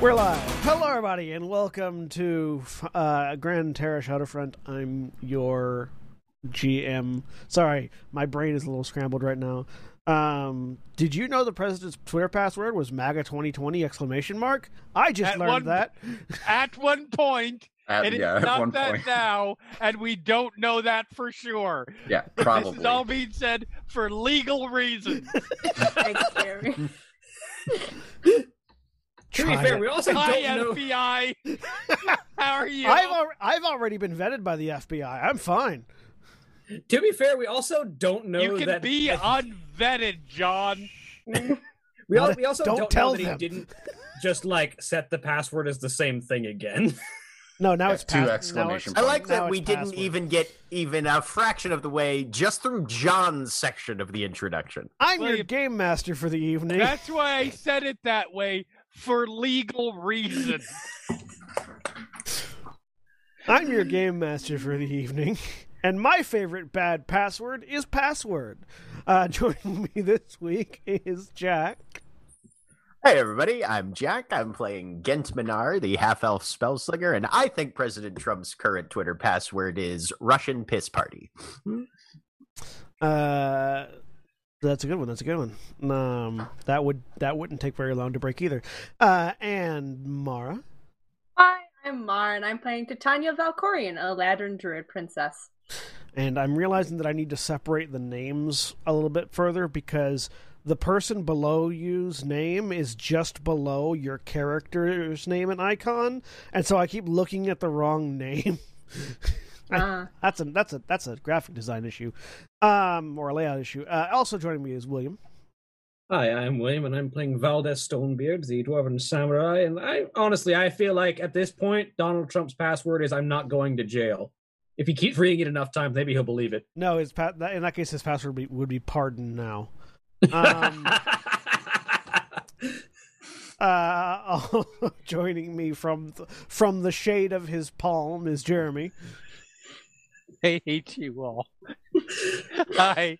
We're live. Hello, everybody, and welcome to uh, Grand Terra Shadowfront. I'm your GM. Sorry, my brain is a little scrambled right now. Um, did you know the president's Twitter password was MAGA 2020 exclamation mark? I just At learned one- that. at one point, At, and yeah, it's at not one that point. now, and we don't know that for sure. Yeah, This probably. is all being said for legal reasons. Thanks, Jeremy. To be Try fair, it. we also Hi, don't know. FBI. How are you? I've, al- I've already been vetted by the FBI. I'm fine. To be fair, we also don't know you can that be unvetted, John. we, al- Don't- we also don't don't, tell know that them. he didn't just like set the password as the same thing again. No, now Yeah, it's two pass- now exclamation it's- I Fine. like now that we it's didn't password. even get even a fraction of the way just through John's section of the introduction. I'm Well, your you- game master for the evening. That's why I said it that way for legal reasons. I'm your game master for the evening, and my favorite bad password is password. Uh, joining me this week is Jack. Hey everybody, I'm Jack. I'm playing Gent Minar, the half-elf spellslinger, and I think President Trump's current Twitter password is Russian piss party. Uh, that's a good one. That's a good one. Um, that would that wouldn't take very long to break either. Uh, and Mara. Hi, I'm Mar, and I'm playing Titania Valkorian, a Ladrin Druid princess. and I'm realizing that I need to separate the names a little bit further because the person below you's name is just below your character's name and icon, and so I keep looking at the wrong name. Uh, that's a that's a that's a graphic design issue, um, or a layout issue. Uh, also joining me is William. Hi, I'm William, and I'm playing Valdez Stonebeard, the dwarven samurai. And I honestly, I feel like at this point, Donald Trump's password is "I'm not going to jail." If he keeps reading it enough times, maybe he'll believe it. No, his pa- that, in that case, his password would be, would be pardon now. Um, uh, also joining me from th- from the shade of his palm is Jeremy. I hate you all. Hi,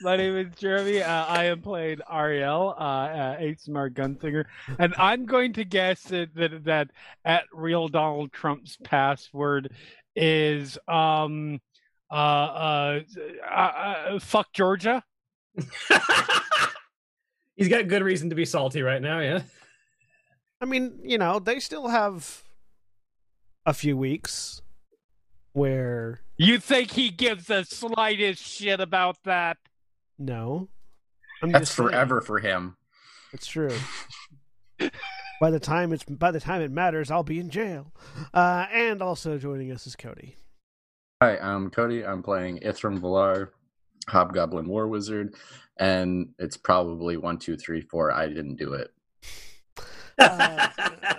my name is Jeremy. Uh, I am playing Ariel, uh, uh, a smart gunslinger, and I'm going to guess that, that that at real Donald Trump's password is um uh uh, uh, uh fuck Georgia. He's got good reason to be salty right now. Yeah. I mean, you know, they still have a few weeks where You think he gives the slightest shit about that? no. I'm That's just saying. forever for him. It's true. by the time it's by the time it matters, I'll be in jail. Uh, and also joining us is Cody. Hi, I'm Cody. I'm playing Ithram Valar, Hobgoblin War Wizard, and it's probably one, two, three, four. I didn't do it. Uh,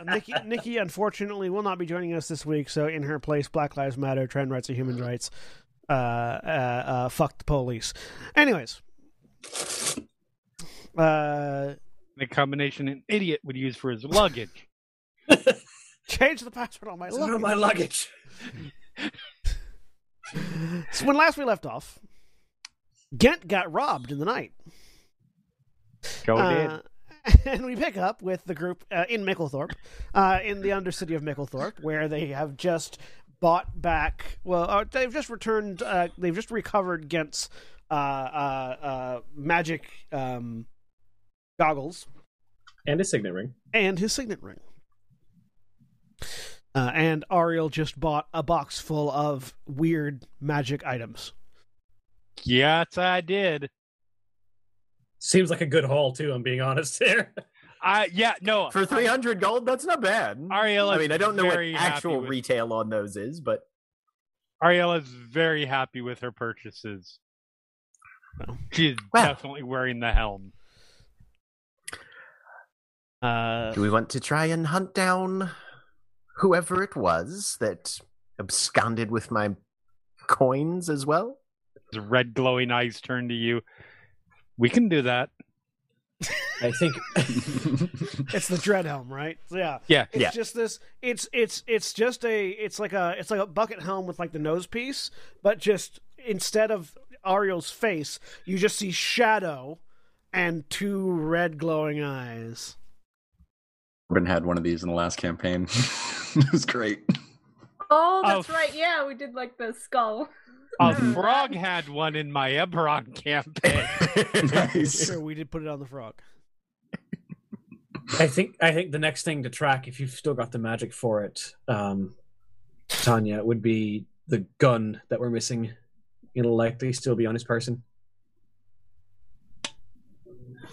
Nikki, Nikki, unfortunately, will not be joining us this week. So in her place, Black Lives Matter, trans rights, and human rights. Uh, uh, uh, fuck the police. Anyways, uh, The combination an idiot would use for his luggage. change the password on my It's none luggage. of my luggage. so when last we left off, Ghent got robbed in the night. Go Uh, and we pick up with the group uh, in Micklethorpe, uh, in the undercity of Micklethorpe, where they have just bought back. Well, uh, they've just returned. Uh, they've just recovered Gent's uh, uh, uh, magic um, goggles And a signet ring. and his signet ring. Uh, and Ariel just bought a box full of weird magic items. Yes, I did. Seems like a good haul too. I'm being honest here. I yeah no For 300 gold, that's not bad. Ariel. I is mean, I don't know what very happy actual with- retail on those is, but Ariela's very happy with her purchases. Oh. She's Well. definitely wearing the helm. Uh, do we want to try and hunt down whoever it was that absconded with my coins as well? The red glowing eyes turn to you. We can do that. I think it's the Dreadhelm, right? So, yeah. Yeah. It's Yeah. just this. It's it's it's just a. It's like a. It's like a bucket helm with like the nose piece, but just instead of Ariel's face, you just see shadow and two red glowing eyes. Urban had one of these in the last campaign. it was great. Oh, Oh, that's f- right. Yeah, we did like the skull. Hmm. A Mm-hmm. frog had one in my Ebron campaign. nice. Sure, we did put it on the frog. I think I think the next thing to track, if you've still got the magic for it, um, Tanya, would be the gun that we're missing. It'll likely still be on his person.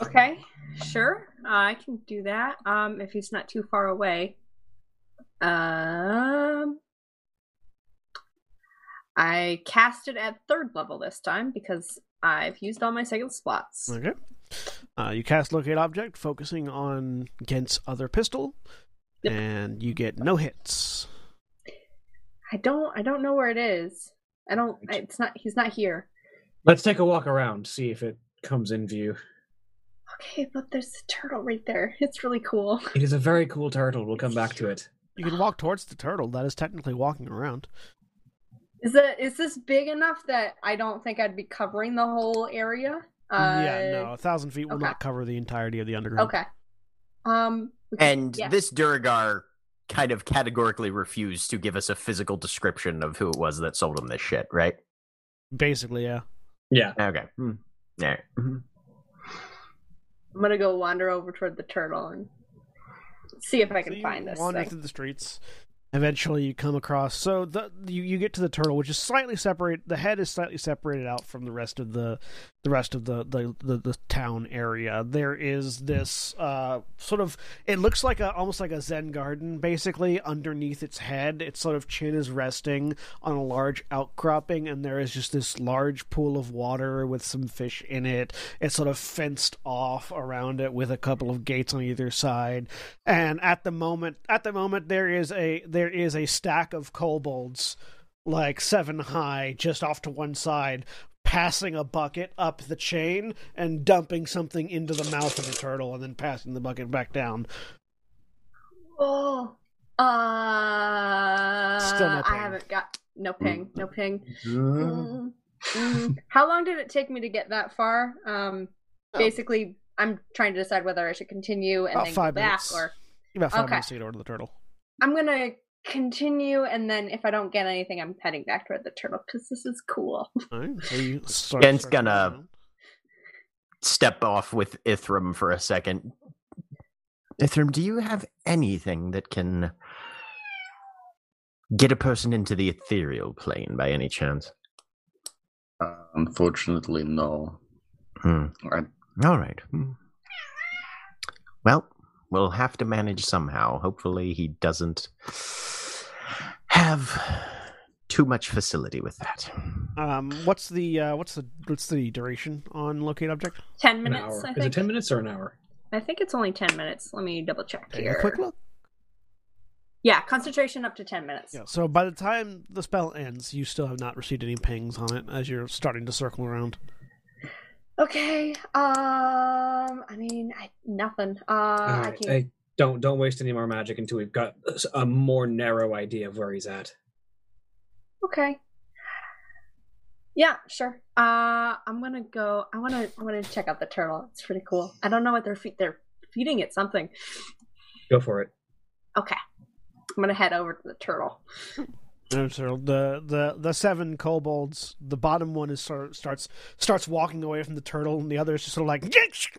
Okay, sure. I can do that. Um, if he's not too far away. Um, I cast it at third level this time because I've used all my second spots. Okay. Uh, you cast locate object, focusing on Gent's other pistol, Yep. and you get no hits. I don't. I don't know where it is. I don't. It's not. He's not here. Let's take a walk around, see if it comes in view. Okay, but there's a turtle right there. It's really cool. It is a very cool turtle. We'll come back to it. You can walk towards the turtle. That is technically walking around. Is that is this big enough that I don't think I'd be covering the whole area? Uh, yeah, no, a thousand feet will okay. not cover the entirety of the underground. Okay. Um. we can- And yeah. this Duragar kind of categorically refused to give us a physical description of who it was that sold him this shit, right? Basically, yeah. Yeah. Okay. Hmm. All right. Mhm. I'm gonna go wander over toward the turtle and see if I can So you find this Wander thing. through the streets. Eventually, you come across. So the you, you get to the turtle, which is slightly separate. The head is slightly separated out from the rest of the the rest of the the, the, the town area. There is this uh, sort of it looks like a almost like a Zen garden, basically underneath its head. Its sort of chin is resting on a large outcropping, and there is just this large pool of water with some fish in it. It's sort of fenced off around it with a couple of gates on either side and at the moment at the moment there is a there is a stack of kobolds like seven high just off to one side passing a bucket up the chain and dumping something into the mouth of the turtle and then passing the bucket back down Oh. Uh. Still no I ping. haven't got no ping. No ping. Mm-hmm. Uh, Mm, mm. How long did it take me to get that far? Um. Oh. Basically, I'm trying to decide whether I should continue and About then five go back minutes. or about five Okay. minutes to get over to the turtle I'm gonna continue, and then if I don't get anything, I'm heading back toward the turtle because this is cool. all right so you start, Gen's start gonna- Step off with Ithram for a second. Ithram, do you have anything that can get a person into the ethereal plane by any chance? unfortunately, no. Hmm. I, All right. Hmm. Well, we'll have to manage somehow. Hopefully, he doesn't have too much facility with that. um what's the uh what's the what's the duration on locate object Ten An minutes, hour. I Is it think. ten minutes or an hour? I think it's only ten minutes. Let me double check take here. a quick look Yeah, concentration up to ten minutes. yeah so by the time the spell ends you still have not received any pings on it as you're starting to circle around Okay. Um, I mean, I, nothing. Uh, All I right, can. I- don't don't waste any more magic until we've got a more narrow idea of where he's at. Okay. Yeah, sure. Uh, I'm gonna go. I wanna. I wanna check out the turtle. It's pretty cool. I don't know what their feet. Their feeding it something. Go for it. Okay. I'm gonna head over to the turtle. No, sir. The, the the seven kobolds. The bottom one is sort of starts starts walking away from the turtle, and the others just sort of like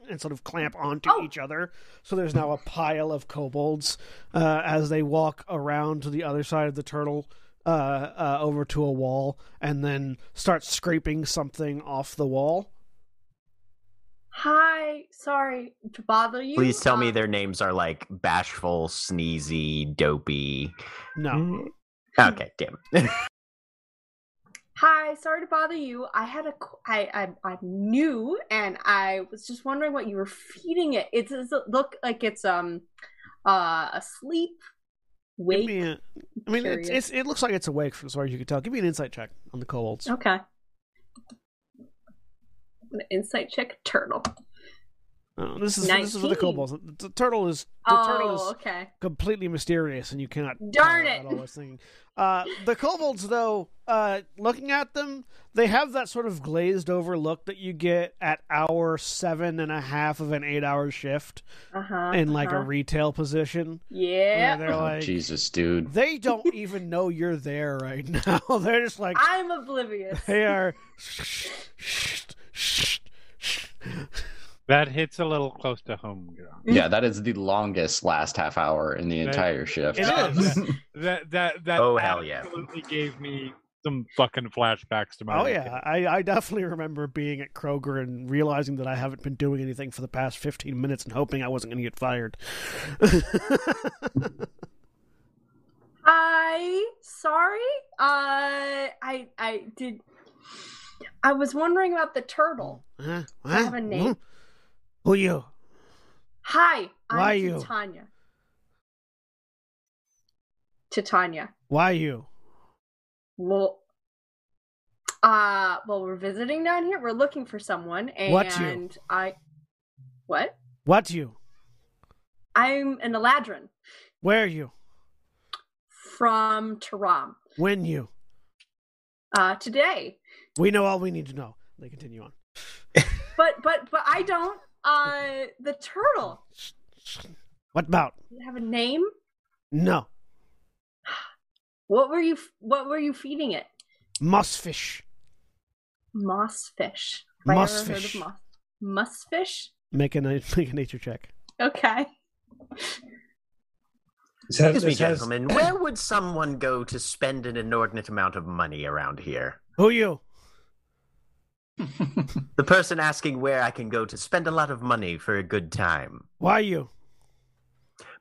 and sort of clamp onto Oh. each other. So there's now a pile of kobolds uh, as they walk around to the other side of the turtle, uh, uh, over to a wall, and then start scraping something off the wall. Hi, sorry to bother you. Please tell me Um, their names are like bashful, sneezy, dopey. No, Okay, damn. it. Hi, sorry to bother you. I had a qu- I I'm, I'm new and I was just wondering what you were feeding it. It's, does it look like it's um uh asleep give wake. me a, I mean, it's, Curious. it's it looks like it's awake from as far as you can tell. Give me an insight check on the kobolds. Okay. An insight check turtle. Uh, this is this is for the 19. kobolds. The turtle is the turtle is Oh, okay. completely mysterious and you cannot Darn tell it. at all what's thinking. Uh, the kobolds though uh, looking at them they have that sort of glazed over look that you get at hour seven and a half of an eight hour shift Uh huh. in like a retail position yeah. where they're Oh, like Jesus, dude. they don't even know you're there right now they're just like I'm oblivious. they are sh- sh- sh- sh- That hits a little close to home, John. Yeah, that is the longest last half hour in the That- entire shift. It is. That that that Oh, hell yeah. absolutely gave me some fucking flashbacks to my. Oh yeah, I, I definitely remember being at Kroger and realizing that I haven't been doing anything for the past fifteen minutes and hoping I wasn't going to get fired. Hi. Sorry. Uh, I I did. I was wondering about the turtle. Huh? I have a Huh? name. Who you? Hi. I'm Why you? Titania. Titania. Why you? Well. Uh, well, we're visiting down here. We're looking for someone, and What you? I. What? What you? I'm an Eladrin Where you? from Taram. When you? Uh, today, We know all we need to know. They continue on. but but but I don't. Uh, the turtle. What about? Do you have a name? No, What were you f- What were you feeding it? mussfish. Moss fish. Have I ever heard of Mussfish. moss- Muss fish. Make a na- make a nature check. Okay. It says- Excuse me, it says- gentlemen. Where would someone go to spend an inordinate amount of money around here? Who you? The person asking where I can go to spend a lot of money for a good time. Why you?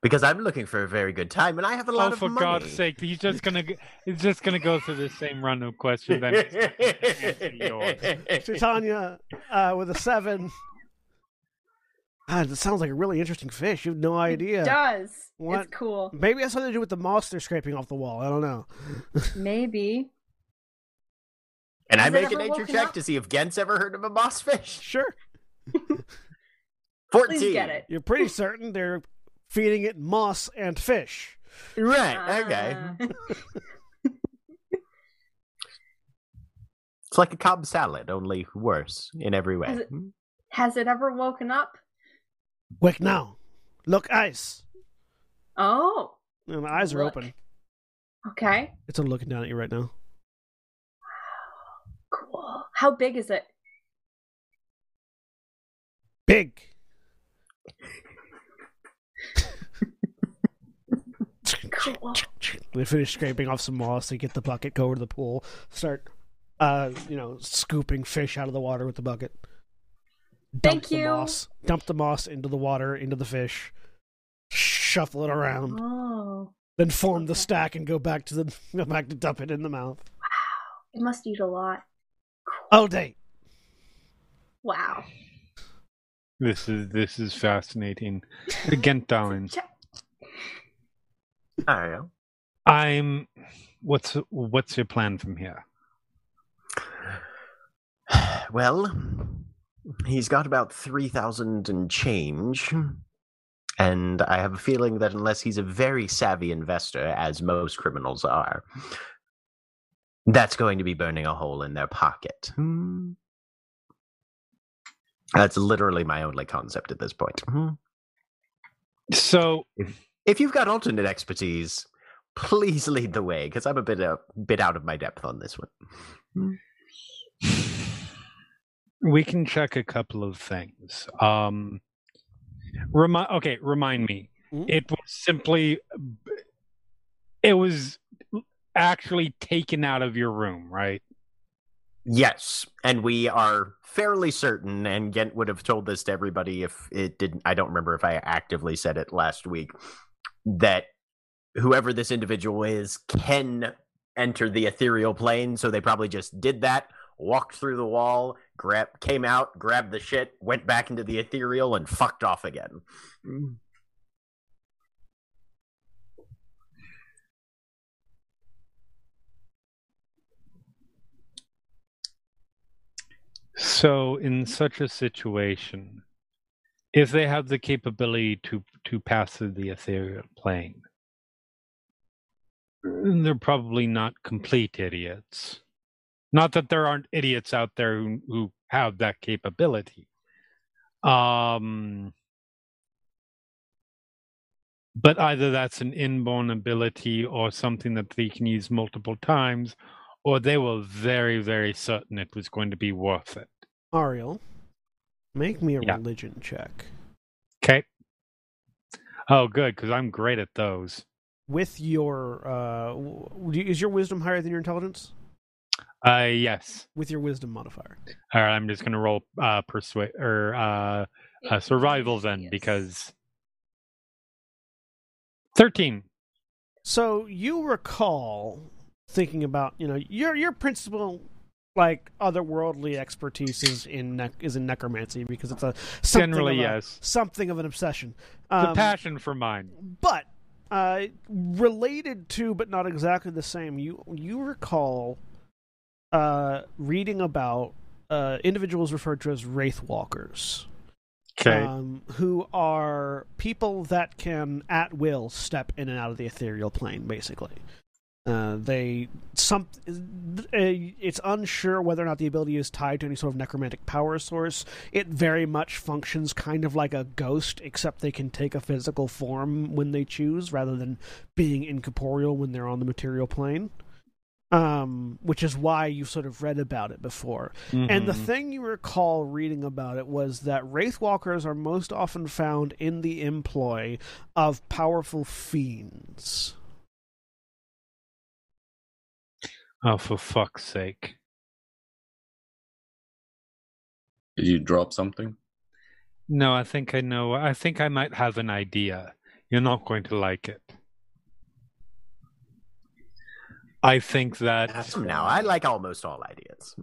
Because I'm looking for a very good time and I have a lot Oh, of for money. God's sake! He's just gonna g- he's just gonna go through the same run of questions. I'm Titania uh, with a seven. God, that sounds like a really interesting fish. You have no idea. It does. What? It's cool. Maybe that's something to do with the moss they're scraping off the wall. I don't know. Maybe. and I Has it make a ever nature woken check up? to see if Gent's ever heard of a moss fish. Sure. 14. Please get it. You're pretty certain they're feeding it moss and fish. Right, okay. Uh, It's like a cob salad, only worse in every way. Hmm? Has it- has it ever woken up? Quick now. Look, eyes. Oh. And the eyes are Look. open. Okay. It's all looking down at you right now. Cool. How big is it? Big. Cool. They finish scraping off some moss. They get the bucket, go over to the pool, start, uh, you know, scooping fish out of the water with the bucket. Dump Thank the you. Moss, dump the moss into the water, into the fish. Shuffle it around, Oh. then form the stack and go back to the go back to dump it in the mouth. It must eat a lot. All day. Wow. This is this is fascinating. Gentlemen, Check. I don't know. I'm. What's what's your plan from here? Well, he's got about 3,000 and change. And I have a feeling that unless he's a very savvy investor, as most criminals are, that's going to be burning a hole in their pocket. Hmm. That's literally my only concept at this point. Hmm. So If you've got alternate expertise, please lead the way because I'm a bit a bit out of my depth on this one. we can check a couple of things. Um, remind okay, remind me. Mhm. It was simply, it was actually taken out of your room, right? Yes, and we are fairly certain, and Gent would have told this to everybody if it didn't. I don't remember if I actively said it last week that whoever this individual is can enter the ethereal plane. So they probably just did that, walked through the wall, grab, came out, grabbed the shit, went back into the ethereal, and fucked off again. So, in such a situation, if they have the capability to to pass through the ethereal plane, they're probably not complete idiots. Not that there aren't idiots out there who who have that capability. Um, but either that's an inborn ability or something that they can use multiple times, or they were very, very certain it was going to be worth it. Ariel, make me a Yeah. religion check Okay. Oh, good, because I'm great at those. with your. Uh, w- do you- is your wisdom higher than your intelligence? Uh, yes. With your wisdom modifier. All right, I'm just gonna roll uh persuade or uh, uh survival then because thirteen. So you recall thinking about you know your your principal like otherworldly expertise is in nec- is in necromancy because it's a something Generally, of a- yes. something of an obsession. The Um, passion for mine. but uh, related to, but not exactly the same. You you recall uh, reading about uh, individuals referred to as wraith walkers, um, who are people that can at will step in and out of the ethereal plane, basically. Uh, they some th- uh, it's unsure whether or not the ability is tied to any sort of necromantic power source. It very much functions kind of like a ghost, except they can take a physical form when they choose, rather than being incorporeal when they're on the material plane. Um, which is why you sort of read about it before. And the Mhm. thing you recall reading about it was that wraithwalkers are most often found in the employ of powerful fiends. oh, for fuck's sake! Did you drop something? No, I think I know. I think I might have an idea. You're not going to like it. I think that Ask 'em now. I like almost all ideas.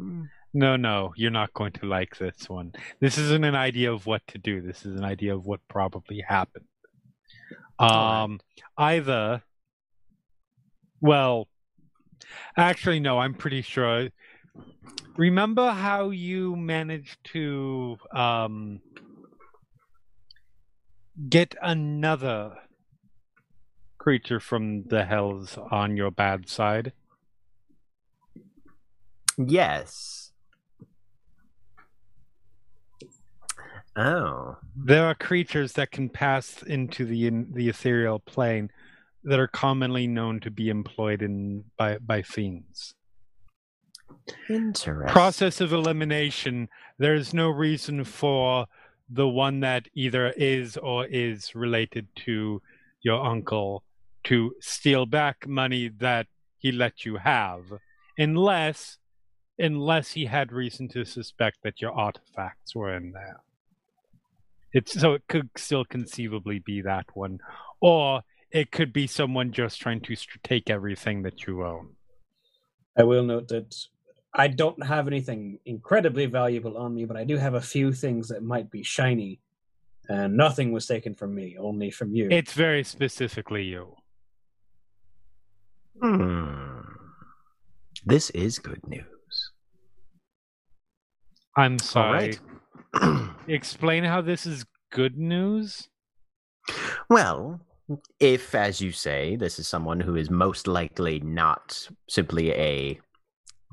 No, no, you're not going to like this one. This isn't an idea of what to do. This is an idea of what probably happened. right. Um, either, well, actually, no, I'm pretty sure. Remember how you managed to um, get another creature from the hells on your bad side? Yes. Oh. there are creatures that can pass into the in, the ethereal plane that are commonly known to be employed in by by fiends. Interesting. Process of elimination. There is no reason for the one that either is or is related to your uncle to steal back money that he let you have, unless unless he had reason to suspect that your artifacts were in there. It's so it could still conceivably be that one, or it could be someone just trying to str- take everything that you own. I will note that I don't have anything incredibly valuable on me, but I do have a few things that might be shiny. And nothing was taken from me, only from you. It's very specifically you. Hmm. This is good news. I'm All sorry. right. Explain how this is good news. well, if, as you say, this is someone who is most likely not simply a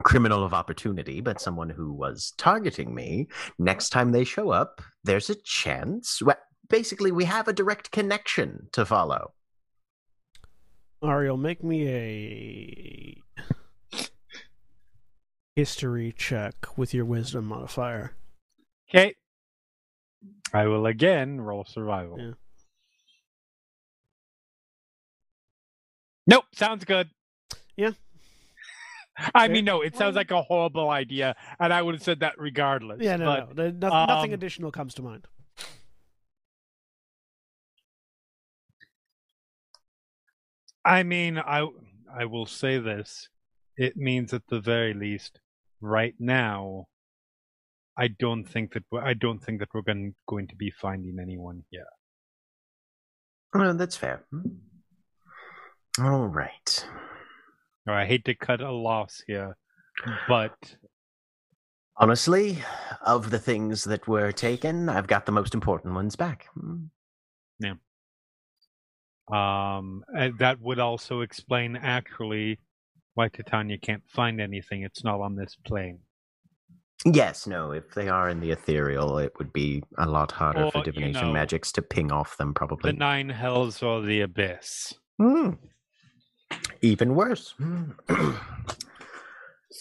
criminal of opportunity, but someone who was targeting me, next time they show up, there's a chance. Well, basically we have a direct connection to follow. Ariel, make me a history check with your wisdom modifier. Okay. I will again roll survival. Yeah. Nope, sounds good. Yeah. I Fair. mean, no, it sounds like a horrible idea, and I would have said that regardless. Yeah, no, but no, there- no- nothing um, additional comes to mind. I mean, I I will say this. It means at the very least, right now, I don't think that we're, I don't think that we're going going to be finding anyone here. Well, that's fair. Hmm. All right. Or I hate to cut a loss here, but Honestly, of the things that were taken, I've got the most important ones back. um, and that would also explain actually why Titania can't find anything. It's not on this plane. Yes, no, if they are in the ethereal, it would be a lot harder Or, for you divination know, magics to ping off them, The probably. nine hells or the abyss. Hmm. Even worse.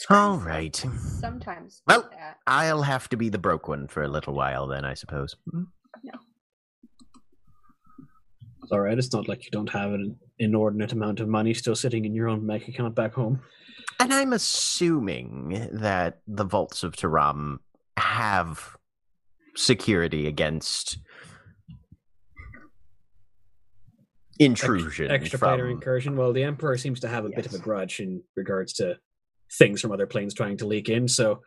All right. Sometimes. Well- do that. I'll have to be the broke one for a little while, then, I suppose. Hmm. It's all right. It's not like you don't have an inordinate amount of money still sitting in your own bank account back home. And I'm assuming that the vaults of Taram have security against intrusion. Extra from... planar incursion. Well, the Emperor seems to have a bit of a Yes. grudge in regards to things from other planes trying to leak in. So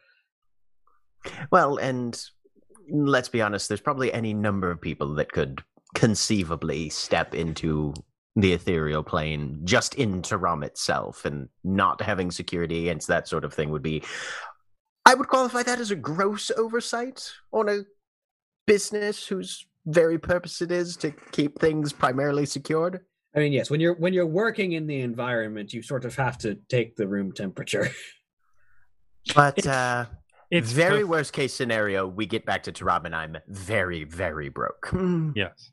Well, and let's be honest, there's probably any number of people that could conceivably step into the ethereal plane just into Rum itself, and not having security against that sort of thing would be. I would qualify that as a gross oversight on a business whose very purpose it is to keep things primarily secured. I mean, yes, when you're when you're working in the environment, you sort of have to take the room temperature. But It's- uh, It's very the- worst case scenario, we get back to Taram and I'm very, very broke. Yes,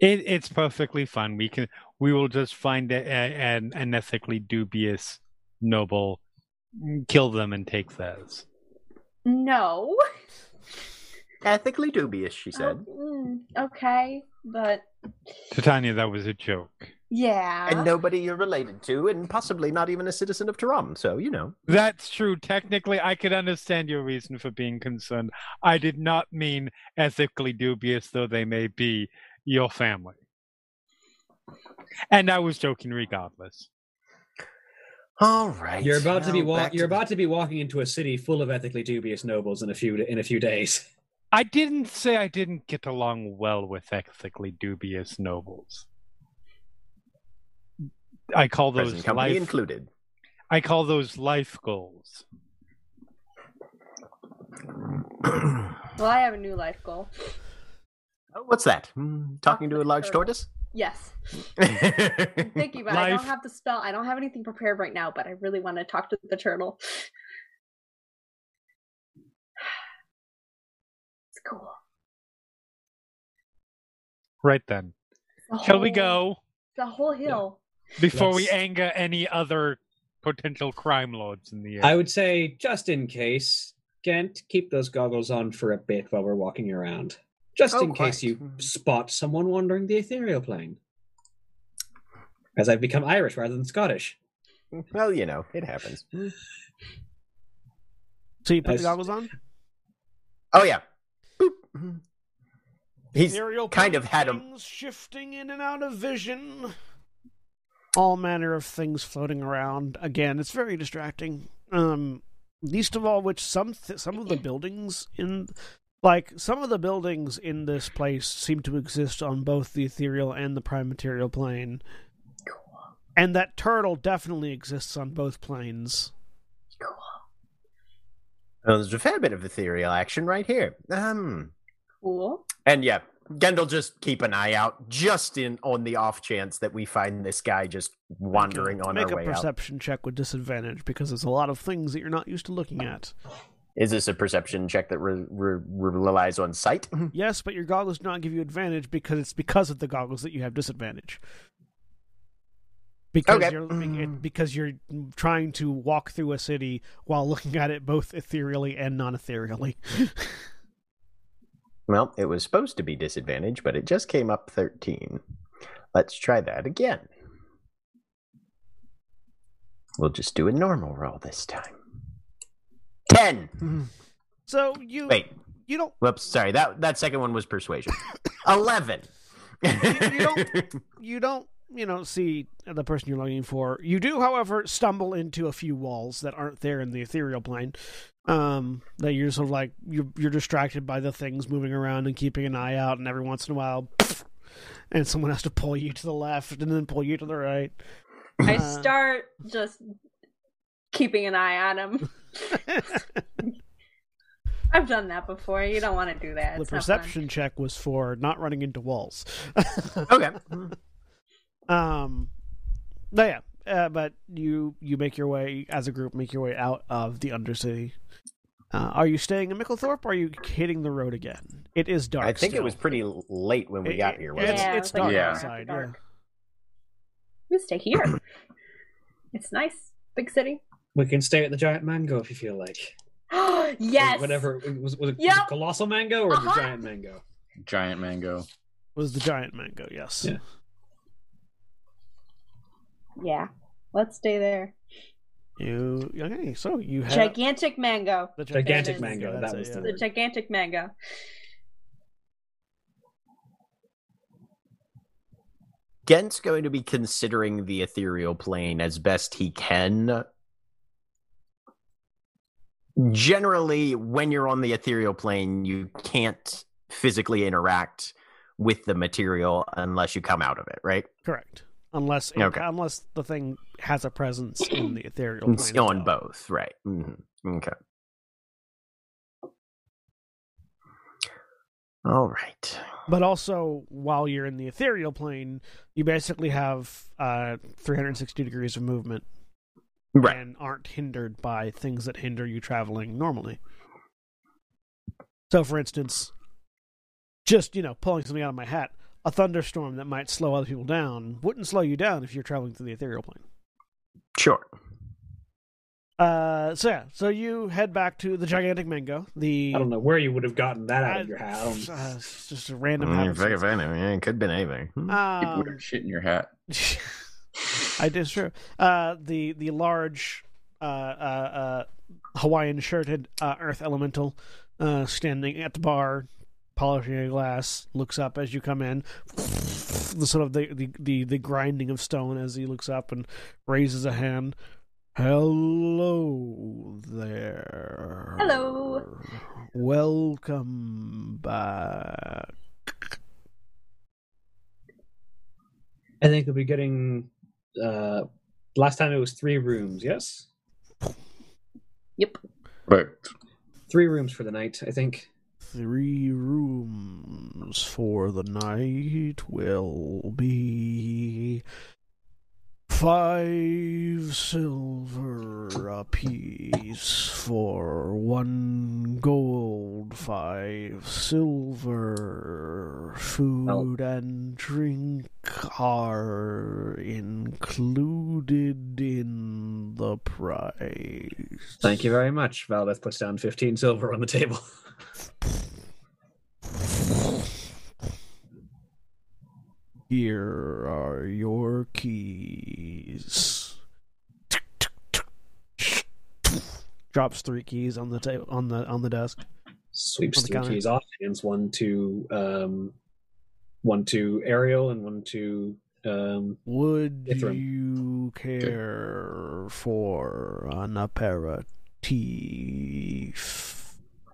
it, it's perfectly fine. We can we will just find a, a, an an ethically dubious noble, mm, kill them and take theirs. No. Ethically dubious, she said. Mm, okay, but Titania, that was a joke. yeah. and nobody you're related to, and possibly not even a citizen of Taram. So you know, That's true. Technically, I could understand your reason for being concerned. I did not mean ethically dubious, though they may be your family. And I was joking regardless. all right. You're about to be now wa- back you're the- about to be walking into a city full of ethically dubious nobles in a few in a few days. I didn't say I didn't get along well with ethically dubious nobles. I call present those company life. included. I call those life goals. Well, I have a new life goal. Oh, What's that? Hmm, Talking to a large tortoise. Yes. I'm I thinking about it. I Life- don't have the spell. I don't have anything prepared right now, but I really want to talk to the turtle. It's cool. Right then, The shall we whole- go The whole hill. before we Let's- anger any other potential crime lords in the area? I would say just in case, Gent, keep those goggles on for a bit while we're walking around, just Oh, in case quite. you Mhm. spot someone wandering the ethereal plane. As I've become Irish rather than Scottish. well, you know, it happens. So you put the Nice. goggles on. Oh yeah. Boop. Hmm. He's Ethereal kind of had 'em- things shifting in and out of vision. All manner of things floating around. Again, it's very distracting. Um, least of all, which some th- some of the buildings in, like some of the buildings in this place seem to exist on both the ethereal and the prime material plane. And that turtle definitely exists on both planes. oh, there's a fair bit of ethereal action right here. Um, Cool. and yeah, Gendel just keep an eye out, just in on the off chance that we find this guy just wandering on Make our a way out. perception check with disadvantage because there's a lot of things that you're not used to looking at. Is this a perception check that re- re- relies on sight? Yes, but your goggles do not give you advantage because it's because of the goggles that you have disadvantage. Because Okay. you're it- because you're trying to walk through a city while looking at it both ethereally and non-ethereally. Well, it was supposed to be disadvantage, but it just came up 13. Let's try that again. We'll just do a normal roll this time. 10. So you Wait. you don't Whoops, sorry. That that second one was persuasion. 11. you don't- you don't you know see the person you're looking for you do however stumble into a few walls that aren't there in the ethereal plane um that you're sort of like you're, you're distracted by the things moving around and keeping an eye out and every once in a while and someone has to pull you to the left and then pull you to the right I Uh. start just keeping an eye on him. I've done that before. You don't want to do that. the It's not fun. perception check was for not running into walls okay. Um, but yeah, uh, but you you make your way as a group, make your way out of the Undercity. Uh, are you staying in Micklethorpe? Or are you hitting the road again? It is dark. I think it still. was pretty l- late when we It- got it- here. It's, wasn't Yeah, it's it was like dark Yeah. outside. Yeah. dark. We stay here. it's nice, big city. We can stay at the giant mango if you feel like. yes. Whatever it was, was it, was Yep. it colossal mango or Uh-huh. the giant mango? Giant mango. Was the giant mango? Yes. Yeah. Yeah. Let's stay there. You okay? So you have Gigantic mango. the Gigantic mango, that that's was it, the yeah. The gigantic mango. Gent's going to be considering the ethereal plane as best he can. Generally, when you're on the ethereal plane, you can't physically interact with the material unless you come out of it, right? correct. Unless it- Okay. unless the thing has a presence in the ethereal plane. It's on itself. both, right? hmm Okay. All right. but also while you're in the ethereal plane, you basically have uh, 360 degrees of movement Right. and aren't hindered by things that hinder you traveling normally. So, for instance, just you know, pulling something out of my hat, a thunderstorm that might slow other people down wouldn't slow you down if you're traveling through the ethereal plane. Sure. Uh, so yeah, so you head back to the gigantic mango. The I don't know where you would have gotten that out Uh, of your hat. I don't- uh, it's just a random. Mm, habit. If I could find it, yeah, it could have been anything. Hmm. Keep Um, weird shit in your hat. I did true. Uh, the the large uh, uh, uh, Hawaiian shirted uh, Earth Elemental uh, standing at the bar, polishing a glass, looks up as you come in. The sort of the, the, the, the grinding of stone as he looks up and raises a hand. Hello there. Hello. Welcome back. I think we'll be getting. Uh, last time it was three rooms. Yes, But three rooms for the night. I think. Three rooms for the night will be five silver apiece for one gold, five silver. Food and drink are included in the price. Thank you very much. Valdeth puts down fifteen silver on the table. Here are your keys. Drops three keys on the table on the on the desk. Sweeps On the three counter. keys off. Hands one to um, one to Ariel and one to um, Would Ithram. you care for an aperitif?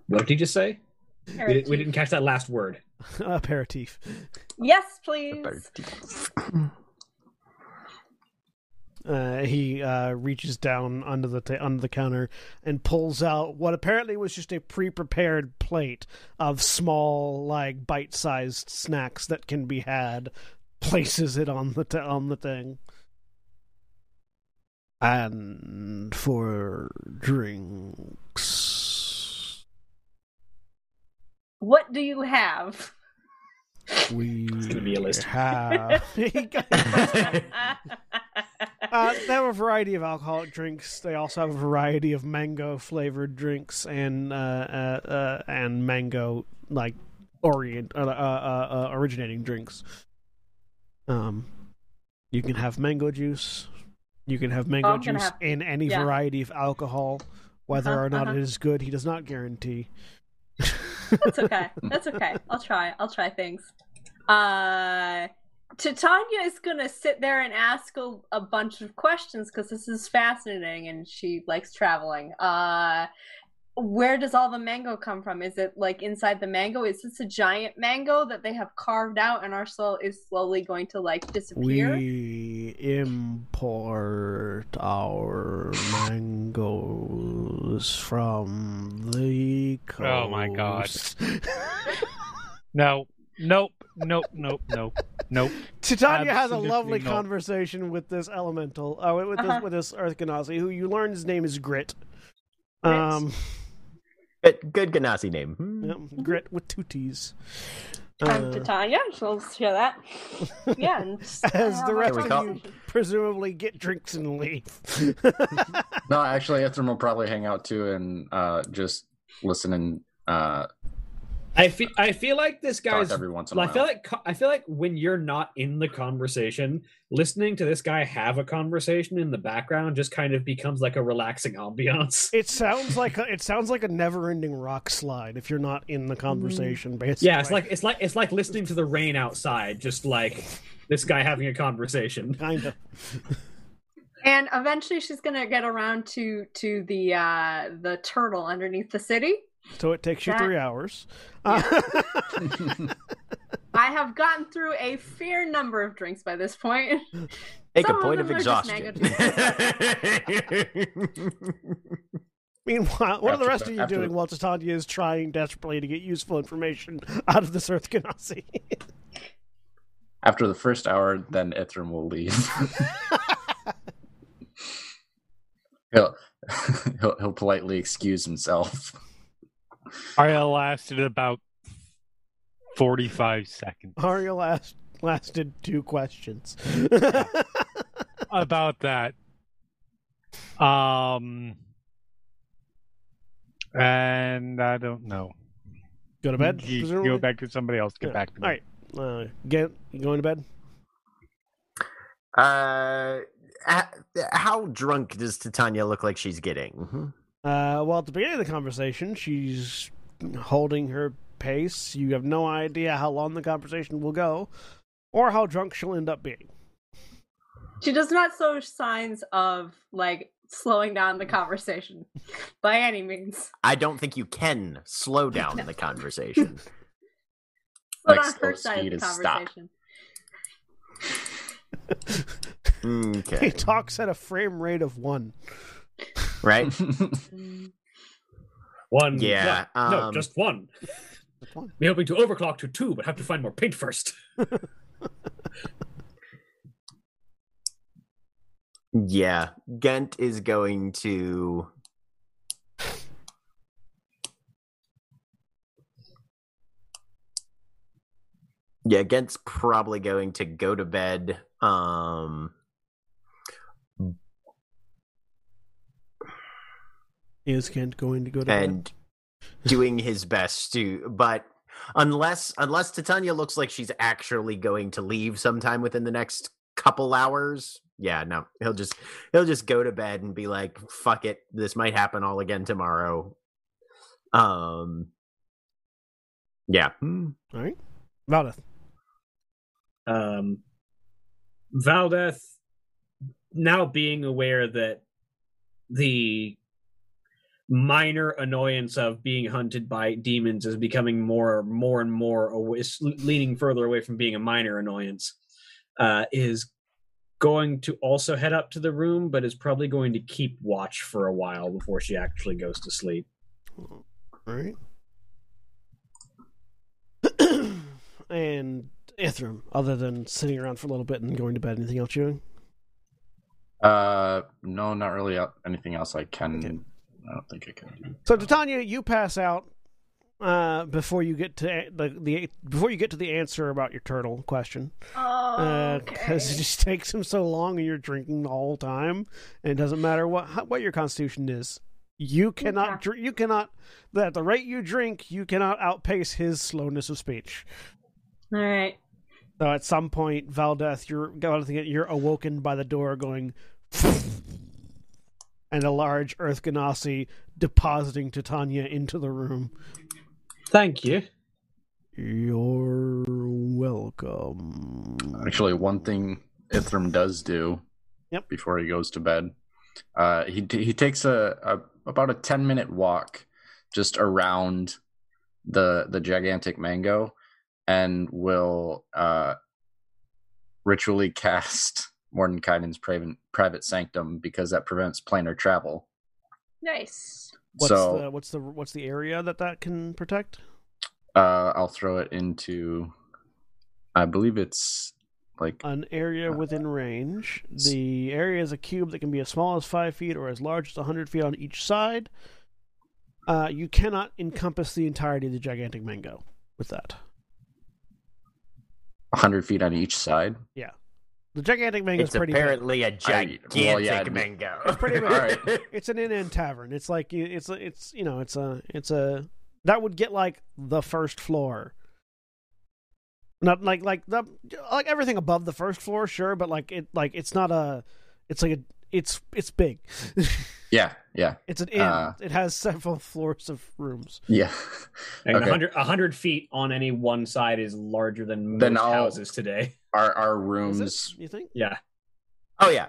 what did you just say? Uh, We, did, we didn't catch that last word. aperitif. Yes, please. Uh, he uh, reaches down under the ta- under the counter and pulls out what apparently was just a pre-prepared plate of small, like bite-sized snacks that can be had. Places it on the t- on the thing. And for drinks, What do you have? We it's gonna be a list. Have. Uh, they have a variety of alcoholic drinks. They also have a variety of mango flavored drinks and uh, uh, uh, and mango like orient uh, uh, uh, uh, originating drinks. Um, you can have mango juice. You can have mango Oh, I'm gonna juice have- in any yeah. variety of alcohol. Whether Uh-huh, or not uh-huh. it is good, he does not guarantee. That's okay. That's okay. I'll try. I'll try things. Uh Titania is gonna sit there and ask a, a bunch of questions because this is fascinating and she likes traveling. Uh where does all the mango come from? Is it like inside the mango? Is this a giant mango that they have carved out and are slow is slowly going to like disappear? We import our mangoes from the coast. Oh my God. No, nope, nope, nope, nope, nope. Titania has a Absolutely lovely not. conversation with this elemental, uh, with, with Uh-huh. this, with this Earth Ganassi, who you learn his name is Grit. Grit. Um, Good, good Ganassi name. Hmm. yeah, Mm-hmm. Grit with two T's. From Uh, Titania, she'll share that. Yeah, and just uh, As the have a rest of you- conversation. presumably, get drinks and leave. No, actually, Ithram will probably hang out too and uh, just listen and uh, I feel I feel like this talk guy's. every once in a I while. feel like co- I feel like when you're not in the conversation, listening to this guy have a conversation in the background just kind of becomes like a relaxing ambiance. it sounds like a, it sounds like a never-ending rock slide if you're not in the Mm. conversation. Basically, Yeah, it's like it's like it's like listening to the rain outside, just like this guy having a conversation. kind of. And eventually she's gonna get around to to the uh the turtle underneath the city. So it takes you That- three hours. Uh, I have gotten through a fair number of drinks by this point. Take Some a of point of them are just mega exhaustion. meanwhile, what are the After rest the- of you after doing the- while Titania is trying desperately to get useful information out of this Earth Ganassi? After the first hour, then Ithram will leave. he'll, he'll he'll politely excuse himself. Ariel lasted about forty-five seconds. Aria last lasted two questions. about that. Um, and I don't know. Go to bed. You- presumably? go back to somebody else. Get Yeah. back to me. All right. Uh, get you going to bed. uh, h- how drunk does Titania look like she's getting? Mm-hmm. Uh, well, at the beginning of the conversation, she's holding her pace. You have no idea how long the conversation will go, or how drunk she'll end up being. She does not show signs of like slowing down the conversation by any means. I don't think you can slow down the conversation. But Like, on her slow side of speed the is stop. conversation. He Okay, talks at a frame rate of one. right? One, Yeah, Mm, no, no, um, just one. one. Be hoping to overclock to two, but have to find more paint first. Yeah, Gent is going to. Yeah, Gent's probably going to go to bed. Um, Is Kent going to go to bed? and doing his best to but unless unless titania looks like she's actually going to leave sometime within the next couple hours yeah no he'll just he'll just go to bed and be like fuck it this might happen all again tomorrow um yeah Hmm. All right. Valdeth. um, Valdeth, now being aware that the minor annoyance of being hunted by demons is becoming more, more and more, aw- is leaning further away from being a minor annoyance, uh, is going to also head up to the room, but is probably going to keep watch for a while before she actually goes to sleep. All right. and Ithram, other than sitting around for a little bit and going to bed, anything else you doing? Uh, no, not really. el- Anything else I can? Okay. I don't think I can. do. So, Titania, you pass out. uh, before you get to a- the, the before you get to the answer about your turtle question. Oh, because okay. it Uh, just takes him so long, and you're drinking the whole time, and it doesn't matter what how- what your constitution is. You cannot Okay. drink. You cannot. At the rate you drink, you cannot outpace his slowness of speech. All right. So at some point, Valdeth, you're Valdeth, you're awoken by the door going, and a large Earth Ganassi depositing Titania into the room. Thank you. You're welcome. Actually, one thing Ithram does do Yep. before he goes to bed, uh, he he takes a, a about a ten minute walk just around the the gigantic mango, and will uh, ritually cast Mordenkainen's private private sanctum because that prevents planar travel. Nice. What's so the what's the what's the area that that can protect? uh, I'll throw it into, I believe it's like An area within range. The area is a cube that can be as small as five feet or as large as hundred feet on each side. Uh, you cannot encompass the entirety of the gigantic mango with that. hundred feet on each side. The gigantic mango It's is pretty. big. apparently a I- gigantic well, yeah, I'd- mango. It's pretty big. All right. It's an inn and tavern. It's like it's it's you know it's a it's a that would get like the first floor. Not like like the like everything above the first floor, sure, but like it like it's not a it's like a it's it's big. Yeah, yeah, it's an inn. Uh. it has several floors of rooms. yeah. And Okay. 100, 100 feet on any one side is larger than most Then I'll- houses today. Our our Is rooms. it? You think? Yeah. oh yeah,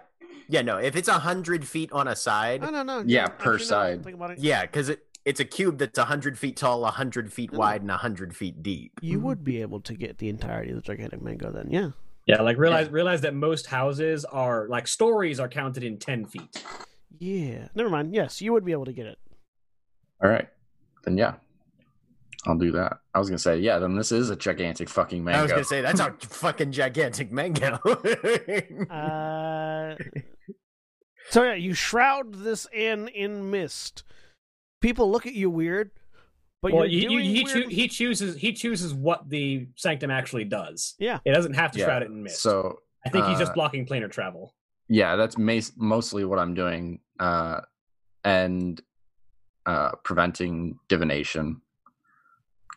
yeah. No, if it's a hundred feet on a side, I don't know. Yeah, actually, per no, side. Think about it. yeah, because it it's a cube that's a hundred feet tall, a hundred feet Mm. wide, and a hundred feet deep. You would be able to get the entirety of the gigantic mango then. Yeah. Yeah, like realize realize that most houses are like stories are counted in ten feet. Yeah. Never mind. Yes, you would be able to get it. All right, then yeah, I'll do that. I was gonna say yeah. Then this is a gigantic fucking mango. I was gonna say that's a fucking gigantic mango. Uh, so yeah, you shroud this inn in mist. People look at you weird, but well, you're you, you, doing he, weird- choo- he chooses he chooses what the sanctum actually does. Yeah. it doesn't have to Yeah, shroud it in mist. So I think he's just uh, blocking planar travel. yeah, that's mas- mostly what I'm doing, uh, and uh, preventing divination.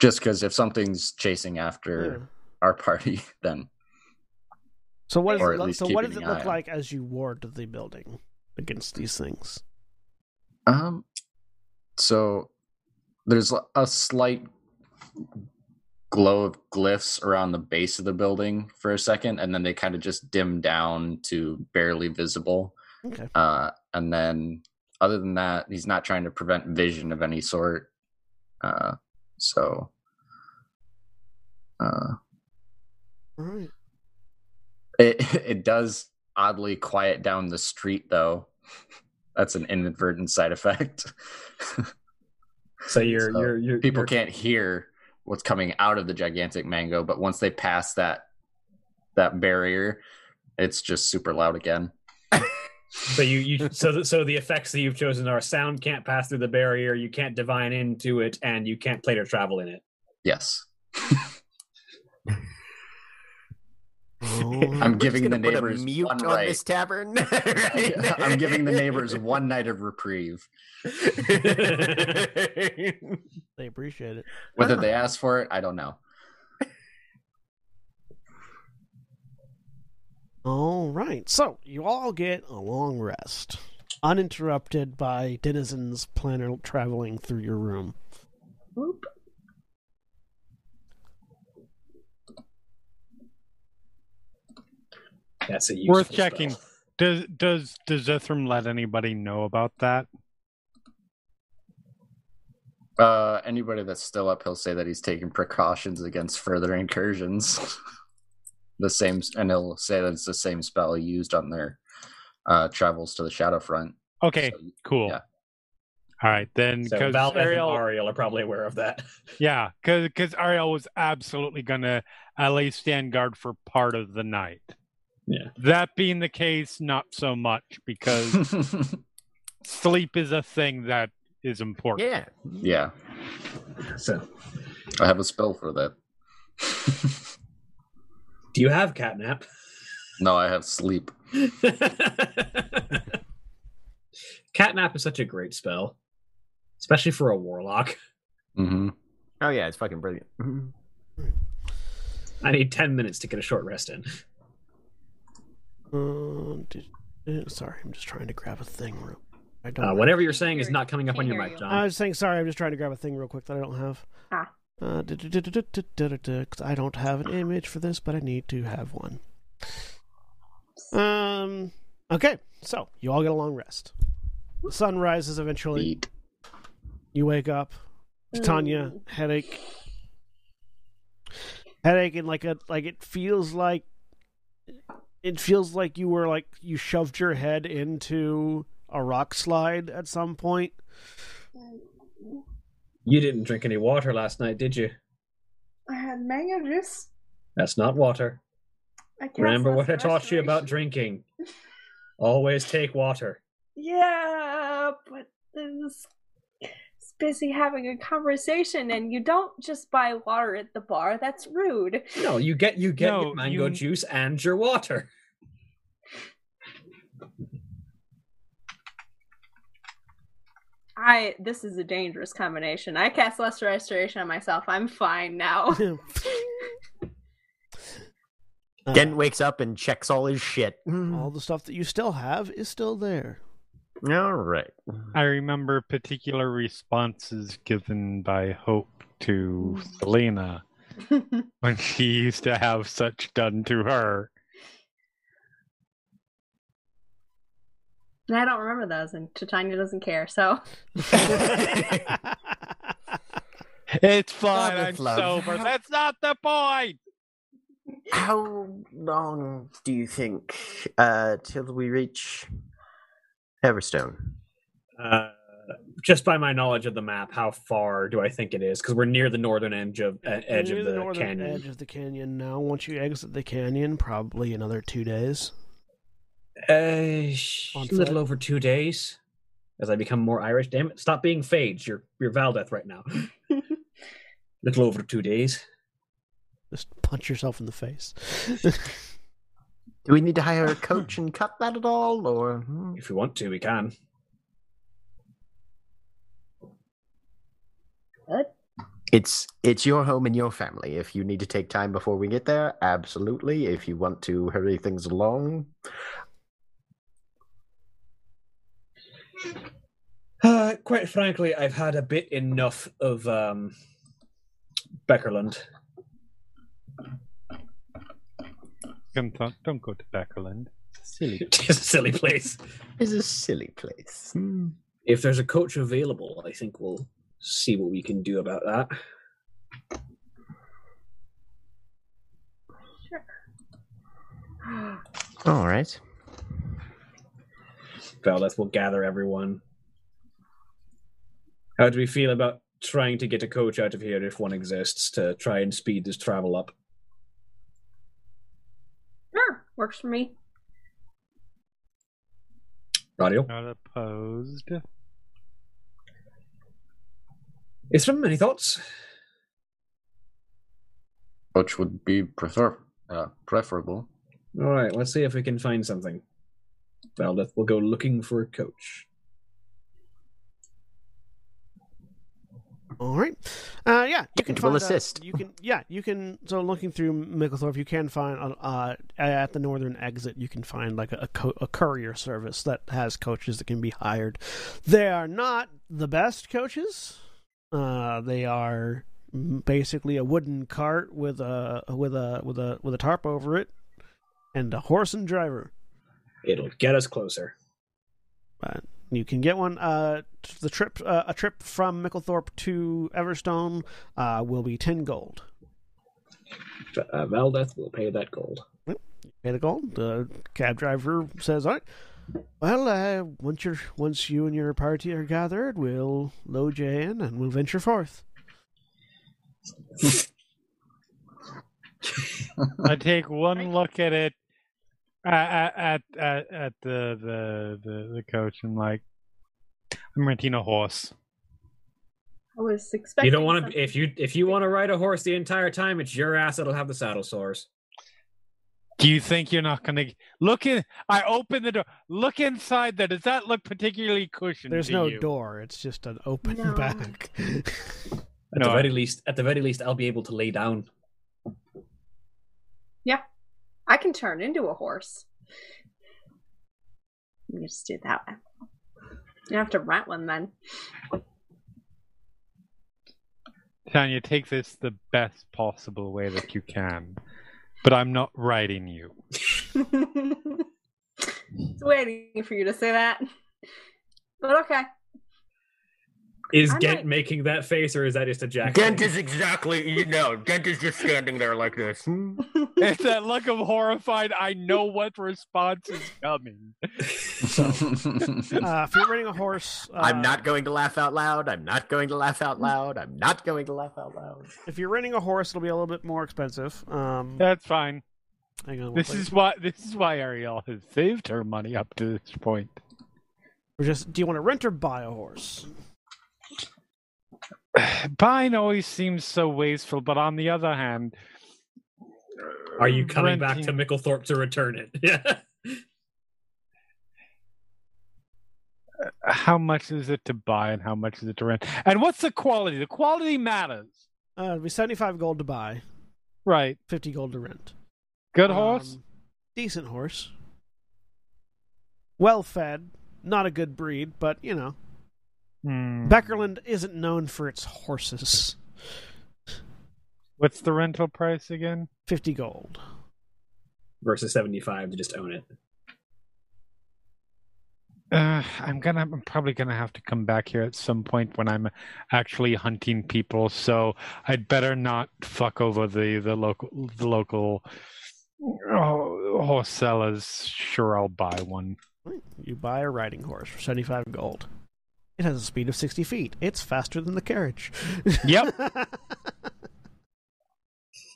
Just because if something's chasing after Hmm. Yeah. our party, then So what does or it at look, least so what keeping does it an eye look on. like as you ward the building against these things? Um, so there's l- a slight glow of glyphs around the base of the building for a second, and then they kind of just dim down to barely visible. Okay. Uh, and then other than that, he's not trying to prevent vision of any sort. Uh, so uh, All right. it it does oddly quiet down the street, though. That's an inadvertent side effect. So you're so you're, you're people you're- can't hear what's coming out of the gigantic mango but once they pass that that barrier it's just super loud again So you, you so the, so the effects that you've chosen are sound can't pass through the barrier, you can't divine into it, and you can't planar travel in it. yes Oh, i'm We're just giving the gonna put a neighbors mute one on right this tavern. i'm giving the neighbors one night of reprieve they appreciate it. whether they ask for it i don't know All right. So you all get a long rest, uninterrupted by denizens planner traveling through your room. Whoop. That's a useful Worth checking. spell. Does does does Ithram let anybody know about that? uh anybody that's still up he'll say that he's taking precautions against further incursions the same and he'll say that it's the same spell he used on their uh travels to the shadow front Okay, So cool. yeah. All right then, So because Valdez and Ariel, Ariel are probably aware of that. yeah, because Ariel was absolutely gonna at least stand guard for part of the night. Yeah. That being the case, not so much because sleep is a thing that is important. yeah. yeah So, I have a spell for that. do you have catnap? No, I have sleep. catnap is such a great spell, especially for a warlock. hmm Oh yeah, it's fucking brilliant. Mhm. I need 10 minutes to get a short rest in. Uh, did- uh, sorry, I'm just trying to grab a thing. Real, I don't. Uh, have- whatever you're saying Can't is hear not coming up on Can't your hear mic, you. I John. was saying sorry. I'm just trying to grab a thing real quick that I don't have. Ah. Uh, du- du- du- du- du- du- du- du- du, 'cause I don't have an image for this, but I need to have one. Um. Okay, so you all get a long rest. The sun rises eventually. Eat. You wake up. It's Tanya, headache, headache, and like a like it feels like it feels like you were like you shoved your head into a rock slide at some point. You didn't drink any water last night, did you? I had mango juice. That's not water. I guess Remember what I that's taught you about restoration. drinking. Always take water. Yeah, but it's, it's busy having a conversation, and you don't just buy water at the bar. That's rude. No, you get you get No, your mango you- juice and your water. I this is a dangerous combination. I cast lesser restoration on myself. I'm fine now. Uh, Dent wakes up and checks all his shit. Mhm. Um, all the stuff that you still have is still there. All right. I remember particular responses given by Hope to Selena when she used to have such done to her. And I don't remember those, and Titania doesn't care. So It's fine. with I'm love. sober. That's not the point. How long do you think uh, till we reach Everstone? Uh, just by my knowledge of the map, how far do I think it is? Because we're near the northern edge of uh, edge Near of the, northern canyon. edge of the canyon. Now, once you exit the canyon, probably another two days. Uh, sh- On a little foot. over two days. As I become more Irish, damn it! Stop being phage. You're you're Valdeth right now. little over two days. Just punch yourself in the face. Do we need to hire a coach and cut that at all, or hmm? If we want to, we can. it's it's your home and your family. If you need to take time before we get there, absolutely. If you want to hurry things along, Uh, quite frankly, I've had a bit enough of um, Beckerland. Come talk. Don't go to Beckerland. Silly. It's a silly place. it's a silly place. Hmm. If there's a coach available, I think we'll see what we can do about that. All right. Valdeth will gather everyone. How do we feel about trying to get a coach out of here if one exists to try and speed this travel up? sure, works for me. Radio. Not opposed. Is from any thoughts? Which would be prefer- uh, preferable. All right, let's see if we can find something. Valdeth will go looking for a coach. All right. Uh, yeah, you can It will find uh, assist. you can yeah, you can. So looking through Micklethorpe, you can find uh, uh, at the northern exit, you can find like a, co- a courier service that has coaches that can be hired. They are not the best coaches. Uh, they are mm, basically a wooden cart with a with a with a with a tarp over it and a horse and driver. It'll get us closer. but you can get one. Uh, t- the trip, uh, a trip from Micklethorpe to Everstone, uh, will be ten gold. Uh, Valdeth will pay that gold. Pay the gold. The cab driver says, "All right, well, uh, once you once you and your party are gathered, we'll load you in and we'll venture forth." I take one look at it uh, at at at, at the, the the the coach and like I'm renting a horse. I was expecting. You don't want something. to. If you if you want to ride a horse the entire time, it's your ass that'll have the saddle sores. Do you think you're not gonna look in? I open the door. Look inside. There. Does that look particularly cushioned? There's to no you? door. It's just an open No. back. Uh, At No, the I- very least, at the very least, I'll be able to lay down. I can turn into a horse. You can just do it that way. You have to rent one then. Tanya, take this the best possible way that you can. But I'm not writing you. It's waiting for you to say that. But okay. Is I Gent might- making that face, or is that just a jacket? is exactly you know. Dent is just standing there like this. It's that look of horrified. I know what response is coming. Uh, if you're riding a horse, uh, I'm not going to laugh out loud. I'm not going to laugh out loud. I'm not going to laugh out loud. If you're renting a horse, it'll be a little bit more expensive. Um, That's fine. hang on, one This second. is why. This is why Ariel has saved her money up to this point. We're just. Do you want to rent or buy a horse? Buying always seems so wasteful, but on the other hand, Are you coming back to renting- Micklethorpe to return it? Yeah. How much is it to buy and how much is it to rent? And what's the quality? The quality matters, Uh, it'll be seventy-five gold to buy, right? fifty gold to rent. Good horse. Um, decent horse. Well fed, not a good breed, but you know, Um, Hmm. Beckerland isn't known for its horses. What's the rental price again? Fifty gold. Versus seventy-five to just own it. Uh, I'm gonna. I'm probably gonna have to come back here at some point when I'm actually hunting people. So I'd better not fuck over the the local the local oh, horse sellers. Sure, I'll buy one. You buy a riding horse for seventy-five gold. It has a speed of sixty feet. It's faster than the carriage. Yep.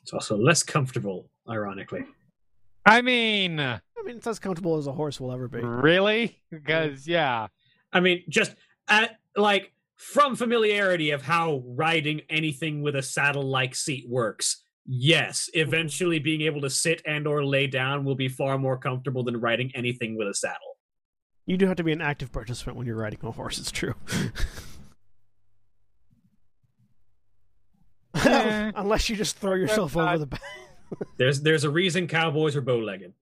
It's also less comfortable, ironically. I mean, I mean, it's as comfortable as a horse will ever be. Hmm. really? Because yeah, I mean, just at like from familiarity of how riding anything with a saddle-like seat works. Yes, eventually being able to sit and or lay down will be far more comfortable than riding anything with a saddle. You do have to be an active participant when you're riding a horse. It's true. Yeah. Unless you just throw yourself Eh. not- over the back. There's there's a reason cowboys are bow-legged.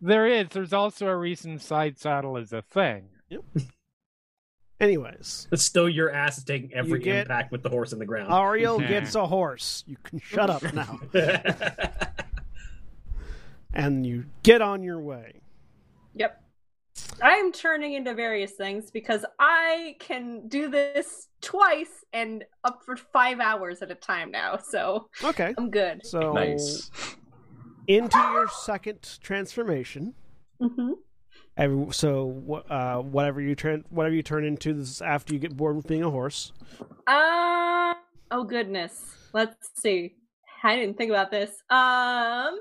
there is. There's also a reason side saddle is a thing. Anyways, But still, your ass is taking every get- impact with the horse in the ground. Ariel Yeah. gets a horse. You can shut up now, and you get on your way. Yep. I'm turning into various things because I can do this twice and up for five hours at a time now. So Okay, I'm good. so nice. into your second transformation. hmm Every, so wh- uh, whatever you turn, whatever you turn into, this is after you get bored with being a horse. Uh, oh goodness. Let's see. I didn't think about this. Um,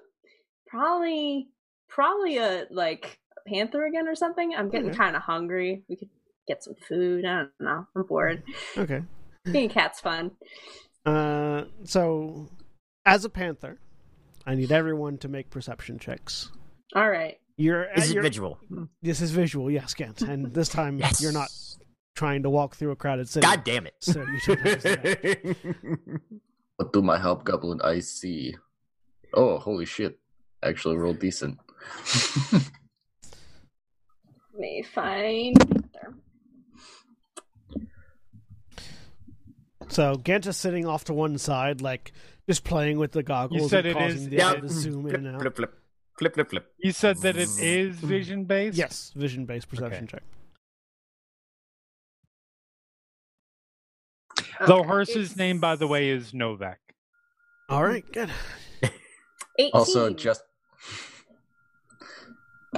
probably, probably a like a panther again or something. I'm getting Okay. kind of hungry. We could get some food. I don't know. I'm bored. Okay. Being a cat's fun. Uh, so as a panther, I need everyone to make perception checks. All right. You're, Is it you're- visual? this is visual, yes, Kent. And this time Yes. you're not trying to walk through a crowded city. God damn it. So you should have that. What do my help goblin eyes see? Oh, holy shit! Actually, rolled decent. Let me find. There. So Gent is sitting off to one side, like just playing with the goggles said and it causing is- the yeah. eye to zoom in and out. flip, flip, flip, flip, flip. You said that it is vision based. Yes, vision based perception check. The Okay. horse's name, by the way, is Novak. All right, good. 18. Also, just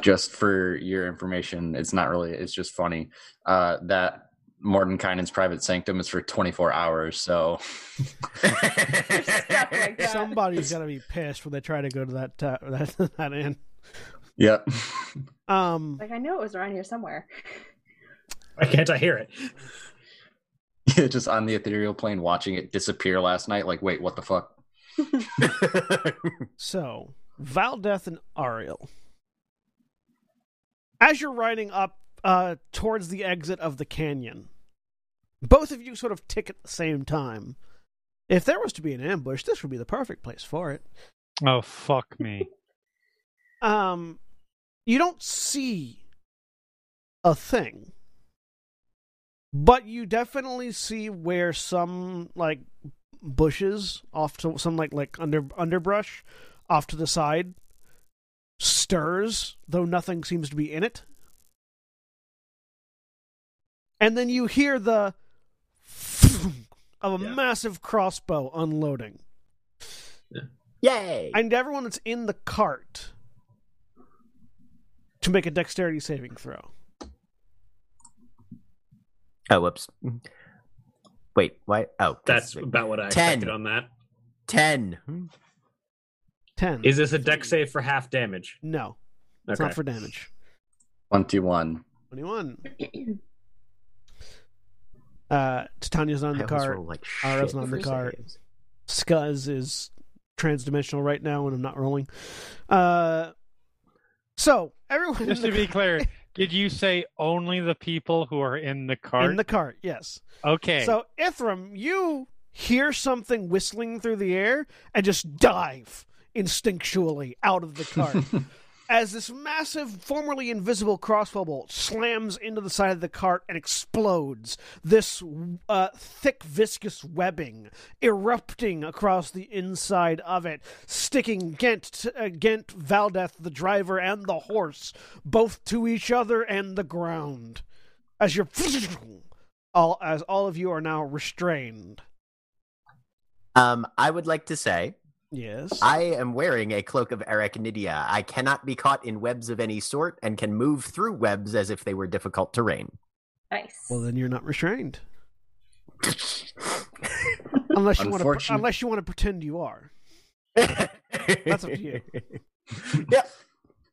just for your information, it's not really. It's just funny uh, that Mordenkainen's private sanctum is for 24 hours. So stuff like that. Somebody's gonna be pissed when they try to go to that ta- that that inn. yep. Um, like I knew it was around here somewhere. Why can't I hear it? just on the ethereal plane watching it disappear last night. Like, wait, what the fuck? So, Valdeth and Ariel. As you're riding up uh, towards the exit of the canyon, both of you sort of tick at the same time. If there was to be an ambush, this would be the perfect place for it. Oh fuck me. Um, you don't see a thing, but you definitely see where some like bushes off to some like like under underbrush off to the side stirs, though nothing seems to be in it. And then you hear the of a Yeah. massive crossbow unloading. Yay! I need everyone that's in the cart to make a dexterity saving throw. Oh, whoops. Mm-hmm. Wait, why? Oh, That's about what I Ten. expected on that. ten. Ten. Is this a deck save for half damage? no, it's Okay. not for damage. Twenty-one. Twenty-one. uh, Titania's not in I the always cart. roll like Oh, shit that's not in the for cart. saves. Scuzz is transdimensional right now, and I'm not rolling. Uh, so everyone Just to in, the, be clear, did you say only the people who are in the cart? in the cart, yes. okay. So, Ithram, you hear something whistling through the air and just dive instinctually out of the cart as this massive, formerly invisible crossbow bolt slams into the side of the cart and explodes. This uh, thick, viscous webbing erupting across the inside of it, sticking Ghent, uh, Ghent, Valdeth, the driver, and the horse, both to each other and the ground. As you're all as all of you are now restrained. Um, I would like to say Yes. I am wearing a cloak of arachnidia. I cannot be caught in webs of any sort and can move through webs as if they were difficult terrain. Nice. well, then you're not restrained unless you want to Unfortunate- unless you want to pretend you are. That's up to you. Yep.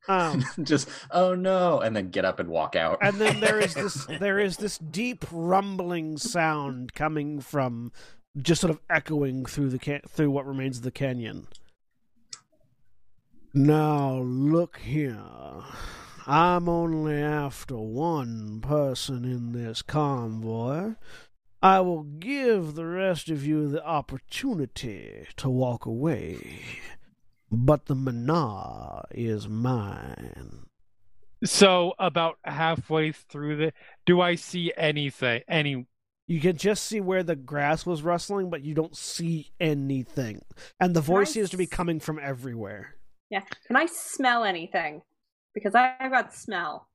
Um, just oh no, and then get up and walk out. and then there is this there is this deep rumbling sound coming from just sort of echoing through the can- through what remains of the canyon. Now look here. I'm only after one person in this convoy. I will give the rest of you the opportunity to walk away. But the Mana is mine. So about halfway through the, do I see anything? Any? You can just see where the grass was rustling, but you don't see anything. And the voice seems to be Nice. coming from everywhere. yeah. Can I smell anything? Because I, I've got smell.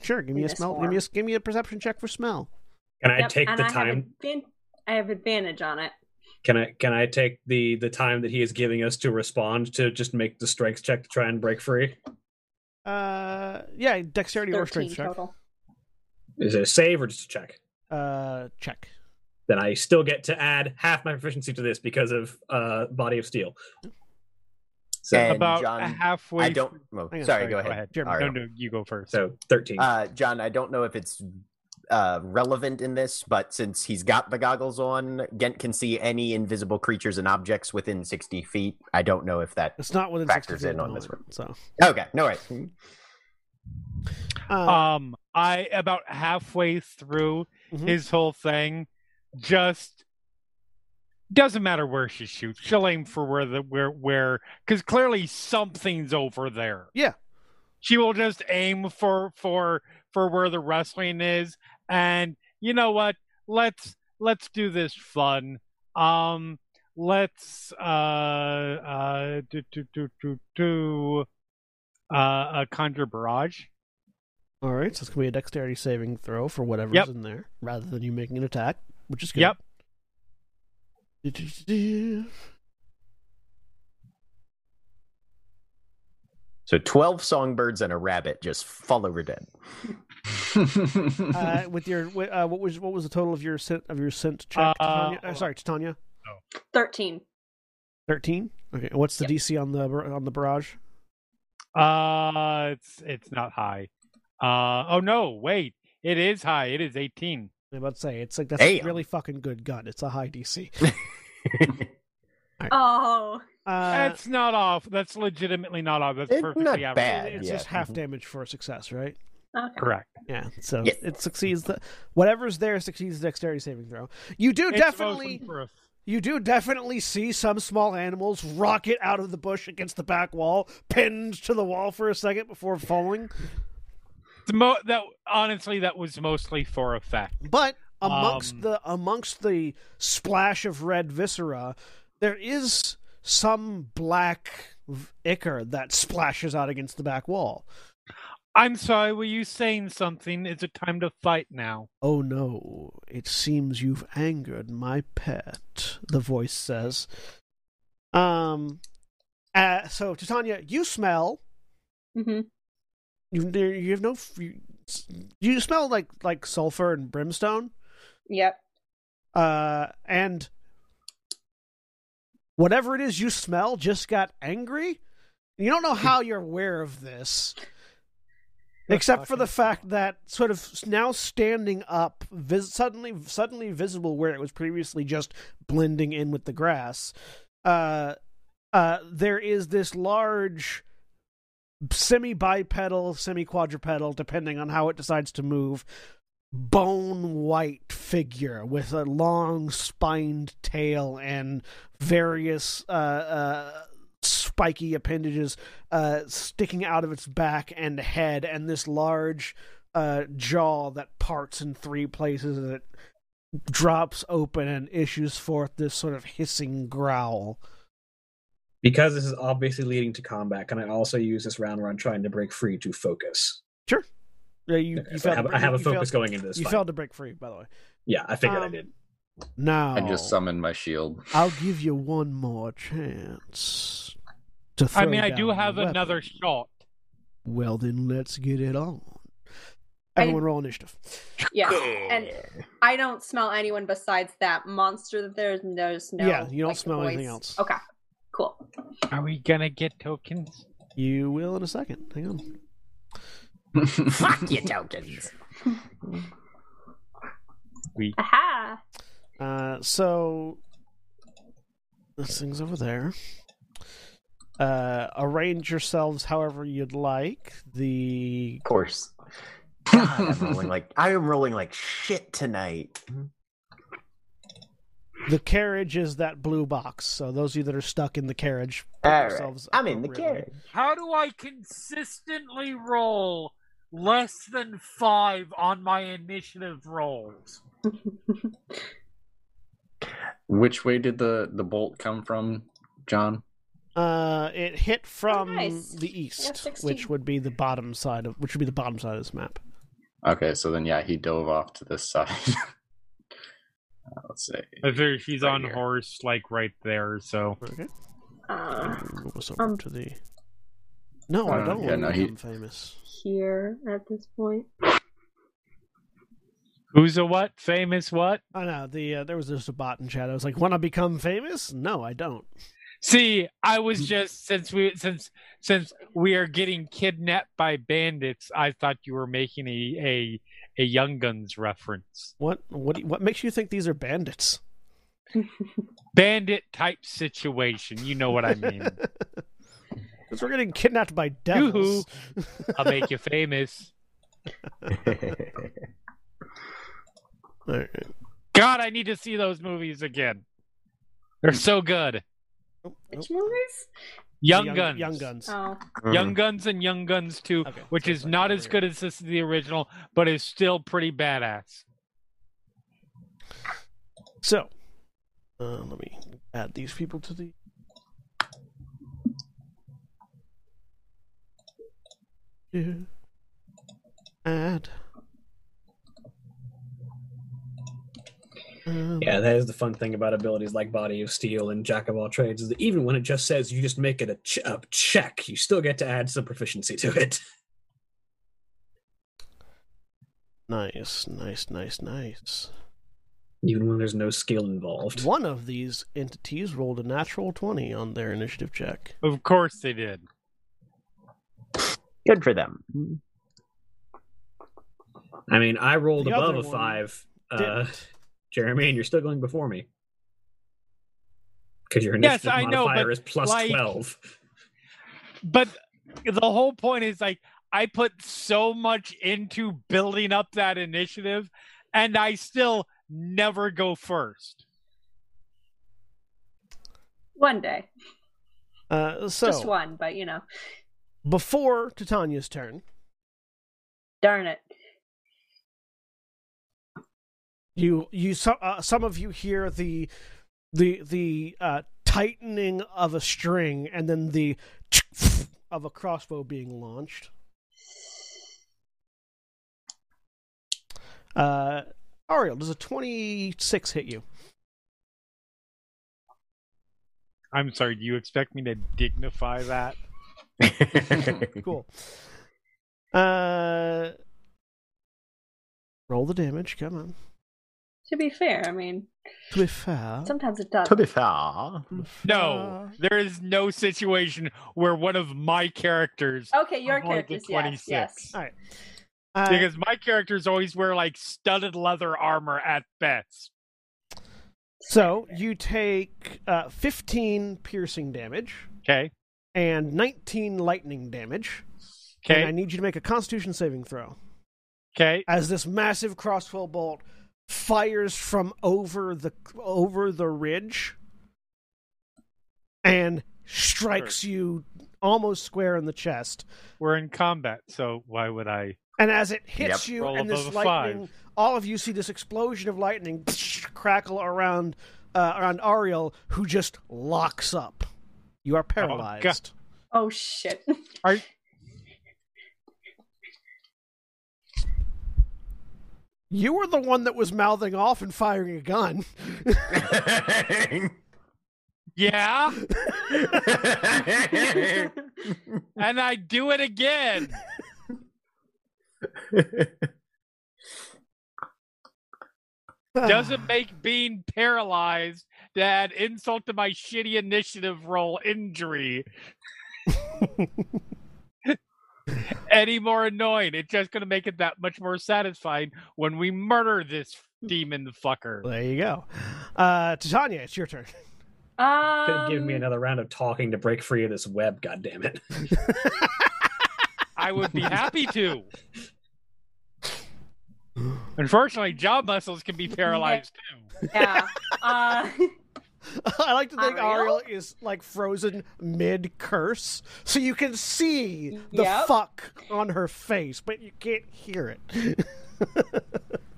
Sure, give me In a this smell. Give me a give me a perception check for smell. Can I Yep, take and the I Have time? advan- I have advantage on it. Can I can I take the the time that he is giving us to respond to just make the strength check to try and break free? Uh, yeah, dexterity or strength 13 check. total. Is it a save or just a check? Uh, check. Then I still get to add half my proficiency to this because of uh body of steel. So And about John, halfway. I don't. well, Hang on, sorry, go ahead. Jeremy, Ariel. no, no, you go first. so thirteen. Uh, John, I don't know if it's uh, relevant in this, but since he's got the goggles on, Gent can see any invisible creatures and objects within 60 feet. I don't know if that. It's not within Factors 60 feet in at on the this moment, So, Okay, no, right. uh, um, I about halfway through Mhm. his whole thing, just doesn't matter where she shoots. She'll aim for where the where where because clearly something's over there. Yeah. she will just aim for for for where the wrestling is, and you know what? Let's let's do this fun. Um, let's uh uh do do do do do uh, uh conjure barrage. all right, so it's gonna be a dexterity saving throw for whatever's Yep. in there, rather than you making an attack, which is good. Yep. So 12 songbirds and a rabbit just follow her dead. Uh, with your, wi- uh, what was what was the total of your scent of your scent check? Uh, Titania? Uh, hold sorry, Titania. 13. Thirteen. Okay. and What's the Yep. DC on the bar- on the barrage? Uh, it's it's not high. Uh, oh no, wait, it is high. It is eighteen. I'm about to say it's like that's a Damn. really fucking good gun. It's a high DC. Oh, Uh, That's not off. That's legitimately not off. That's It's perfectly not average. bad. it's yeah. just half damage for success, right? okay. Correct. Yeah. So Yeah. it succeeds. The, whatever's there succeeds the dexterity saving throw. You do It's definitely. mostly proof. You do definitely see some small animals rocket out of the bush against the back wall, pinned to the wall for a second before falling. It's mo- that honestly, that was mostly for effect. But amongst Um, the amongst the splash of red viscera, there is some black v- ichor that splashes out against the back wall. I'm sorry. Were you saying something? Is it time to fight now? Oh no, it seems you've angered my pet, the voice says. Um uh, so Titania, you smell hmm You there- you have no f- you, you smell like like sulfur and brimstone. Yep. Uh, and whatever it is you smell just got angry. You don't know how you're aware of this, except for the fact that sort of now standing up, vis- suddenly suddenly visible where it was previously just blending in with the grass. Uh, uh, there is this large semi bipedal, semi quadrupedal, depending on how it decides to move, bone white figure with a long spined tail and various uh, uh, spiky appendages uh, sticking out of its back and head, and this large uh, jaw that parts in three places as it drops open and issues forth this sort of hissing growl. Because this is obviously leading to combat, can I also use this round where I'm trying to break free to focus? Yeah, you, you So I, failed have, to- I have a you failed- focus going into this You fight. failed to break free, by the way. yeah, I figured I Um, did. Now I just summoned my shield. I'll give you one more chance. To I throw mean, I down do your have weapon. another shot. Well, then let's get it on. I- Everyone roll initiative. Yeah. And I don't smell anyone besides that monster that there's there's no Yeah, you don't like, smell anything voice. else. Okay. Cool. Are we gonna get tokens? You will in a second. Hang on. Fuck your tokens. Aha. Uh, so this thing's over there. Uh, arrange yourselves however you'd like. The Of course. God, I'm rolling like I am rolling like shit tonight. the carriage is that blue box. So those of you that are stuck in the carriage, All right. yourselves I'm in the appropriately. carriage. How do I consistently roll less than five on my initiative rolls? Which way did the the bolt come from, John? uh, it hit from Oh, nice. the east, 16. which would be the bottom side of which would be the bottom side of this map. Okay, so then yeah, he dove off to this side. Uh, Let's see. she's Right on here. horse, like right there. So Okay. Uh, Move us over um, to the. No, I Uh, don't yeah, want to no, he- become famous. here at this point. who's a what? Famous what? I know the uh, there was just a bot in chat. I was like, "Want to become famous? No, I don't." See, I was just since we since since we are getting kidnapped by bandits. I thought you were making a a, a Young Guns reference. What what do you- what makes you think these are bandits? Bandit type situation. You know what I mean. Because we're getting kidnapped by devils. I'll make you famous. Alright. God, I need to see those movies again. They're so good. Nope, nope. Which movies? Young, Oh, young Guns. Young Guns. Oh. Young Guns and Young Guns 2, Okay, which so is it's like not over as here. good as this the original, but is still pretty badass. So, uh, let me add these people to the. Yeah. Add. Um, Yeah, that is the fun thing about abilities like Body of Steel and Jack of All Trades is that even when it just says you just make it a, ch- a check, you still get to add some proficiency to it. Nice, nice, nice, nice. Even when there's no skill involved. One of these entities rolled a natural 20 on their initiative check. Of course they did. Good for them. I mean, I rolled The above other a one- five. Uh, Jeremy, and you're still going before me. Because your Yes, initiative I know, modifier but, is plus like- 12. But the whole point is like I put so much into building up that initiative, and I still never go first. One day. Uh, so Just one, but you know. before Titania's turn, Darn it. you you so, uh, some of you hear the the the uh, tightening of a string and then the of a crossbow being launched. Uh, Ariel, does a twenty-six hit you? I'm sorry. Do you expect me to dignify that? cool. Uh, roll the damage. Come on. To be fair, I mean, To be fair, sometimes it does. to be fair, No, there is no situation where one of my characters, Okay, your I'm going to character's yes, yes. 26. all right. Oh, Uh, because my characters always wear like studded leather armor at best. so you take uh, fifteen piercing damage Okay. and nineteen lightning damage. And I Okay. need you to make a Constitution saving throw Okay. as this massive crossbow bolt fires from over the over the ridge and strikes you almost square in the chest. We're in combat, so why would I? And as it hits Yep. you, Roll and this above a lightning, all of you see this explosion of lightning crackle around uh, around Ariel, who just locks up. You are paralyzed. Oh shit. Are you were the one that was mouthing off and firing a gun. yeah, and I do it again. Doesn't make being paralyzed to add insult to my shitty initiative roll injury any more annoying. It's just going to make it that much more satisfying when we murder this demon fucker. There you go. Uh, Titania, it's your turn. Um, Could give me another round of talking to break free of this web, goddammit. I would be happy to. Unfortunately, jaw muscles can be paralyzed too. Yeah. Uh, I like to think Ariel? Ariel is like frozen mid curse, so you can see the Yep. fuck on her face, but you can't hear it.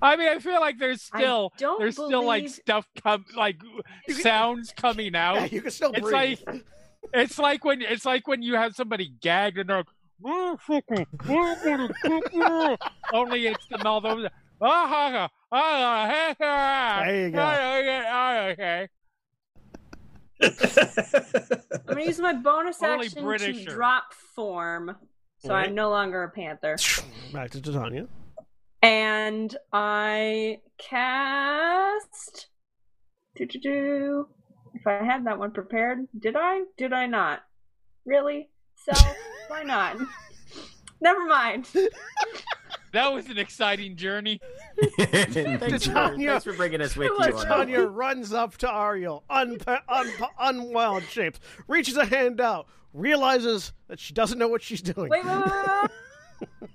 I mean, I feel like there's still I don't there's still like believe- stuff come like sounds coming out. yeah, you can still Oh, It's breathe. like it's like when it's like when you have somebody gagged and they're like, "Motherfucker, I'm gonna kick you." only it's the mouth over the "Ah, ha, ha, ah, ha, ha, There you go. ah, okay, ah, okay." I'm gonna use my bonus Only action to Britisher. drop form, so I'm no longer a panther, Back to Titania. and I cast. Do do do. If I had that one prepared, did I? Did I not? Really? So why not? Never mind. That was an exciting journey. thanks, for, Tanya. thanks for bringing us with you. on Tanya runs up to Ariel, unpa- unpa- unwild shaped, reaches a hand out, realizes that she doesn't know what she's doing. Wait, wait, wait, wait. wait.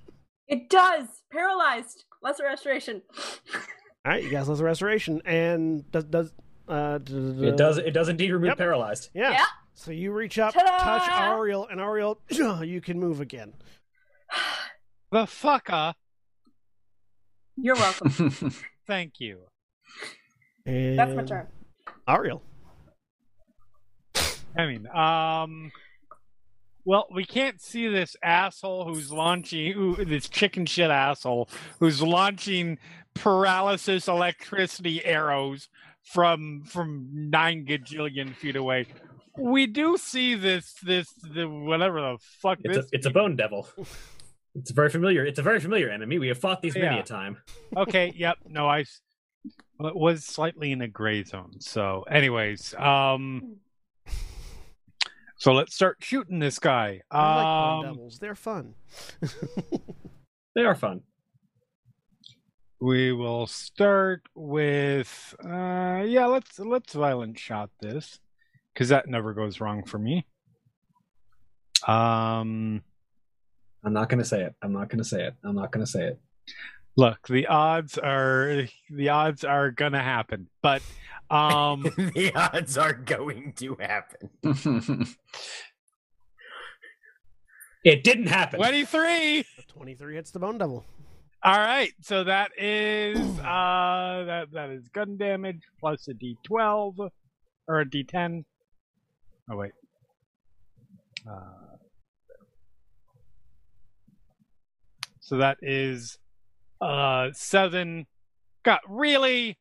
it does. Paralyzed. Lesser restoration. All right, you guys, let's restoration, and does does uh, d- d- it does it does indeed remove Yep. paralyzed. Yeah. Yeah. So you reach up, Ta-da! touch Ariel, and Ariel, you can move again. The fucker. You're welcome. Thank you. That's my And turn. Ariel. I mean, um, well, we can't see this asshole who's launching who, this chicken shit asshole who's launching paralysis electricity arrows from from nine gajillion feet away. We do see this this the whatever the fuck It's a, this. it's a bone devil. It's very familiar. It's a very familiar enemy. We have fought these many Yeah. a time. okay, yep. No, I. s- Well, it was slightly in a gray zone. So, anyways, um, so let's start shooting this guy. Um, I like bone devils. They're fun. They are fun. We will start with uh yeah, let's let's violent shot this cuz that never goes wrong for me. Um I'm not gonna say it. I'm not gonna say it. I'm not gonna say it. look, the odds are the odds are going to happen, but um the odds are going to happen. It didn't happen. 23 Twenty-three hits the bone double. All right, so that is uh that that is gun damage plus a d12 or a d10. Oh wait. Uh, so that is uh 7 God, really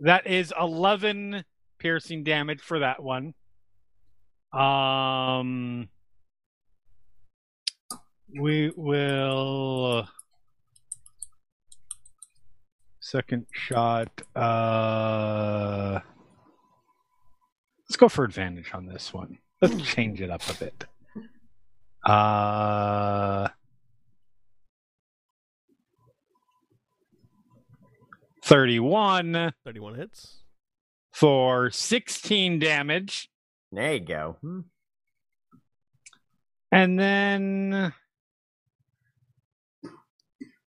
That is 11 piercing damage for that one. Um we will uh, second shot uh let's go for advantage on this one let's change it up a bit uh 31 Thirty-one hits. for 16 damage There you go. Hmm. And then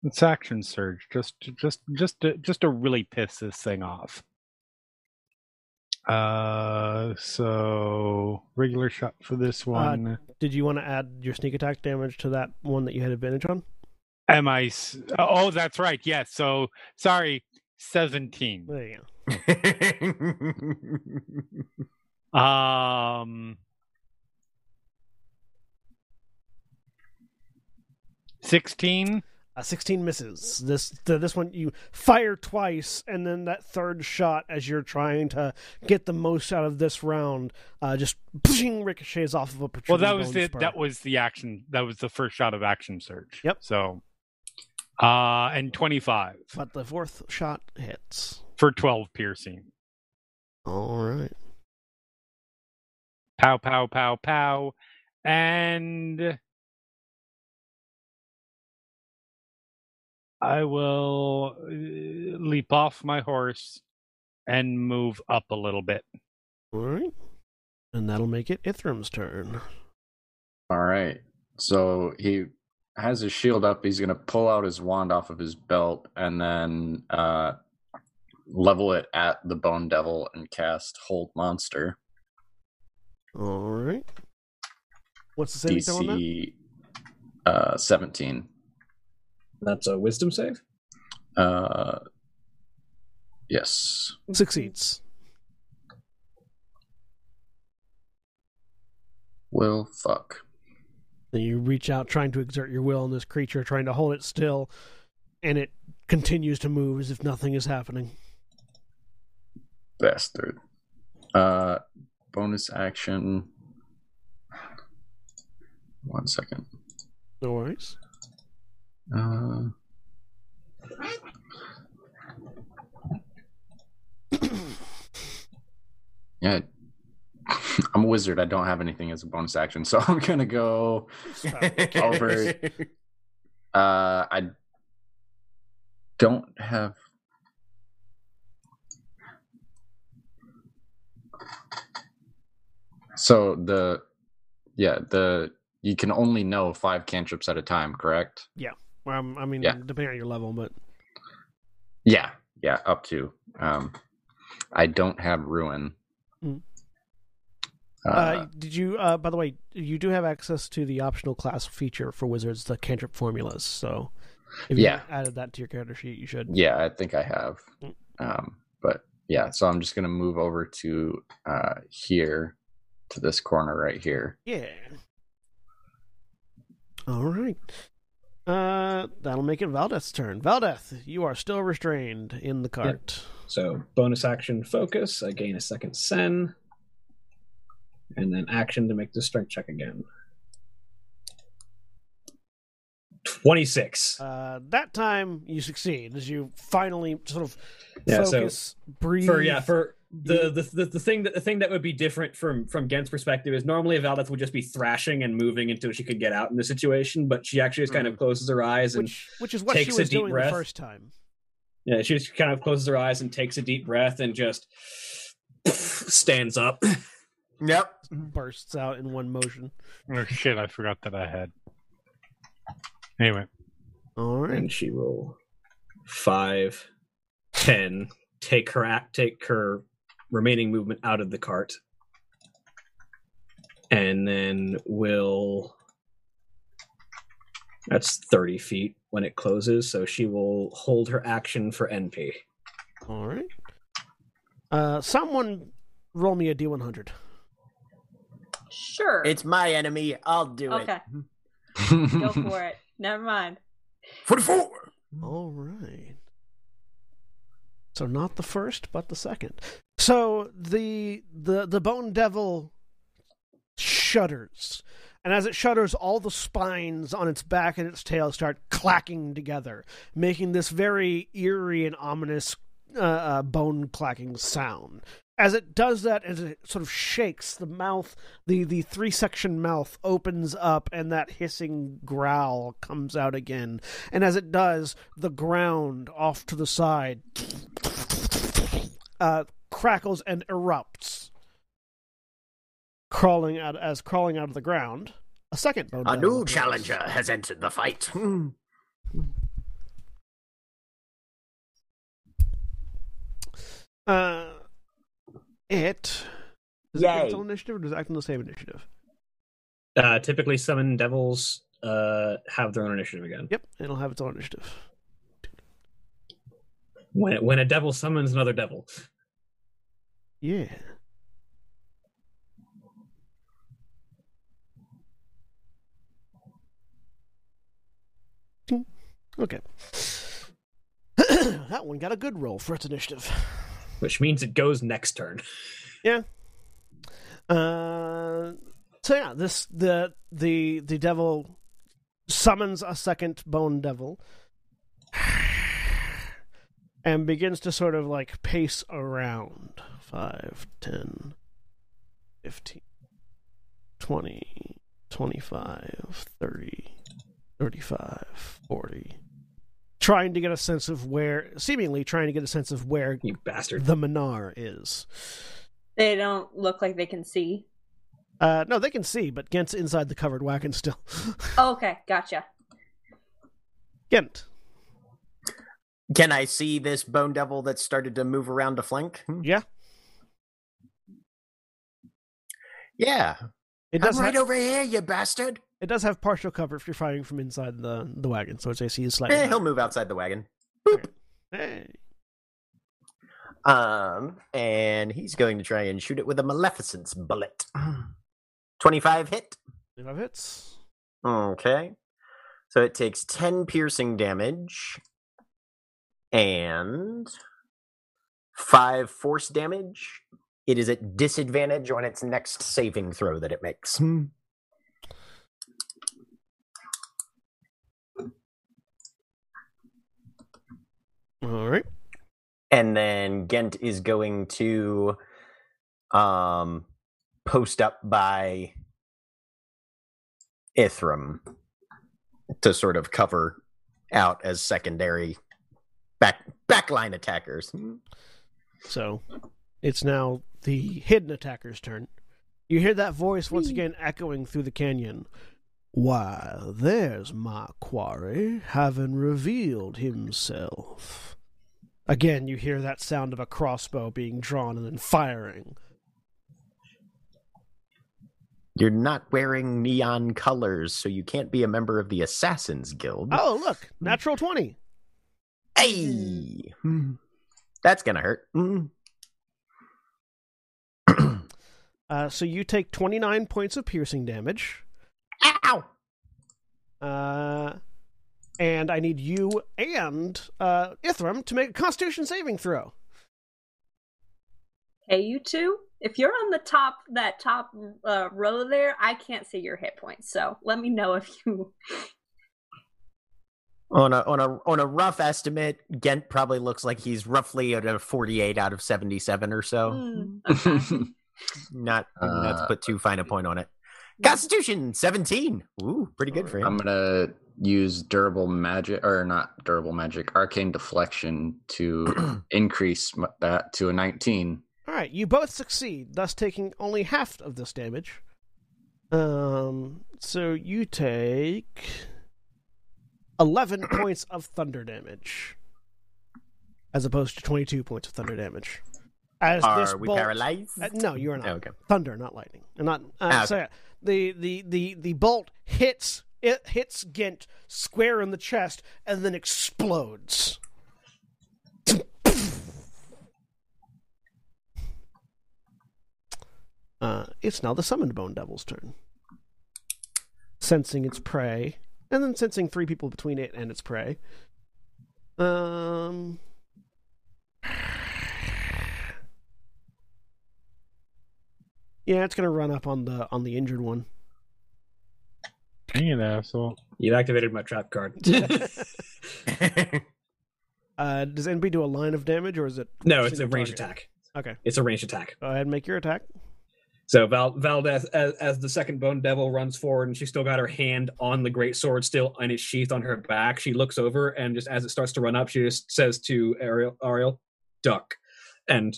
it's action surge. Just, just, just, to, just to really piss this thing off. Uh, so regular shot for this one. Did you want to add your sneak attack damage to that one that you had advantage on? Am I? s- Oh, that's right. Yes. so sorry, seventeen. There you go. Um, sixteen. Uh, 16 misses. This the, this one you fire twice, and then that third shot, as you're trying to get the most out of this round, uh, just pushing ricochets off of a Well, protruding that was bone the spur. that was the action. That was the first shot of action surge. Yep. So, uh, and twenty five But the fourth shot hits. for twelve piercing. All right. Pow, pow, pow, pow, and I will uh, leap off my horse and move up a little bit. All right. And that'll make it Ithram's turn. All right. So he has his shield up. He's going to pull out his wand off of his belt and then uh, level it at the Bone Devil and cast Hold Monster. All right. What's the saving throw on that? DC uh, 17. That's a wisdom save. Uh, yes. Succeeds. Well, fuck. Then you reach out, trying to exert your will on this creature, trying to hold it still, and it continues to move as if nothing is happening. Bastard. Uh, bonus action. One second. No worries. Uh, yeah. I'm a wizard. I don't have anything as a bonus action, so I'm gonna go. Over. Uh, I don't have. So the, yeah, the you can only know five cantrips at a time, correct? Um, I mean, Yeah. depending on your level, but Yeah, yeah, up to. Um, I don't have ruin. Mm. Uh, uh, did you? Uh, by the way, you do have access to the optional class feature for wizards, the cantrip formulas. So, if you Yeah. added that to your character sheet, you should. yeah, I think I have. Mm. Um, but yeah, so I'm just gonna move over to uh here, to this corner right here. Yeah. All right. Uh, that'll make it Valdeth's turn. Valdeth, you are still restrained in the cart. So bonus action focus. I gain a second sen, and then action to make the strength check again. Twenty six. Uh, that time you succeed as you finally sort of Yeah, so focus, breathe. for yeah for the, the the the thing that the thing that would be different from from Gen's perspective is normally Valdez would just be thrashing and moving until she could get out in the situation, but she actually just kind of closes her eyes and Mm. which which is what she takes a was deep doing breath. the first time. yeah, she just kind of closes her eyes and takes a deep breath and just stands up. Yep. Bursts out in one motion. Oh shit! I forgot that I had. Anyway, All right. and she will five, ten, take her act, take her remaining movement out of the cart, and then will. That's thirty feet when it closes, so she will hold her action for NP. All right. Uh, someone roll me a d100. Sure. It's my enemy. I'll do okay. Go for it. Never mind. Forty-four. All right. So not the first, but the second. So the the the bone devil shudders. And as it shudders, all the spines on its back and its tail start clacking together, making this very eerie and ominous uh, uh, bone clacking sound. As it does that, as it sort of shakes, the mouth, the, the three section mouth opens up, and that hissing growl comes out again. And as it does, the ground off to the side uh, crackles and erupts, crawling out as crawling out of the ground. A second bone. A devil new appears. challenger has entered the fight. Hmm. Uh, it. Does it get its Yay. own initiative or does it act on the same initiative? Uh, typically, summon devils uh, have their own initiative again. Yep, it'll have its own initiative. When when a devil summons another devil, Yeah. Hmm, Okay. that one got a good roll for its initiative. which means it goes next turn. Uh, so yeah, this the the the devil summons a second bone devil and begins to sort of like pace around 5 10 15 20 25 30 35 40 trying to get a sense of where seemingly trying to get a sense of where You bastard! the minar is They don't look like they can see. Uh, no, they can see, but Gent's inside the covered wagon still. Oh. Okay, gotcha. Gent. Can I see this bone devil that started to move around to flank? Hmm. Yeah. Yeah. It I'm does, right have, over here, you bastard. it does have partial cover if you're firing from inside the, the wagon, so its AC is slightly. Eh, he'll higher. move outside the wagon. Hey. Um, and he's going to try and shoot it with a Maleficence bullet. 25 hit. If it hits. Okay. So it takes 10 piercing damage and 5 force damage. It is at disadvantage on its next saving throw that it makes. All right. And then Ghent is going to um post up by Ithram to sort of cover out as secondary back backline attackers. Hmm. So it's now the hidden attacker's turn. You hear that voice once again echoing through the canyon. Why, there's my quarry, having revealed himself. Again, you hear that sound of a crossbow being drawn and then firing. You're not wearing neon colors, so you can't be a member of the Assassin's Guild. Oh, look, natural 20. Hey! Hmm. That's gonna hurt. Mm. Uh, so you take 29 points of piercing damage. Ow! Uh, and I need you and uh, Ithram to make a constitution saving throw. Hey, you two. If you're on the top, that top uh, row there, I can't see your hit points. So let me know if you. On a on a on a rough estimate, Gent probably looks like he's roughly at a forty-eight out of seventy-seven or so. Hmm. Mm, Not not to Uh, put too fine a point on it. Constitution seventeen. Ooh, pretty good for him. I'm gonna use durable magic or not durable magic, arcane deflection to increase m- that to a 19. All right, you both succeed, thus taking only half of this damage. Um, so you take eleven points of thunder damage, as opposed to twenty-two points of thunder damage. As this Are we bolt- paralyzed? Uh, no, you are not. Oh, okay. Thunder, not lightning, and not. Uh, Ah, so yeah, the the the the bolt hits it hits Gint square in the chest and then explodes. Uh, it's now the summoned bone devil's turn. Sensing its prey, and then sensing three people between it and its prey. Um. Yeah, it's gonna run up on the on the injured one. Dang it, asshole. You've activated my trap card. Uh, does NB do a line of damage or is it? no, it's a Single range target. attack. Okay, It's a range attack. go ahead and make your attack. So Val- Valdez, as, as the second Bone Devil runs forward, and she's still got her hand on the great sword, still and it's sheathed on her back. She looks over, and just as it starts to run up, she just says to Ariel, "Ariel, duck," and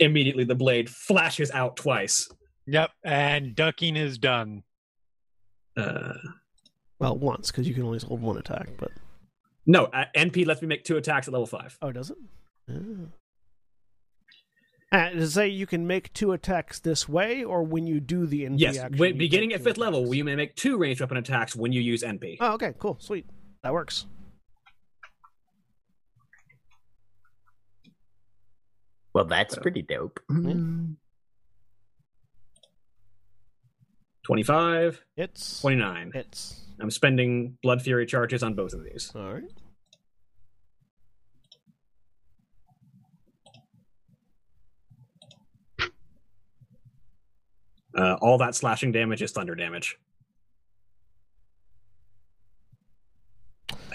immediately the blade flashes out twice. Yep, and ducking is done. Uh, Well, once because you can only hold one attack. But no, uh, NP lets me make two attacks at level five. oh, does it? Oh. Uh, does it say you can make two attacks this way, or when you do the NB yes, action? when, you beginning make at two fifth level, attacks? you may make two ranged weapon attacks when you use NP. Oh, okay, cool, sweet, that works. Well, that's pretty dope. Hmm. Twenty-five, It's twenty-nine. 25, 29. It's I'm spending Blood Fury charges on both of these. all right. Uh, all that slashing damage is thunder damage.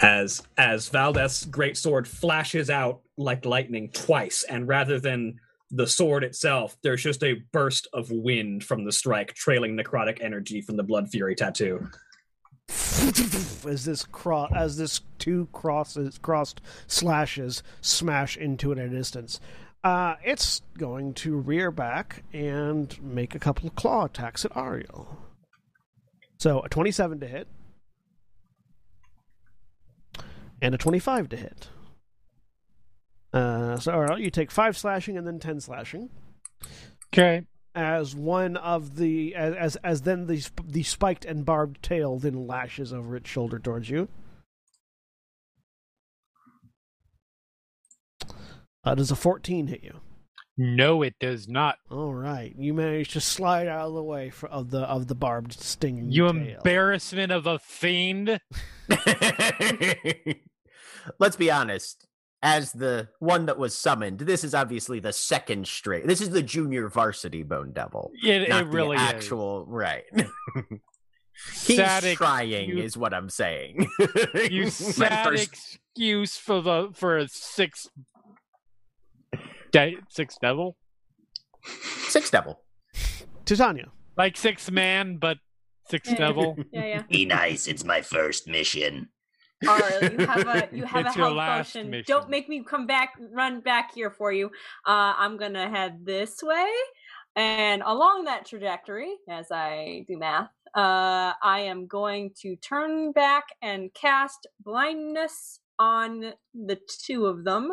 As as Valdez's great sword flashes out like lightning twice, and rather than the sword itself, there's just a burst of wind from the strike, trailing necrotic energy from the Blood Fury tattoo. As this cross, as this two crosses crossed slashes smash into it at a distance, uh, it's going to rear back and make a couple of claw attacks at Ariel. So a twenty-seven to hit, and a twenty-five to hit. Uh, so Ariel, you take five slashing and then ten slashing Okay. as one of the as as, as then the sp- the spiked and barbed tail then lashes over its shoulder towards you. Uh, does a fourteen hit you? No, it does not. All right, you manage to slide out of the way for, of the of the barbed stinging. You tail. embarrassment of a fiend. Let's be honest. As the one that was summoned, this is obviously the second straight. This is the junior varsity Bone Devil. It, not it really the is. actual right. He's Sad ex- trying, you- is what I'm saying. You sad first- excuse for the for a six de- six devil, Six Devil. Titania. like six man, but six Yeah. devil. yeah, yeah. Be nice. It's my first mission. Ariel, you have a you have It's a your health last potion. mission. Don't make me come back, run back here for you. Uh, I'm gonna head this way, and along that trajectory, as I do math, uh, I am going to turn back and cast blindness on the two of them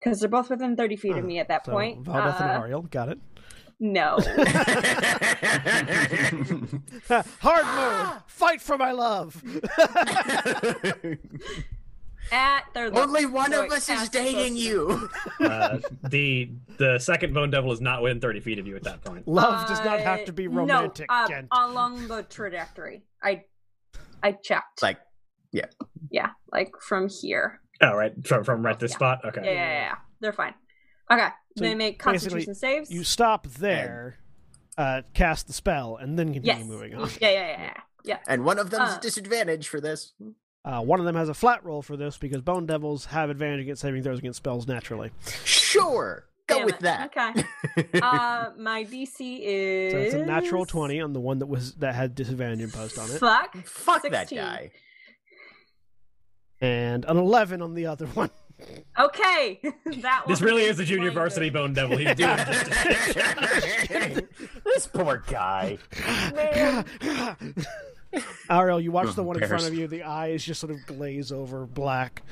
because they're both within 30 feet of Uh, me at that so point. Valdeth and Uh, Ariel got it. no, Hard mode. Fight for my love. at their Only lowest- one of lowest us is cast, lowest dating you. Uh, the the second Bone Devil is not within thirty feet of you at that point. Love does not Uh, have to be no, romantic, um, Kent. along the trajectory. I I checked. like, yeah, like from here. Oh, right from from right this Yeah. spot. Yeah, Okay. yeah, yeah, yeah. They're fine. Okay. So they you- make basically, constitution saves. You stop there, uh, cast the spell, and then continue yes. moving on. Yeah, yeah, yeah, yeah. and one of them's Uh. disadvantage for this. Uh, one of them has a flat roll for this because Bone Devils have advantage against saving throws against spells naturally. Sure. Go Damn with it. that. Okay. Uh, my DC is. So it's a natural twenty on the one that was that had disadvantage imposed on it, Fuck. Fuck 16. that guy. and an eleven on the other one. Okay, that one. This really is a junior Blinded. varsity bone devil. He's doing just this poor guy. Ariel, you watch the one in front Embarrassed. of you. The eyes just sort of glaze over black.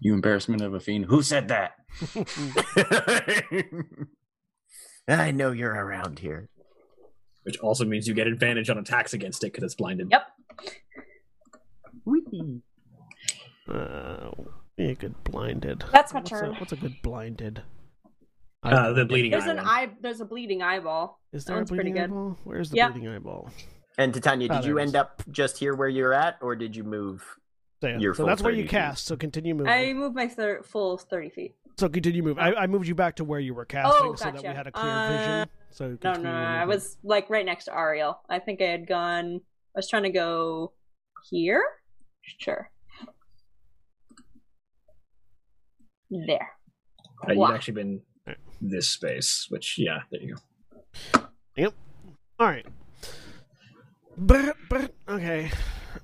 You embarrassment of a fiend. Who said that? I know you're around here. which also means you get advantage on attacks against it because it's blinded. Yep. Uh, be a good blinded. That's my What's a- turn. what's a good blinded? Uh, the bleeding There's eye an one. eye. There's a bleeding eyeball. Is That there a one's pretty bleeding good. eyeball? Where's the Yeah. bleeding eyeball? And Titania, Oh, did you there it is. end up just here where you're at, or did you move? So, yeah. Your So full that's where you 30 feet. cast. So continue moving. I moved my thir- full thirty feet. So continue moving. I, I moved you back to where you were casting so that we gotcha. had a clear Uh, vision. So No, no, continue no, your I movement. was like right next to Ariel. I think I had gone. I was trying to go here. Sure. There. Uh, you've Wow. actually been this space, which yeah, there you go. All right. But, but okay,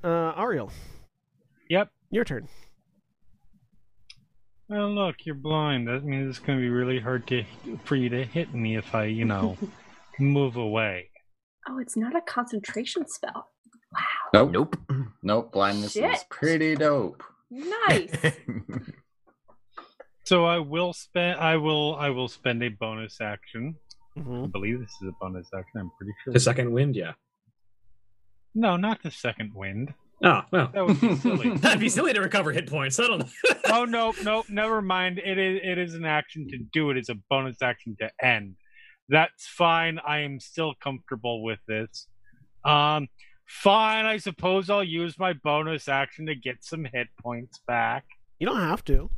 uh, Ariel. Yep. Your turn. Well, look, you're blind. That means it's going to be really hard to for you to hit me if I, you know, move away. Oh, it's not a concentration spell. Nope. Nope. Nope. Blindness is Shit. pretty dope. Nice. So I will spend. I will. I will spend a bonus action. Mm-hmm. I believe this is a bonus action. I'm pretty sure. The second wind, yeah. No, not the second wind. Oh well, That would be silly. that'd be silly to recover hit points. I don't know. oh no, no, never mind. It is. It is an action to do it. It's a bonus action to end. That's fine. I am still comfortable with this. Um, fine. I suppose I'll use my bonus action to get some hit points back. You don't have to.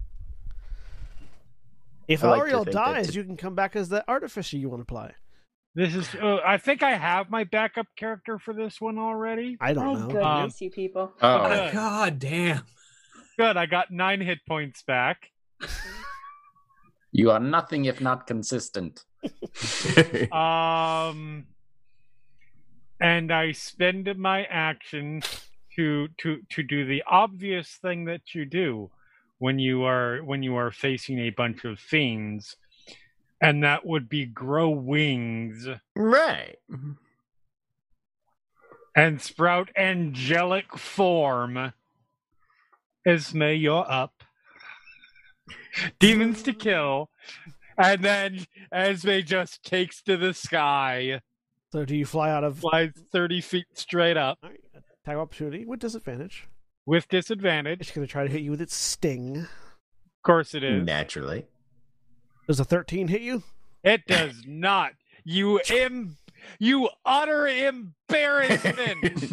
If I like to Ariel think that dies, too. you can come back as the artificer you want to play. This is. Uh, I think I have my backup character for this one already. I don't Oh, know. goodness, Um, you people. Oh, Okay. God damn. Good. I got nine hit points back. you are nothing if not consistent. um and i spend my action to to to do the obvious thing that you do when you are when you are facing a bunch of fiends and that would be grow wings Right. and sprout angelic form ismay you're up demons to kill and then Esme just takes to the sky, So do you fly out of flies 30 feet straight up. All right, attack of opportunity with disadvantage? with disadvantage. It's going to try to hit you with its sting. Of course it is. Naturally. Does a thirteen hit you? It does not. You Im- you utter embarrassment.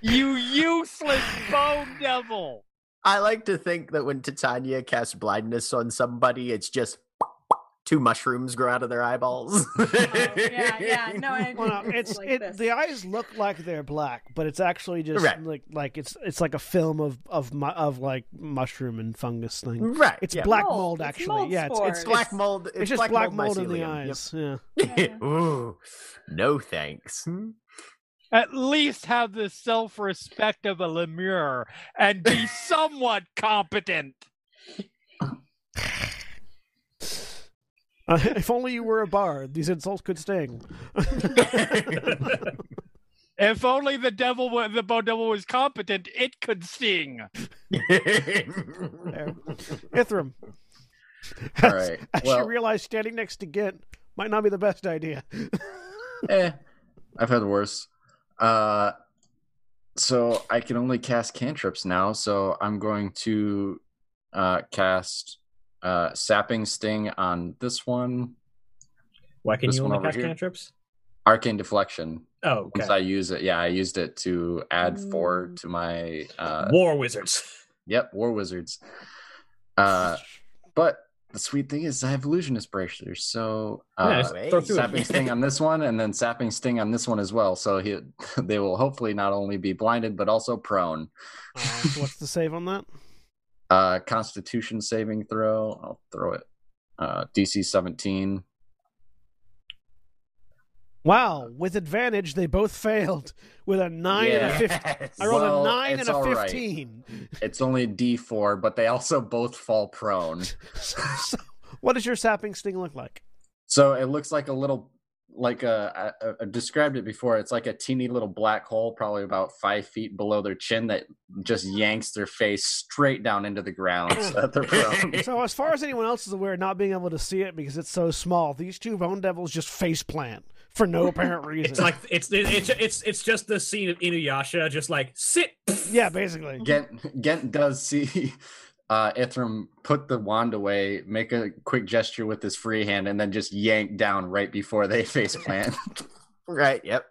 you useless bone devil. I like to think that when Titania casts blindness on somebody, it's just two mushrooms grow out of their eyeballs. Oh, yeah, yeah, no, I- Well, no, it's Like it. this. The eyes look like they're black, but it's actually just Right. like like it's it's like a film of of mu- of like mushroom and fungus thing. right. It's yeah. black Mold, mold, it's actually. mold yeah, it's, it's It's black it's- mold. It's, It's, just black mold, in the mycelium. eyes. Yep. Ooh, no thanks. At least have the self-respect of a lemur and be somewhat competent. Yeah. Uh, if only you were a bard, these insults could sting. If only the devil, wa- the bone devil, was competent, it could sting. There. Ithram. All right. As well, you realize standing next to Gint might not be the best idea. Uh, eh, I've had worse. Uh, so I can only cast cantrips now. So I'm going to uh, cast uh, sapping sting on this one, Why can This you one only over cast here. cantrips? arcane deflection. Oh, Once okay. I use it, yeah, I used it to add four to my uh, War wizards. Yep, War Wizards. Uh, but the sweet thing is I have illusionist bracers, so Yeah, uh, just throw through it. sapping sting on this one, and then sapping sting on this one as well. So he, they will hopefully not only be blinded but also prone. Uh, so what's the save on that? Uh, Constitution saving throw. I'll throw it. Uh, DC 17. Wow, with advantage, they both failed with a 9 and a 15. I rolled Well, a 9 and it's a all right. 15. It's only D4, but they also both fall prone. so, what does your sapping sting look like? So it looks like a little, like a, I, I described it before. It's like a teeny little black hole, probably about five feet below their chin, that just yanks their face straight down into the ground. so that they're prone. So, as far as anyone else is aware, not being able to see it because it's so small, these two bone devils just face plant for no apparent reason. It's like it's it's it's it's just the scene of Inuyasha, just like sit. yeah, basically. Gent Gent does see uh, Ithram put the wand away, make a quick gesture with his free hand, and then just yank down right before they face plant. Right. Yep.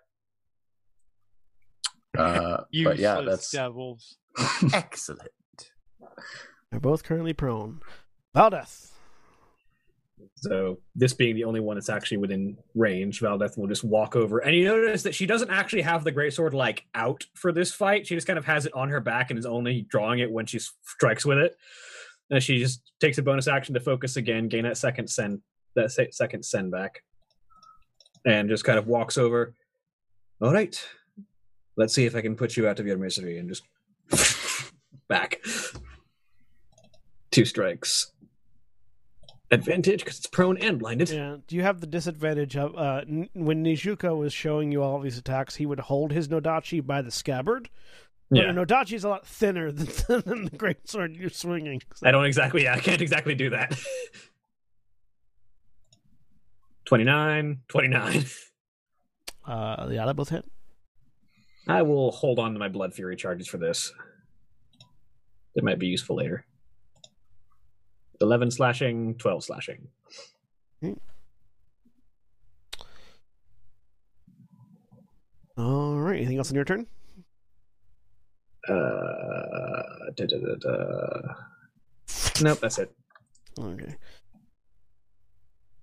Uh, but Useless yeah, that's devils. Excellent. They're both currently prone. Valdeth. So this being the only one that's actually within range, Valdeth will just walk over, and you notice that she doesn't actually have the greatsword like out for this fight. She just kind of has it on her back and is only drawing it when she s- strikes with it. And she just takes a bonus action to focus again, gain that second send that se- second send back, and just kind of walks over. All right, let's see if I can put you out of your misery, and just back. Two strikes. Advantage because it's prone and blinded. Yeah. Do you have the disadvantage of uh, n- when Nijuko was showing you all these attacks, he would hold his Nodachi by the scabbard. But Yeah. a Nodachi is a lot thinner than, than the greatsword you're swinging. So- I don't exactly. Yeah, I can't exactly do that. 29, 29. Uh, yeah, that both hit. I will hold on to my Blood Fury charges for this. It might be useful later. 11 slashing, 12 slashing. All right. Anything else on your turn? Uh, da, da, da, da. Nope, that's it. Okay.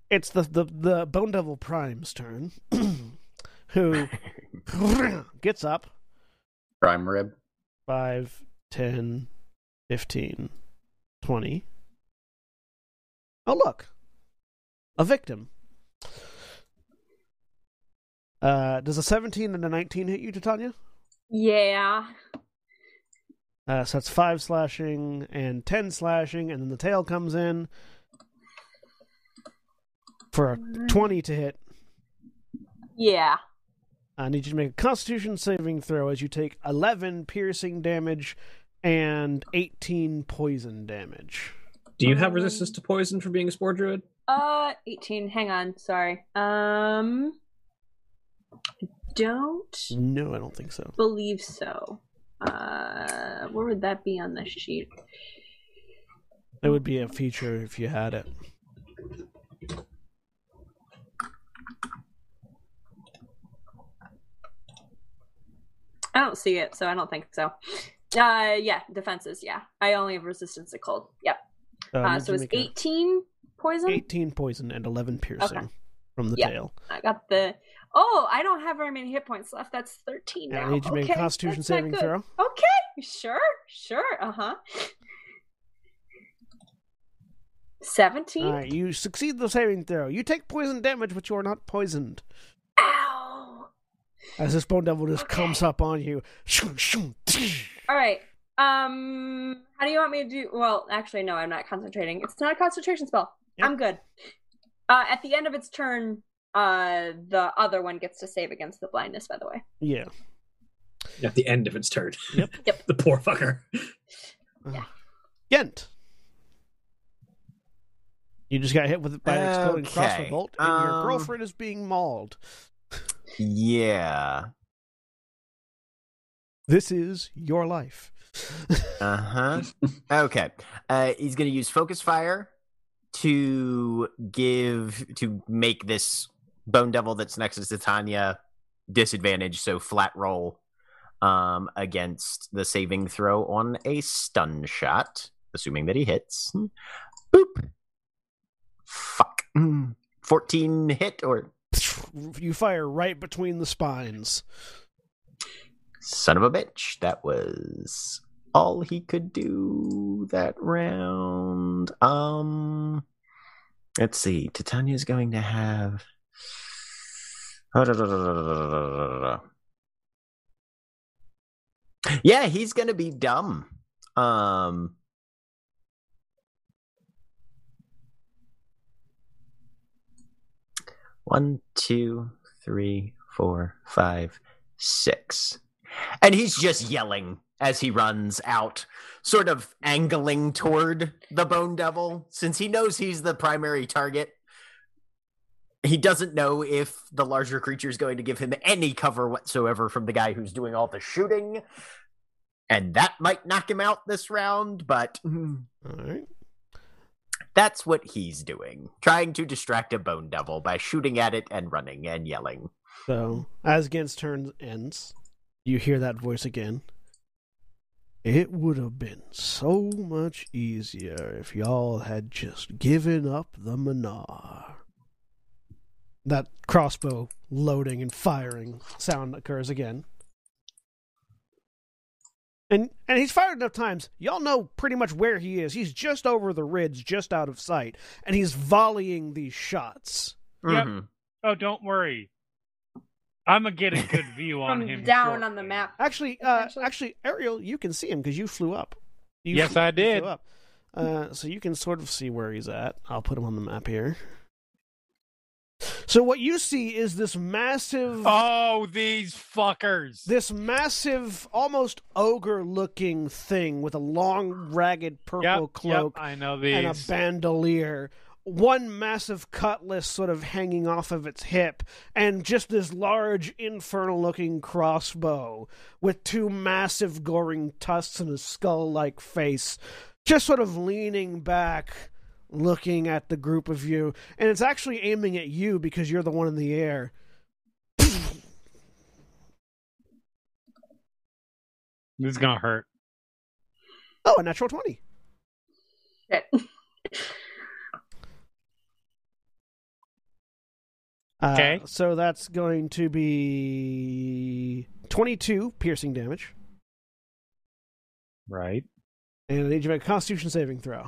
It's the the, the Bone Devil Prime's turn, who gets up prime rib. 5, 10, 15, 20. Oh, look. A victim. Uh, does a 17 and a 19 hit you, Titania? Yeah. Uh, so that's 5 slashing and 10 slashing, and then the tail comes in for a 20 to hit. Yeah. I need you to make a constitution saving throw as you take 11 piercing damage and 18 poison damage. Do you have resistance to poison for being a spore druid? Uh, 18. Hang on. Sorry. Um, I don't No, I don't think so. believe so. Uh, where would that be on the sheet? It would be a feature if you had it. I don't see it, so I don't think so. Uh, yeah, defenses. Yeah, I only have resistance to cold. Yep. Uh, Uh, I need so you it's to make a 18 poison. 18 poison and 11 piercing Okay. from the Yeah. tail. I got the. Oh, I don't have very many hit points left. That's 13 And now. I need you to make okay, a constitution that's not saving good. throw. Okay, sure, sure. Uh huh. 17. All right, you succeed the saving throw. You take poison damage, but you are not poisoned. Ow. As this bone devil just comes up on you. All right. Um, how do you want me to do? Well, actually, no, I'm not concentrating. It's not a concentration spell. Yep. I'm good. Uh, at the end of its turn, uh, the other one gets to save against the blindness. By the way, Yeah. At the end of its turn. Yep. Yep. the poor fucker. Uh, Gent. You just got hit with by an exploding crossbow Okay, bolt, and your um, girlfriend is being mauled. Yeah. This is your life. Uh huh. okay. Uh, he's gonna use focus fire to give to make this bone devil that's next to Titania disadvantage. So flat roll um, against the saving throw on a stun shot, assuming that he hits. Boop. Fuck. Mm. 14 hit or You fire right between the spines. son of a bitch. That was all he could do that round. Um let's see. Titania's going to have Oh, Yeah, he's going to be dumb. Um One, two, three, four, five, six. And he's just yelling as he runs out, sort of angling toward the Bone Devil, since he knows he's the primary target. He doesn't know if the larger creature is going to give him any cover whatsoever from the guy who's doing all the shooting. And that might knock him out this round, but mm, All right. that's what he's doing. Trying to distract a bone devil by shooting at it and running and yelling. So, as Gant's turn ends, you hear that voice again. It would have been so much easier if y'all had just given up the Minar. That crossbow loading and firing sound occurs again. And and he's fired enough times. Y'all know pretty much where he is. He's just over the ridge, just out of sight, and he's volleying these shots. Yep. Mhm. Oh, don't worry. I'm gonna get a good view on him. From down shortly. on the map. Actually, uh, Potentially. actually, Ariel, you can see him because you flew up. You Yes, flew- I you flew did. up. Uh, so you can sort of see where he's at. I'll put him on the map here. So what you see is this massive, Oh, these fuckers! this massive, almost ogre-looking thing with a long, ragged purple Yep, yep, cloak I know and a these. bandolier. One massive cutlass sort of hanging off of its hip, and just this large, infernal looking crossbow with two massive, goring tusks and a skull like face, just sort of leaning back, looking at the group of you. And it's actually aiming at you because you're the one in the air. this is gonna hurt. Oh, a natural 20. Shit. Uh, Okay. So that's going to be 22 piercing damage Right. and an age of a constitution saving throw.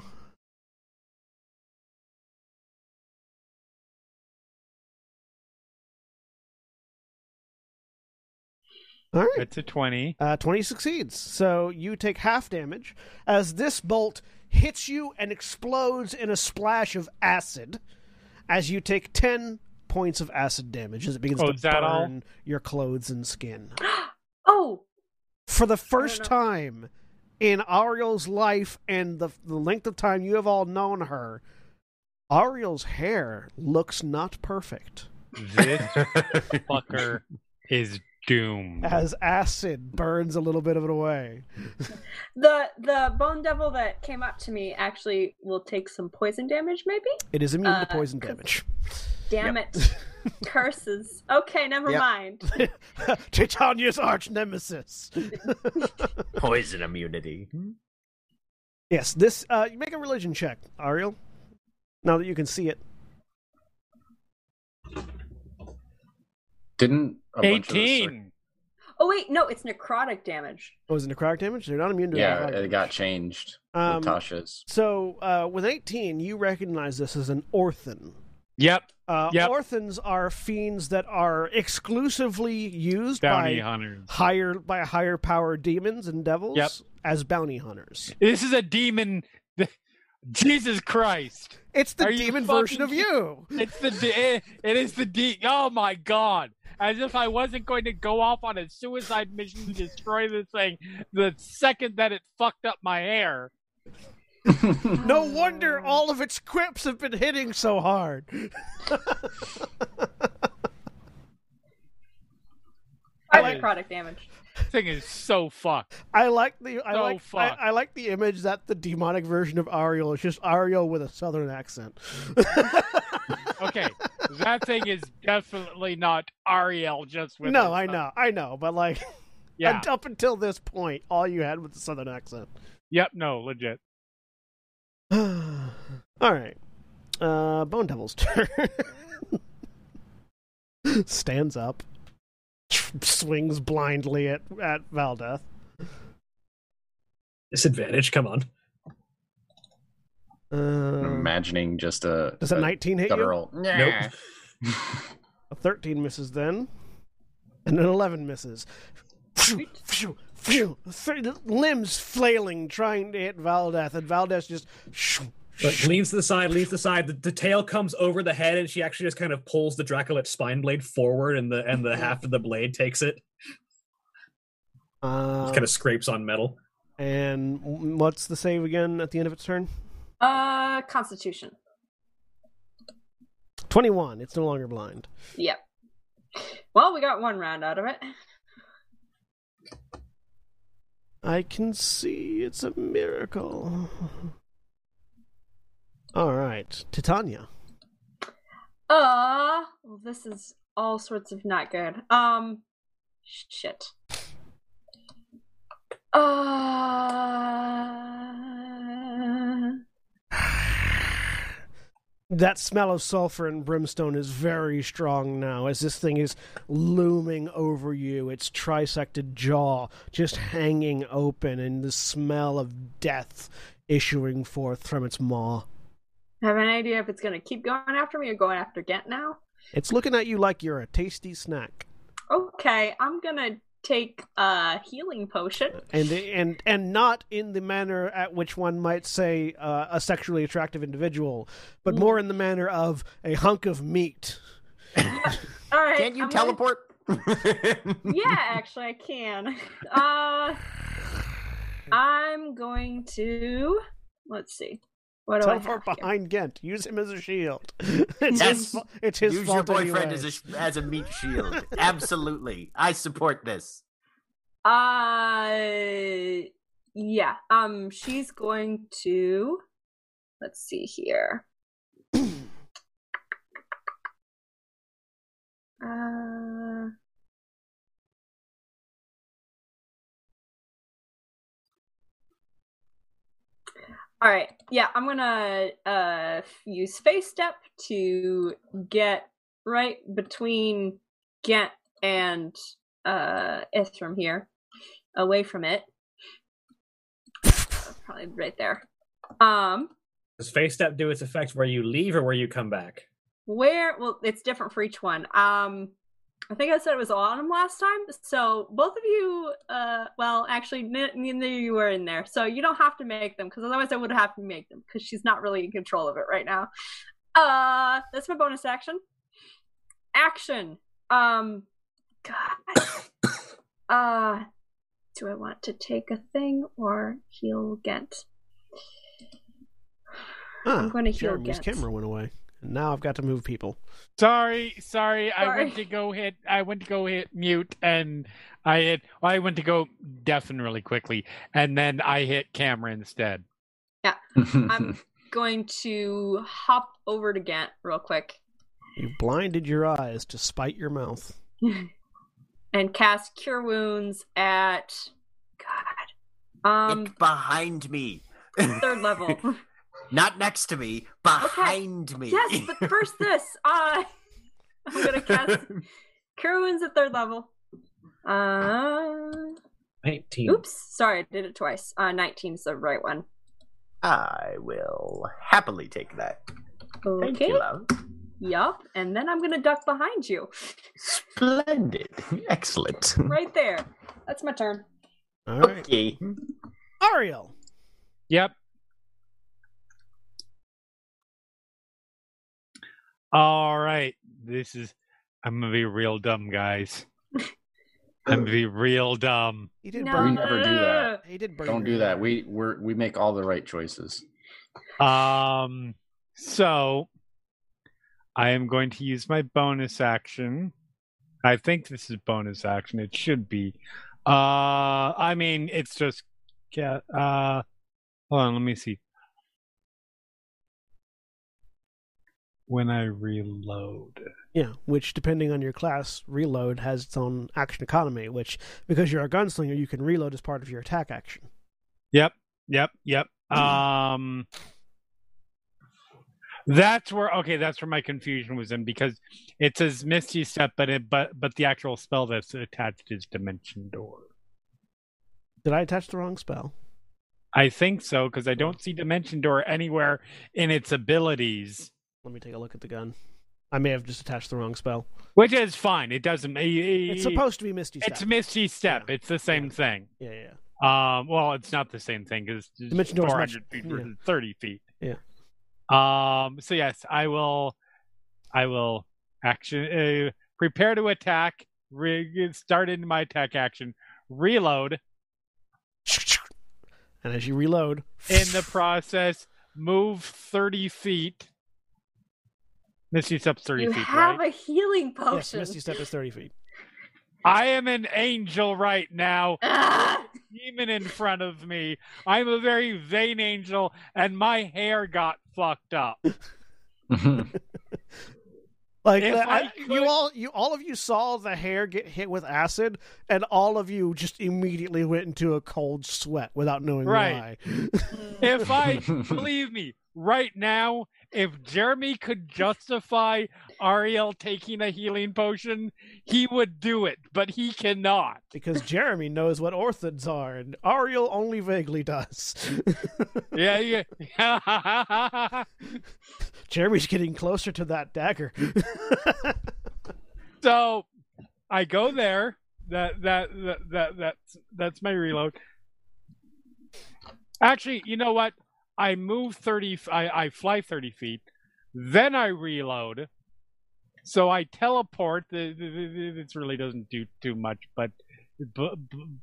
All right. It's a twenty. Uh, 20 succeeds. So you take half damage as this bolt hits you and explodes in a splash of acid as you take 10 points of acid damage as it begins Oh, to is that all? burn your clothes and skin. Oh, For the first know. time in Ariel's life and the, the length of time you have all known her, Ariel's hair looks not perfect This fucker is doomed. as acid burns a little bit of it away. the the bone devil that came up to me actually will take some poison damage, maybe. It is immune Uh, to poison damage. Damn it, curses. Okay, never Yep. mind. Titania's arch nemesis. Poison immunity. yes, this. Uh, you make a religion check, Ariel. Now that you can see it, Didn't a bunch of the cir- Eighteen. Oh wait, no, it's necrotic damage. oh, is it necrotic damage? They're not immune to yeah, necrotic it damage. got changed. with Um, Tasha's. So uh, with eighteen, you recognize this as an orphan. Yep. Uh, Yep. Orphans are fiends that are exclusively used Bounty by hunters. higher by higher power demons and devils Yep. as bounty hunters. This is a demon. Jesus Christ! It's the Are you demon version fucking of you. It's the de- eh, it is the de- oh my god! As if I wasn't going to go off on a suicide mission to destroy this thing the second that it fucked up my hair. No wonder all of its quips have been hitting so hard. Five like- necrotic damage. thing is so fucked. I like the I So like I, fucked. I like the image that the demonic version of Ariel is just Ariel with a southern accent. Okay, that thing is definitely not Ariel just with no, her I son. know, I know, but like Yeah. up until this point, all you had was the southern accent. Yep. No. Legit. all right. Uh, Bone Devil's turn. Stands up, swings blindly at at Valdeth. Disadvantage. Come on. I'm Uh, imagining just a, does a a 19 hit you? guttural. "Nyeh." A 13 misses then. And an 11 misses. Phew, phew, phew. Three- the limbs flailing, trying to hit Valdeth, and Valdeth just. shoo, But shoo. leans to the side, leans to the side. The, the tail comes over the head, and she actually just kind of pulls the Dracolich spine blade forward, and the and the half of the blade takes it. It Um, kind of scrapes on metal. and w- what's the save again at the end of its turn? Uh, Constitution. 21. It's no longer blind. Yep. Well, we got one round out of it. I can see it's a miracle. All right, Titania. Uh, well, this is all sorts of not good. Um, shit. Uh, That smell of sulfur and brimstone is very strong now as this thing is looming over you, its trisected jaw just hanging open, and the smell of death issuing forth from its maw. have an idea if it's gonna keep going after me or going after Gent now? It's looking at you like you're a tasty snack. Okay, I'm gonna take a healing potion. and and and not in the manner at which one might say uh, a sexually attractive individual, Mm. but more in the manner of a hunk of meat. All right. Can you I'm gonna- teleport? yeah, actually, I can. Uh, I'm going to. Let's see. What do Teleport I have here? behind Ghent. Use him as a shield. It's his, Yes. fa- it's his Use your fault. boyfriend anyways. as a, sh- as a meat shield. Absolutely. I support this. Uh, yeah. Um, she's going to. Let's see here. uh. All right. Yeah, I'm gonna uh use face step to get right between Ghent and uh Ithram here away from it Uh, probably right there um Does face step do its effect where you leave or where you come back? where well it's different for each one um i think i said it was autumn last time so both of you uh well actually n- neither of you were in there so you don't have to make them because otherwise i would have to make them because she's not really in control of it right now uh that's my bonus action action um god uh do i want to take a thing or heal gent Ah, gonna heal Jeremy's Ghent. camera went away, and now I've got to move people. Sorry, sorry. I went Sorry. to go hit. I went to go hit mute, and I hit. I went to go deafen really quickly, and then I hit camera instead. I'm going to hop over to Gant real quick You blinded your eyes to spite your mouth. and cast Cure Wounds at God. Um, Get behind me. third level. Not next to me, behind me. yes, but first this. Uh, I'm gonna cast Cure Wounds at third level. Uh, 19. oops, sorry, I did it twice. Uh, 19 is the right one. I will happily take that. Thank Okay. you, love. Yup. And then I'm gonna duck behind you, Splendid. Excellent. right there. That's my turn. All Oh. right, Okay. Ariel. Yep. All right. This is. I'm gonna be real dumb, guys. I'm gonna be real dumb. He did No. burn. never do that. He did burn. Don't your do that. ear. We we're, we make all the right choices. Um, so I am going to use my bonus action. I think this is bonus action. It should be. Uh, I mean, it's just. ca- Uh, hold on, let me see. When I reload. Yeah, which depending on your class, reload has its own action economy, which because you're a gunslinger, you can reload as part of your attack action. Yep, yep, yep. Um, That's where okay, that's where my confusion was in because it says Misty Step, but it but but the actual spell that's attached is Dimension Door. Did I attach the wrong spell? I think so because I don't see Dimension Door anywhere in its abilities, Let me take a look at the gun. I may have just attached the wrong spell. which is fine. It doesn't. It's It's supposed to be Misty Step. It's Misty Step. Yeah. It's the same Yeah. thing. yeah, yeah, yeah. Um, well, it's not the same thing because Dimension door is four much- hundred feet yeah. versus thirty feet. Yeah. Um. So yes, I will. I will action. Uh, prepare to attack. Re- start into my attack action. Reload. And as you reload, In the process, move thirty feet. Misty steps thirty You feet. have right? a healing yes, potion. Misty Step is 30 feet. I am an angel right now. Ah! demon in front of me. I'm a very vain angel, and my hair got fucked up. Like If uh, I I- could- you all, you all of you saw the hair get hit with acid, and all of you just immediately went into a cold sweat without knowing Right. why. If I believe me, right now, if Jeremy could justify Ariel taking a healing potion, he would do it, but he cannot. because Jeremy knows what orthods are, and Ariel only vaguely does. Yeah, yeah. Jeremy's getting closer to that dagger. so I go there. That that that that that's that's my reload. Actually, you know what? I move thirty. f- I I fly thirty feet. Then I reload. So I teleport. The- the- the- the- This really doesn't do too much, but but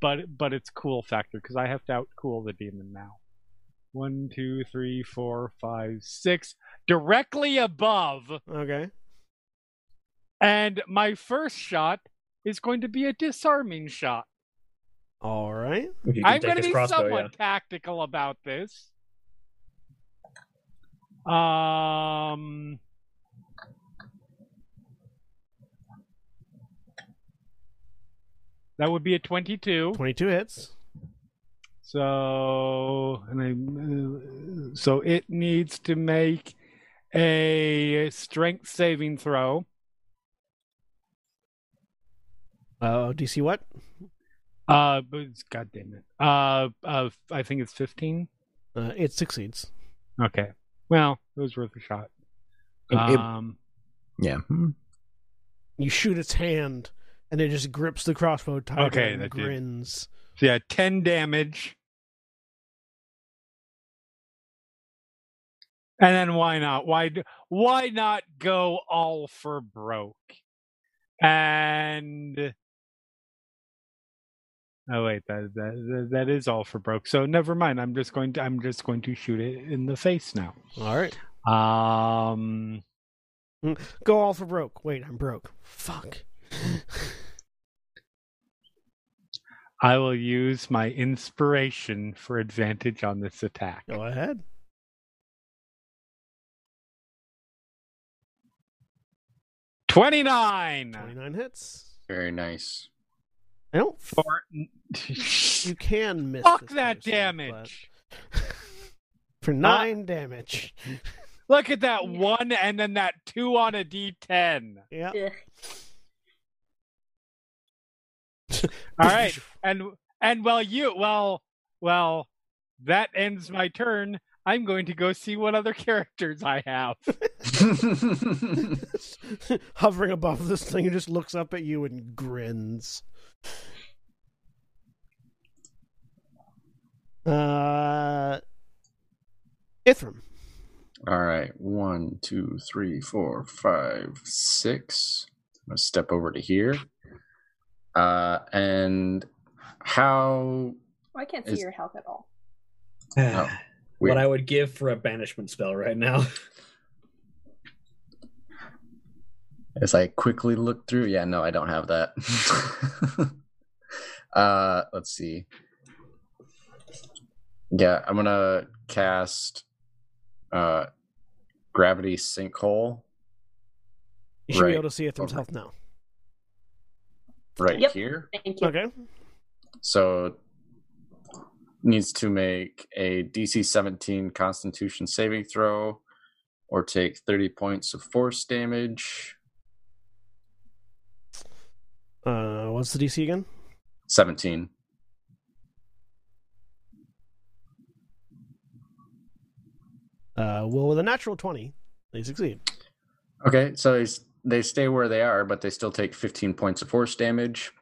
but, but it's cool factor because I have to outcool the demon now. One, two, three, four, five, six. Directly above. okay. And my first shot is going to be a disarming shot. All right. If you can I'm take going to his be crossbow, somewhat yeah. tactical about this. Um. That would be a 22. 22 hits. So, and I, so it needs to make a strength saving throw. Uh, DC what? Uh, but it's- God damn it. Uh, uh, I think it's 15. Uh, it succeeds. Okay. Well, it was worth a shot. It- it- Um, yeah. You shoot its hand, and it just grips the crossbow tighter Okay, and that did- grins. so yeah, 10 damage. And then why not? Why d- why not go all for broke? And Oh wait, that that that is all for broke. So never mind. I'm just going to I'm just going to shoot it in the face now. All right. Um Go all for broke. Wait, I'm broke. Fuck. I will use my inspiration for advantage on this attack. Go ahead. Twenty-nine. 29 hits. Very nice. I don't. f- For- You can miss. Fuck this that person, damage! Uh, but- For nine damage. Look at that one, and then that two on a D10. Yeah. Ugh. All right, and and well, you well well, that ends my turn. I'm going to go see what other characters I have. Hovering above this thing, it just looks up at you and grins. Uh, Ithram. All right. One, two, three, four, five, six. I'm gonna step over to here. Uh, and how I can't see Is- your health at all. what weird. I would give for a banishment spell right now. As I quickly look through, yeah, no, I don't have that. uh, let's see. Yeah, I'm gonna cast uh, gravity sinkhole You should Right. be able to see Ithram's Okay. health now. right Yep. here. Thank you. Okay. So needs to make a DC 17 Constitution saving throw or take 30 points of force damage. Uh, what's the DC again? 17. Uh, well, with a natural 20, they succeed. Okay, so they, s- they stay where they are, but they still take 15 points of force damage.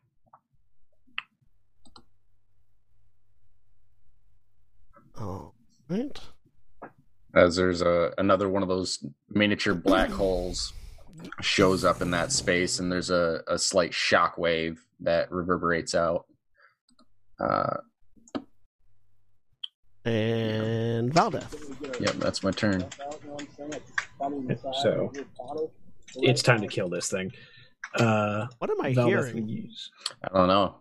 All right. As there's a another one of those miniature black holes shows up in that space, and there's a, a slight shock wave that reverberates out. Uh, And Valdeth. yep, that's my turn. So it's time to kill this thing. Uh, What am I Velveth hearing? would use- I don't know.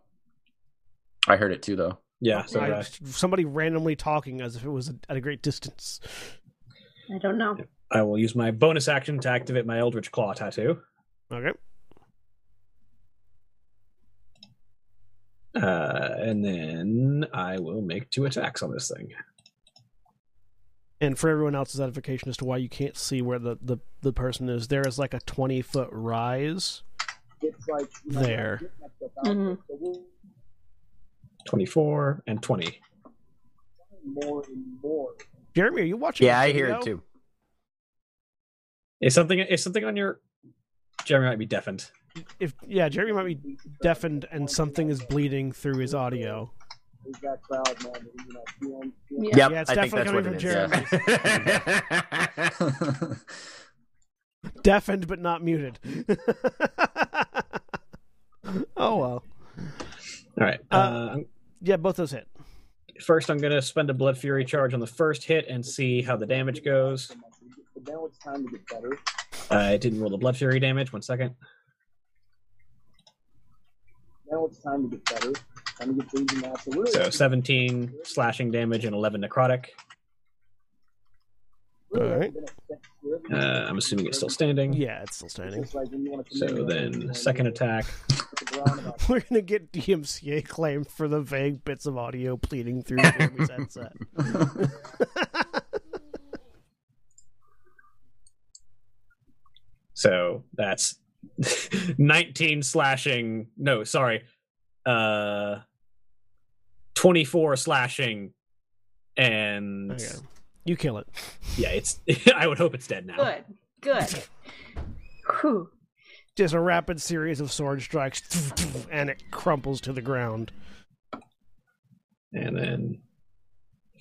I heard it too, though. Yeah, so I- did I. somebody randomly talking as if it was at a great distance. I don't know. I will use my bonus action to activate my Eldritch Claw tattoo. Okay. Uh, and then I will make two attacks on this thing. And for everyone else's edification as to why you can't see where the, the, the person is, there is like a 20 foot rise there. Mhm. 24 and 20. Jeremy, are you watching? Yeah, the I hear it video? too. Is something is something on your Jeremy might be deafened. If yeah, Jeremy might be deafened and something is bleeding through his audio. Yeah. Yep, Yeah, it's I think that's definitely what it is. coming Yeah. Deafened but not muted. oh well. All right. Uh, Uh, I'm- Yeah, both those hit. first, I'm going to spend a Blood Fury charge on the first hit and see how the damage goes. I didn't roll the Blood Fury damage. One second. So 17 slashing damage and 11 necrotic. Alright. Uh, I'm assuming it's still standing. Yeah, it's still standing. So then, second attack. We're gonna get DMCA claimed for the vague bits of audio bleeding through Jeremy's headset. So that's 19 slashing. No, sorry. Uh, 24 slashing. And Okay. You kill it. yeah, it's. I would hope it's dead now. Good. Good. Whew. Just a rapid series of sword strikes, and it crumples to the ground. And then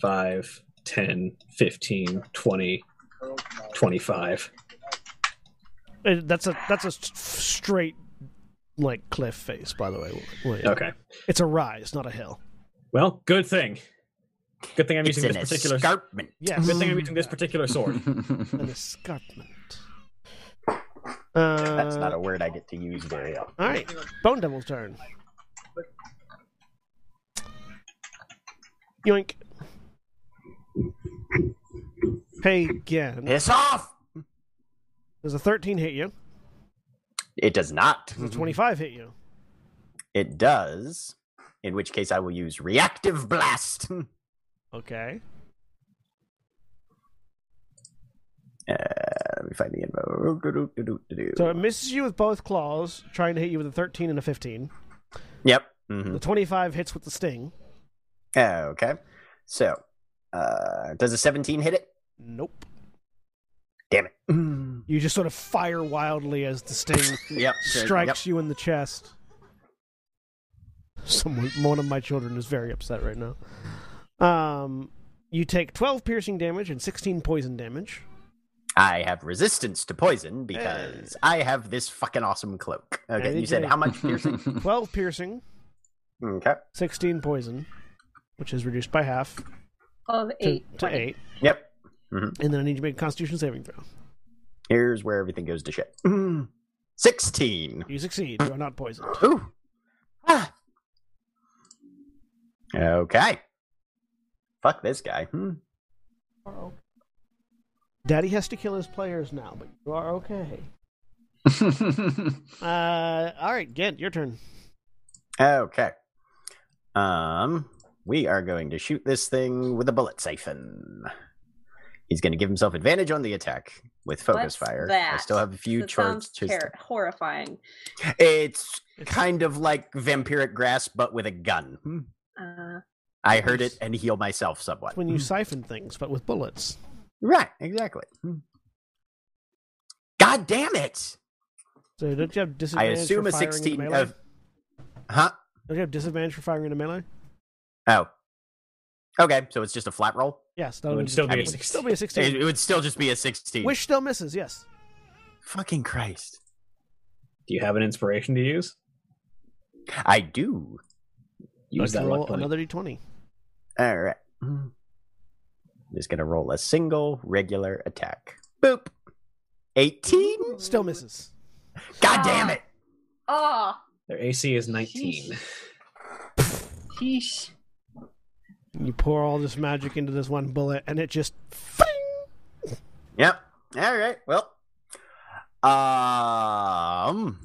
5, 10, 15, 20, 25. It- Uh, That's a that's a s- straight like cliff face, by the way. William. Okay. It's a rise, not a hill. Well, good thing. Good thing I'm It's using an this particular. escarpment. Yes, Good thing I'm using this particular sword. an escarpment. Uh, That's not a word I get to use very often. all right. Bone Devil's turn. Yoink. Hey again. Piss off! Does a thirteen hit you? It does not. Does a twenty-five hit you? It does. In which case, I will use reactive blast. Okay. Uh, let me find the info. Do-do-do-do-do. So it misses you with both claws, trying to hit you with a thirteen and a fifteen. Yep. hmm The twenty-five hits with the sting. Okay. So, uh, does a 17 hit it? Nope. Damn it. You just sort of fire wildly as the sting yep. strikes you in the chest. Someone, one of my children is very upset right now. Um, you take twelve piercing damage and sixteen poison damage. I have resistance to poison because I have this fucking awesome cloak. Okay. did You said you- how much piercing? Twelve piercing, okay. sixteen poison, which is reduced by half Of to, eight. to eight. Yep. And then I need you to make a Constitution saving throw. Here's where everything goes to shit. Mm. 16. You succeed. You are not poisoned. Ooh. Ah. Okay. Fuck this guy. Hmm. Daddy has to kill his players now, but you are okay. Uh, all right, Gent, your turn. Okay. Um, we are going to shoot this thing with a bullet siphon. He's going to give himself advantage on the attack with focus What's fire. I that? still have a few That sounds charts. to- ter- horrifying. It's kind of like vampiric grasp, but with a gun. Hmm. Uh, I heard it and heal myself somewhat. It's when you siphon things, but with bullets. right, exactly. Hmm. God damn it! So don't you have I disadvantage? assume for a firing into sixteen. melee? Of, huh? Don't you have disadvantage for firing into melee? Oh. Okay, so it's just a flat roll. Yes, that It would would still be a would 16. still be a It, sixteen. it would still just be a sixteen. Which still misses. Yes. Fucking Christ! Do you have an inspiration to use? I do. Use Let's that roll luck point. another d twenty. All right. Mm. Just gonna roll a single regular attack. Boop. Eighteen. Still misses. God Ah. damn it! oh, Their AC is 19. sheesh. You pour all this magic into this one bullet, and it just Yep. All right. Well. Um.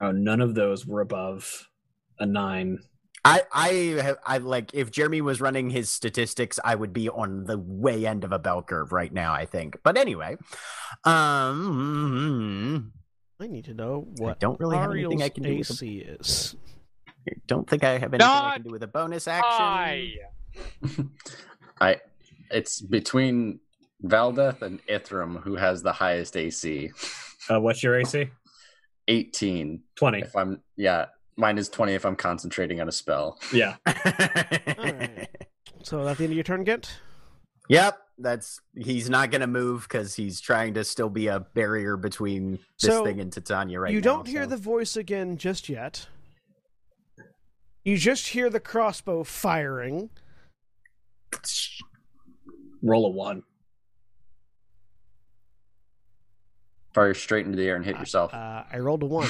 Oh, none of those were above a nine. I I have I like if Jeremy was running his statistics, I would be on the way end of a bell curve right now. I think. But anyway, um, I need to know I what don't really have anything Ariel's I can do. With a, AC is. don't think I have anything I can do with a bonus action. Hi. I it's between Valdeth and Ithram who has the highest AC. Uh, what's your AC? 18 20. if I'm yeah, mine is 20 if I'm concentrating on a spell. Yeah. right. So at the end of your turn, Gint. Yep, that's he's not gonna move because he's trying to still be a barrier between this So, thing and Titania right you now, don't hear so- the voice again just yet. You just hear the crossbow firing. Roll a one. Fire straight into the air and hit yourself. Uh, I rolled a one.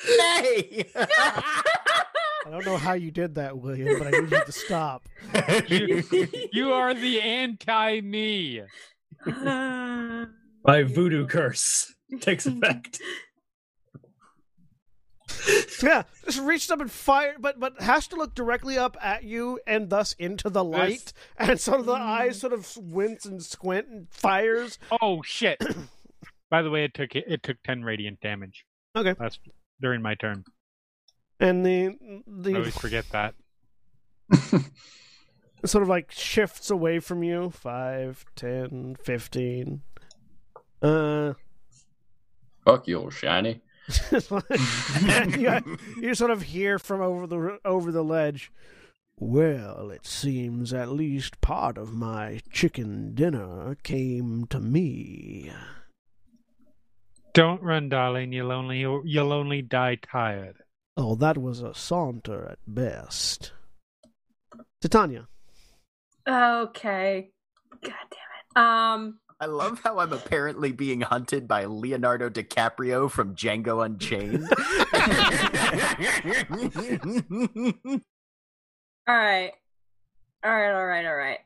Hey! I don't know how you did that, William, but I need you to stop. You are the anti me. Uh, My voodoo curse takes effect. Yeah, just reached up and fired, but but has to look directly up at you and thus into the light, and so the eyes sort of wince and squint and fires. Oh shit. By the way, it took it took ten radiant damage. Okay. That's during my turn. and the I Oh, the always forget that. Uh, sort of like shifts away from you 5 10 15 uh Fuck you, shiny. and you, you sort of hear from over the over the ledge well it seems at least part of my chicken dinner came to me Don't run, darling. You'll only you'll only die tired. oh that was a saunter at best titania Okay. God damn it. Um. I love how I'm apparently being hunted by Leonardo DiCaprio from Django Unchained. All right. All right. All right. All right.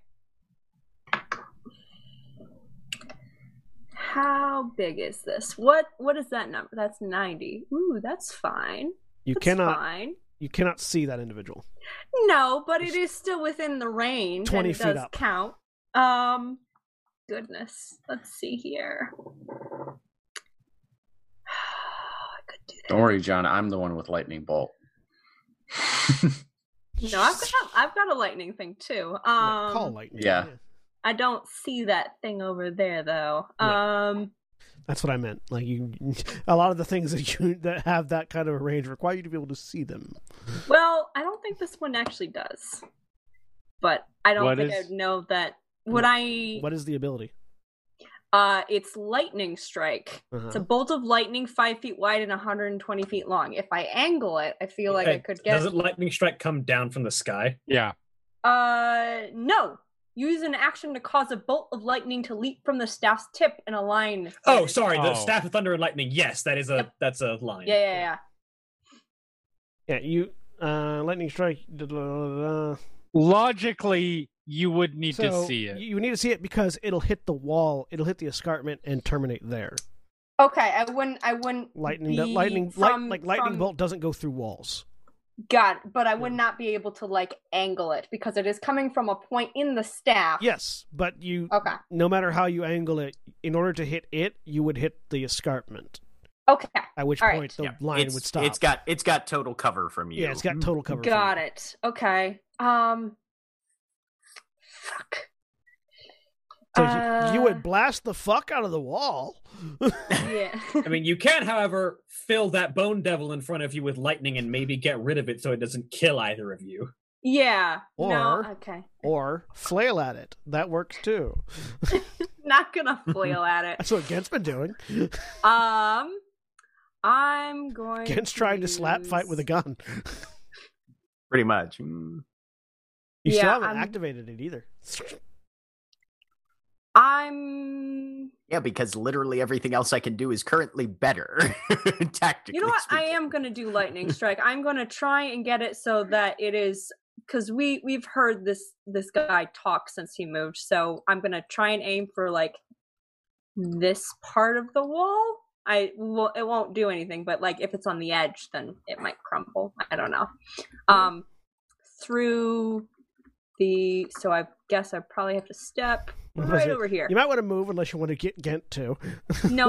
How big is this? What What is that number? That's ninety. Ooh, that's fine. you That's cannot Fine. you cannot see that individual No, but it is still within the range. 20 and it feet does up. Count. Um. Goodness. Let's see here. I could do that. Don't worry, John, I'm the one with lightning bolt. No, I've got I've got a lightning thing too. Um, Yeah, call lightning yeah. I don't see that thing over there though. Um, That's what I meant. Like you, a lot of the things that you that have that kind of a range require you to be able to see them. well, I don't think this one actually does. But I don't What think is- I'd know that. Would What- I? What is the ability? Uh, it's lightning strike. It's Uh-huh. a bolt of lightning five feet wide and 120 feet long. If I angle it, I feel like I Hey, could get. Doesn't lightning strike come down from the sky? Yeah. Uh, no. Use an action to cause a bolt of lightning to leap from the staff's tip and align. Oh, sorry. The Oh. staff of thunder and lightning. Yes, that is a Yep. that's a line. Yeah, yeah, yeah. Yeah, you uh, lightning strike. da- da- da- da- da. Logically, you would need So, to see it. You need to see it because it'll hit the wall. It'll hit the escarpment and terminate there. Okay, I wouldn't. I wouldn't. Lightning, that be lightning, light- from- like lightning from- bolt doesn't go through walls. Got it. But I would not be able to like angle it because it is coming from a point in the staff. Yes, but you, Okay. no matter how you angle it, in order to hit it, you would hit the escarpment. Okay. At which All right. point the Yeah, line it's- would stop. It's got it's got total cover from you. yeah, it's got total cover. Got it. Okay. Um. Fuck. So Uh, you, you would blast the fuck out of the wall. Yeah. I mean, you can, however, fill that bone devil in front of you with lightning and maybe get rid of it so it doesn't kill either of you. yeah. no. Or- Okay. or flail at it. That works too. Not gonna foil at it. That's what Gent's been doing. Um. I'm going. Gent's trying to slap fight with a use- gun. pretty much. Mm. You still Yeah, haven't I'm- activated it either. I'm. Yeah, because literally everything else I can do is currently better. tactically, You know what? I speaking. am gonna do lightning strike. I'm gonna try and get it so that it is because we we've heard this this guy talk since he moved. So I'm gonna try and aim for like this part of the wall. I well, it won't do anything, but like if it's on the edge, then it might crumble. I don't know. Um, through the so I guess I probably have to step right over here. You might want to move unless you want to get Gent to. No,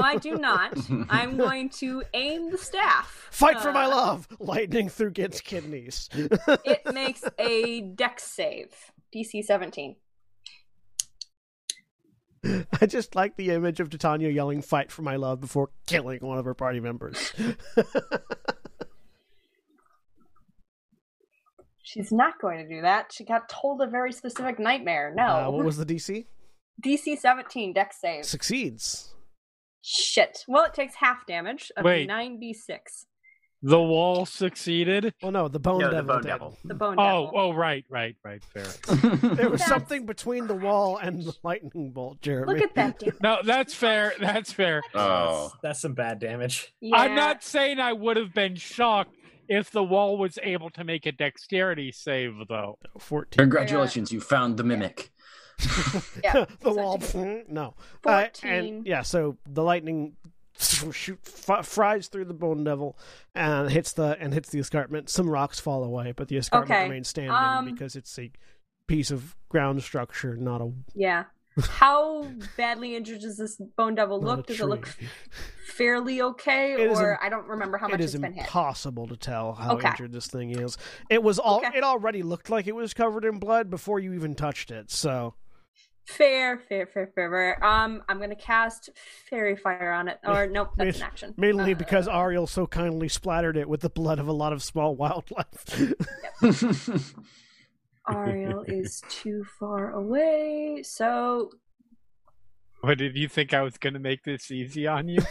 I do not. I'm going to aim the staff. Fight for my Uh, love! Lightning through Gent's kidneys. it makes a dex save dc 17 I just like the image of Titania yelling "Fight for my love" before killing one of her party members. Uh, she's not going to do that she got told a very specific nightmare no Uh, what was the DC? dc 17 dex save Succeeds. shit well it takes half damage of Wait. 9d6 The wall succeeded. Well, no, the bone No, the devil. bone did. devil. the bone Oh, devil. oh, right, right, right. Fair. There was That's something between the wall and the lightning bolt, Jeremy. look at that damage. No, that's fair. That's fair. oh, That's, that's some bad damage. yeah. I'm not saying I would have been shocked if the wall was able to make a dexterity save, though. Fourteen. congratulations! You found the mimic. yeah. the wall. no. Uh, 14 and yeah, so the lightning shoot f- fries through the bone devil and hits the and hits the escarpment. Some rocks fall away, but the escarpment Okay, remains standing um, because it's a piece of ground structure, not a yeah how badly injured does this bone devil Not a look does it look tree. fairly okay It is or im- i don't remember how much it is it's been hit impossible to tell how Okay. injured this thing is. It was all Okay. it already looked like it was covered in blood before you even touched it. So Fair, fair, fair, fair, fair. Um, I'm gonna cast fairy fire on it. Or nope, that's an action. mainly Uh, because Ariel so kindly splattered it with the blood of a lot of small wildlife. Uh, Ariel is too far away. So What did you think I was going to make this easy on you?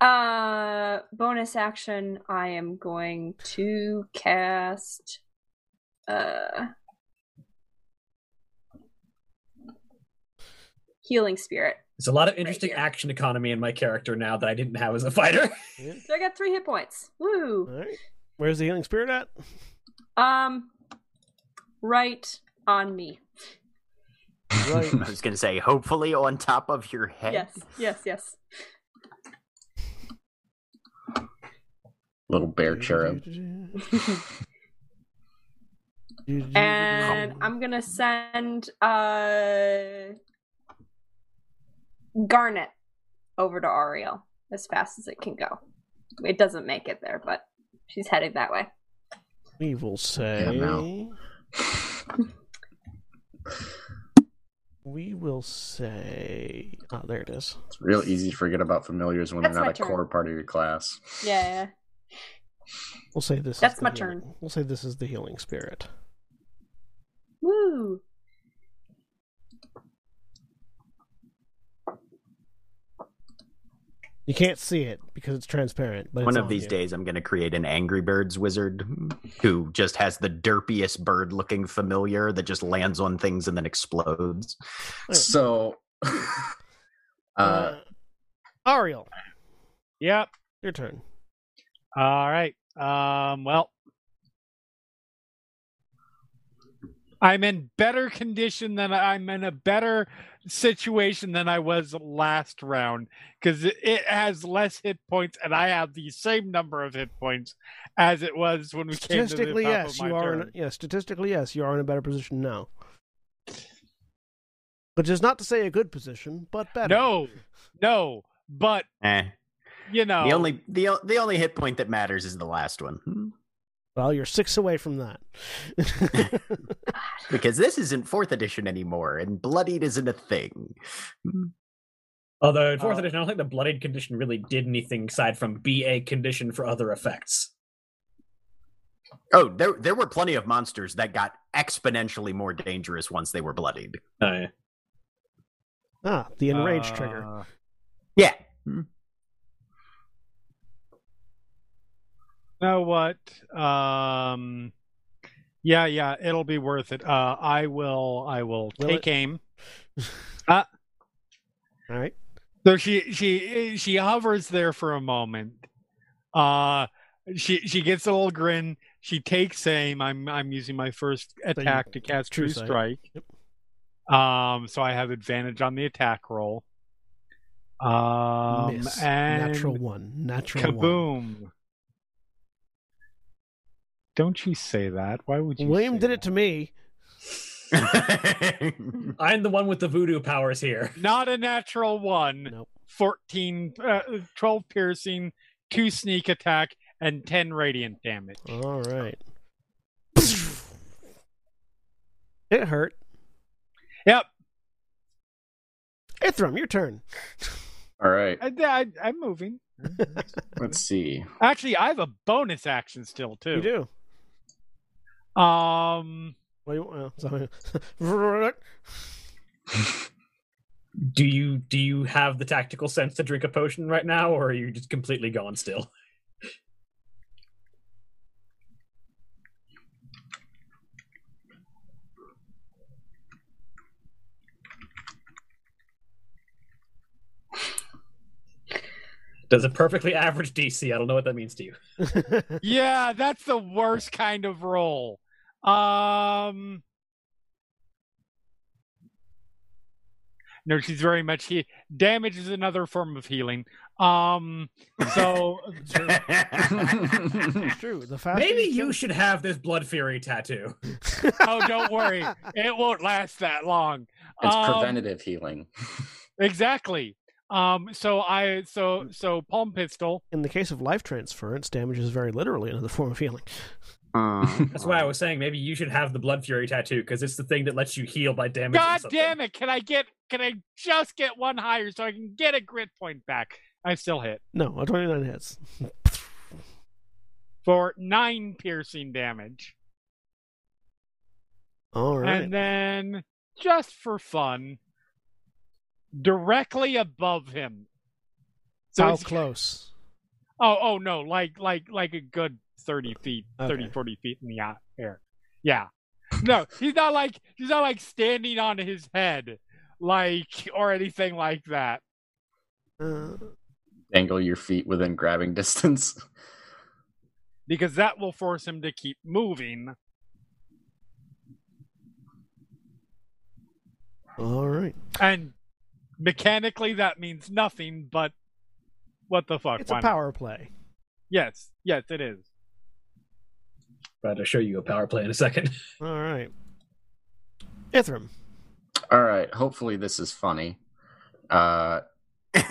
uh bonus action, I am going to cast uh Healing Spirit. There's a lot of interesting here. action economy in my character now that I didn't have as a fighter. So I got three hit points. Woo! all right. Where's the healing spirit at? Uh. Um right on me. Right. I was gonna say, hopefully on top of your head. Yes, yes, yes. Little bear cherub. and I'm gonna send uh Garnet over to Ariel as fast as it can go. It doesn't make it there, but she's heading that way. we will say Yeah, no. we will say oh there it is. It's real easy to forget about familiars when That's they're my not a turn. core part of your class. Yeah. We'll say this That's is the my healing- We'll say this is the healing spirit. Woo. You can't see it because it's transparent, but One it's of on these you. days, I'm going to create an Angry Birds wizard who just has the derpiest bird looking familiar that just lands on things and then explodes. So, uh, Uh, Ariel, yep. your turn. All right. Um, well, I'm in better condition than I'm in a better situation than I was last round because it has less hit points and I have the same number of hit points as it was when we came to the top Statistically, yes, of my you are. In, turn. yeah, statistically, yes, you are in a better position now. Which is not to say a good position, but better. No, no, but Eh. you know, The only the o- the only hit point that matters is the last one hmm, Well, you're six away from that. because this isn't fourth edition anymore, and bloodied isn't a thing. Although in fourth Oh. edition, I don't think the bloodied condition really did anything aside from be a condition for other effects. Oh, there there were plenty of monsters that got exponentially more dangerous once they were bloodied. Uh, ah, the enrage trigger. Uh, Yeah, know what? Um, yeah, yeah, it'll be worth it. Uh, I will. I will Will take it? aim. Uh, All right. So she she she hovers there for a moment. Uh she she gets a little grin. She takes aim. I'm I'm using my first you- attack to cast true true sight. strike. Um, so I have advantage on the attack roll. Um, Miss. and Natural one. Natural one. kaboom! Don't you say that? Why would you? William say did it that? to me. I'm the one with the voodoo powers here. Not a natural one. Nope. 14, uh, 12 piercing, two sneak attack, and 10 radiant damage. All right. It hurt. Yep. Ithram, your turn. All right. I, I, I'm moving. Let's see. Actually, I have a bonus action still, too. You do. Um, What do you want? Oh, sorry. Do you do you have the tactical sense to drink a potion right now, or are you just completely gone still? Does a perfectly average DC? I don't know what that means to you. yeah, that's the worst kind of roll. Um, no, she's very much he. Damage is another form of healing. Um, so It's true. The faster Maybe kill- you should have this blood fury tattoo. oh, don't worry, it won't last that long. It's Um, preventative healing. Exactly. Um. So I. So so palm pistol. In the case of life transference, damage is very literally another form of healing. That's why I was saying maybe you should have the blood fury tattoo because it's the thing that lets you heal by damage. God damn it! Can I get? Can I just get one higher so I can get a grit point back? I still hit No, a 29 hits. for nine piercing damage, All right. and then just for fun, directly above him. So How it's- close? Oh, oh no, like like like a good 30 feet, thirty, Okay. forty 30 40 feet in the a- air. Yeah. No, he's not like he's not like standing on his head like or anything like that. Uh, Dangle your feet within grabbing distance. Because that will force him to keep moving. all right. And mechanically that means nothing, but what the fuck? It's why a not? power play. Yes, yes, it is. I'll show you a power play in a second. All right. Ithram. All right. Hopefully this is funny, uh,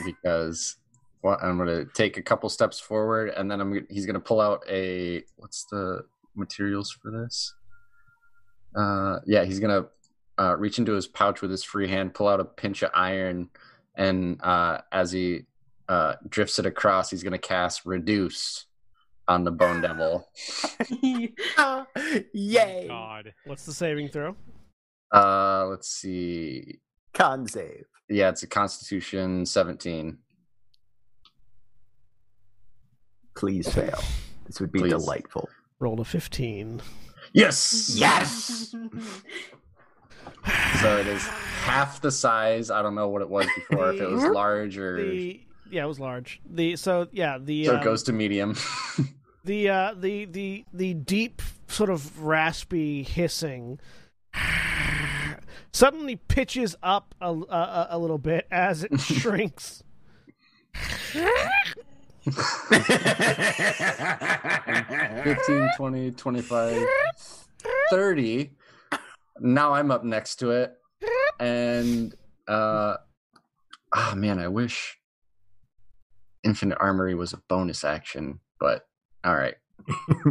because what I'm gonna take a couple steps forward, and then I'm gonna, he's gonna pull out a what's the materials for this? Uh, yeah, he's gonna uh, reach into his pouch with his free hand, pull out a pinch of iron, and uh, as he uh, drifts it across, he's gonna cast reduce on the bone devil. Yay! Oh God. What's the saving throw? Uh, let's see. Con save. Yeah, it's a Constitution 17. Please fail. This would be Please. delightful. Rolled a 15. Yes. Yes. So it is half the size. I don't know what it was before. if it was large or The yeah, it was large. The so yeah, the so um, it goes to medium. the uh, the the the deep sort of raspy hissing suddenly pitches up a, a, a little bit as it shrinks. And 15, 20, 25, 30. Now I'm up next to it. And uh ah man, I wish Infinite Armory was a bonus action, but all right.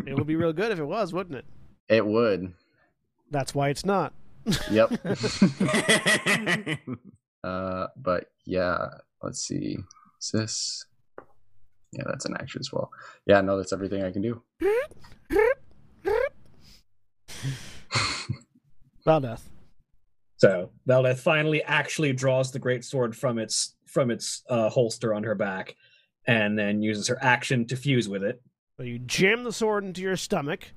It would be real good if it was, wouldn't it? It would. That's why it's not. Yep. uh but yeah, let's see. Is this Yeah, that's an action as well. Yeah, no, that's everything I can do. Valdeath. So Valdeth finally actually draws the great sword from its from its uh, holster on her back, and then uses her action to fuse with it. So you jam the sword into your stomach,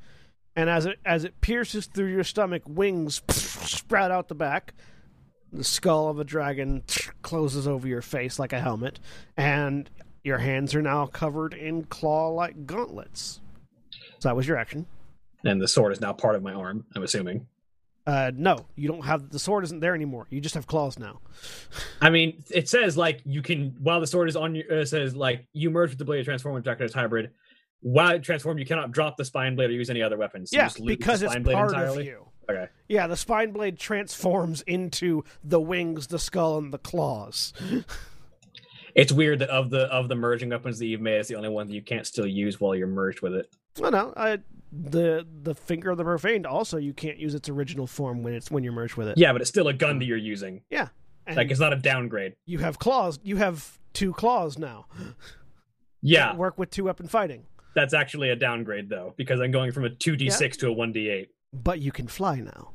and as it as it pierces through your stomach, wings sprout out the back. The skull of a dragon closes over your face like a helmet, and your hands are now covered in claw-like gauntlets. So that was your action. And the sword is now part of my arm. I'm assuming. Uh, no, you don't have the sword. Isn't there anymore? You just have claws now. I mean, it says like you can while the sword is on you. It says like you merge with the blade to transform with Dracula's hybrid. While it transforms, you cannot drop the spine blade or use any other weapons. yeah, because it's part of you. Okay. Yeah, the spine blade transforms into the wings, the skull, and the claws. It's weird that of the of the merging weapons that you've made, it's the only one that you can't still use while you're merged with it. No, no, I, the the finger of the profaned also you can't use its original form when it's when you're merged with it. Yeah, but it's still a gun that you're using. and Like it's not a downgrade. you have claws. You have two claws now. Yeah, That work with two weapon fighting, that's actually a downgrade though, because I'm going from a two d six to a one d eight. but you can fly now.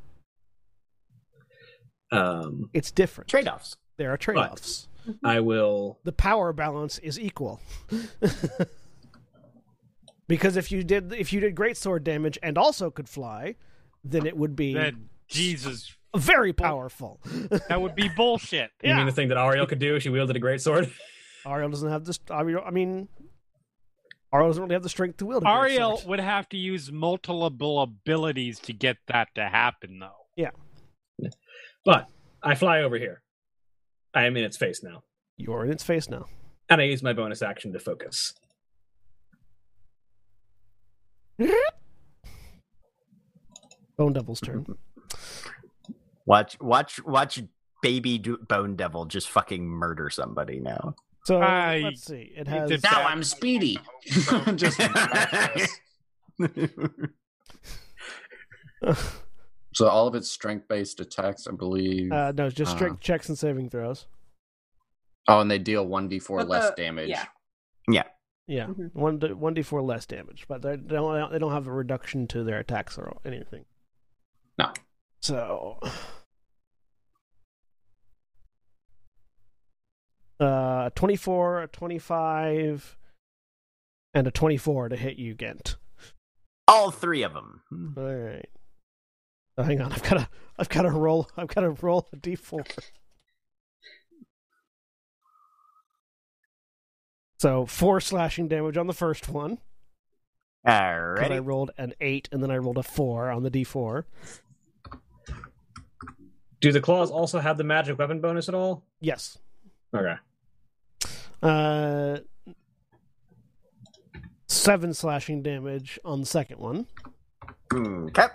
Um, It's different. Trade offs. there are trade offs. I will. the power balance is equal. because if you did if you did great sword damage and also could fly, then it would be Then Jesus, very powerful. that would be bullshit. You mean the thing that Ariel could do? She wielded a great sword. Ariel doesn't have this. I mean, I mean, Ariel doesn't really have the strength to wield. a great Ariel sword. would have to use multiple abilities to get that to happen, though. But I fly over here. I am in its face now, you're in its face now. and I use my bonus action to focus. Bone Devil's turn. Watch, watch, watch. Baby do- Bone Devil just fucking murder somebody now. So I- let's see. It you has. did Now I'm speedy. Just so all of its strength based attacks, I believe. Uh, no, just Uh. strength checks and saving throws. oh, and they deal one d four But less the- damage. yeah. Yeah, Mhm. one d one d four less damage, but they don't they don't have a reduction to their attacks or anything. No. So. Uh, 24, a 25, and a 24 to hit you, Gent. All three of them. All right. Oh, hang on, I've got to, I've got to roll, I've got to roll a d4. So four slashing damage on the first one because I Alrighty. rolled an eight and then I rolled a four on the d4. Do the claws also have the magic weapon bonus at all? Yes. Okay. Uh, seven slashing damage on the second one Okay.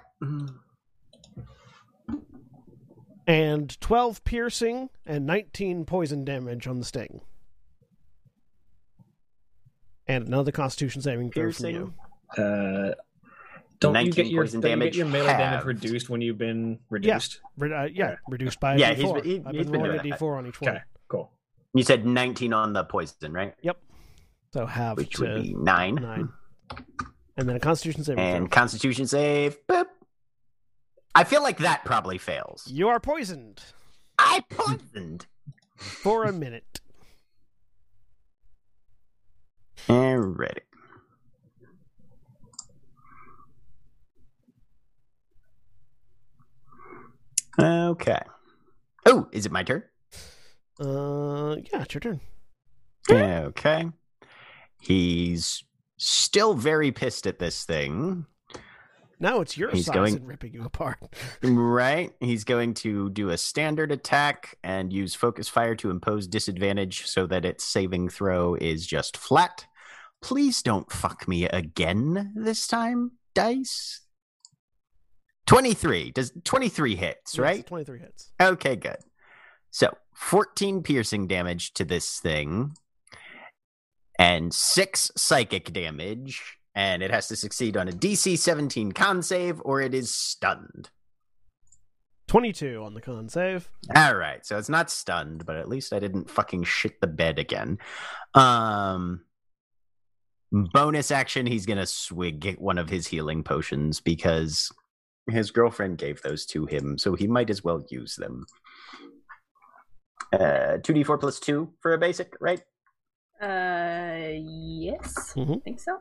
and twelve piercing and nineteen poison damage on the sting. And another Constitution saving throw from Piercing. you. Uh, don't you 19 get your poison don't you damage get your melee damage halved. reduced when you've been reduced? Re- uh, yeah, Yeah. reduced by a Yeah, he's D4. been- he- I've he's been been rolling a doing that. D4 on each Okay, one. cool. You said 19 on the poison, right? So half Which to would be nine. nine. And then a Constitution saving throw. And Constitution save. Boop. I feel like that probably fails. You are poisoned I poisoned. for a minute. Alrighty. Okay. Oh, is it my turn? Uh, yeah, it's your turn. Okay. He's still very pissed at this thing. Now it's your He's size going- and ripping you apart. Right. He's going to do a standard attack and use focus fire to impose disadvantage so that its saving throw is just flat. Please don't fuck me again this time, dice. 23. Does 23 hits, Yes, right? 23 hits. Okay, good. So 14 piercing damage to this thing and six psychic damage. And it has to succeed on a DC 17 con save or it is stunned. 22 on the con save. All right. So it's not stunned, but at least I didn't fucking shit the bed again. Um, bonus action he's going to swig one of his healing potions because his girlfriend gave those to him. So he might as well use them. Uh, 2d4 plus 2 for a basic, right? Uh, yes, I Mhm. think so.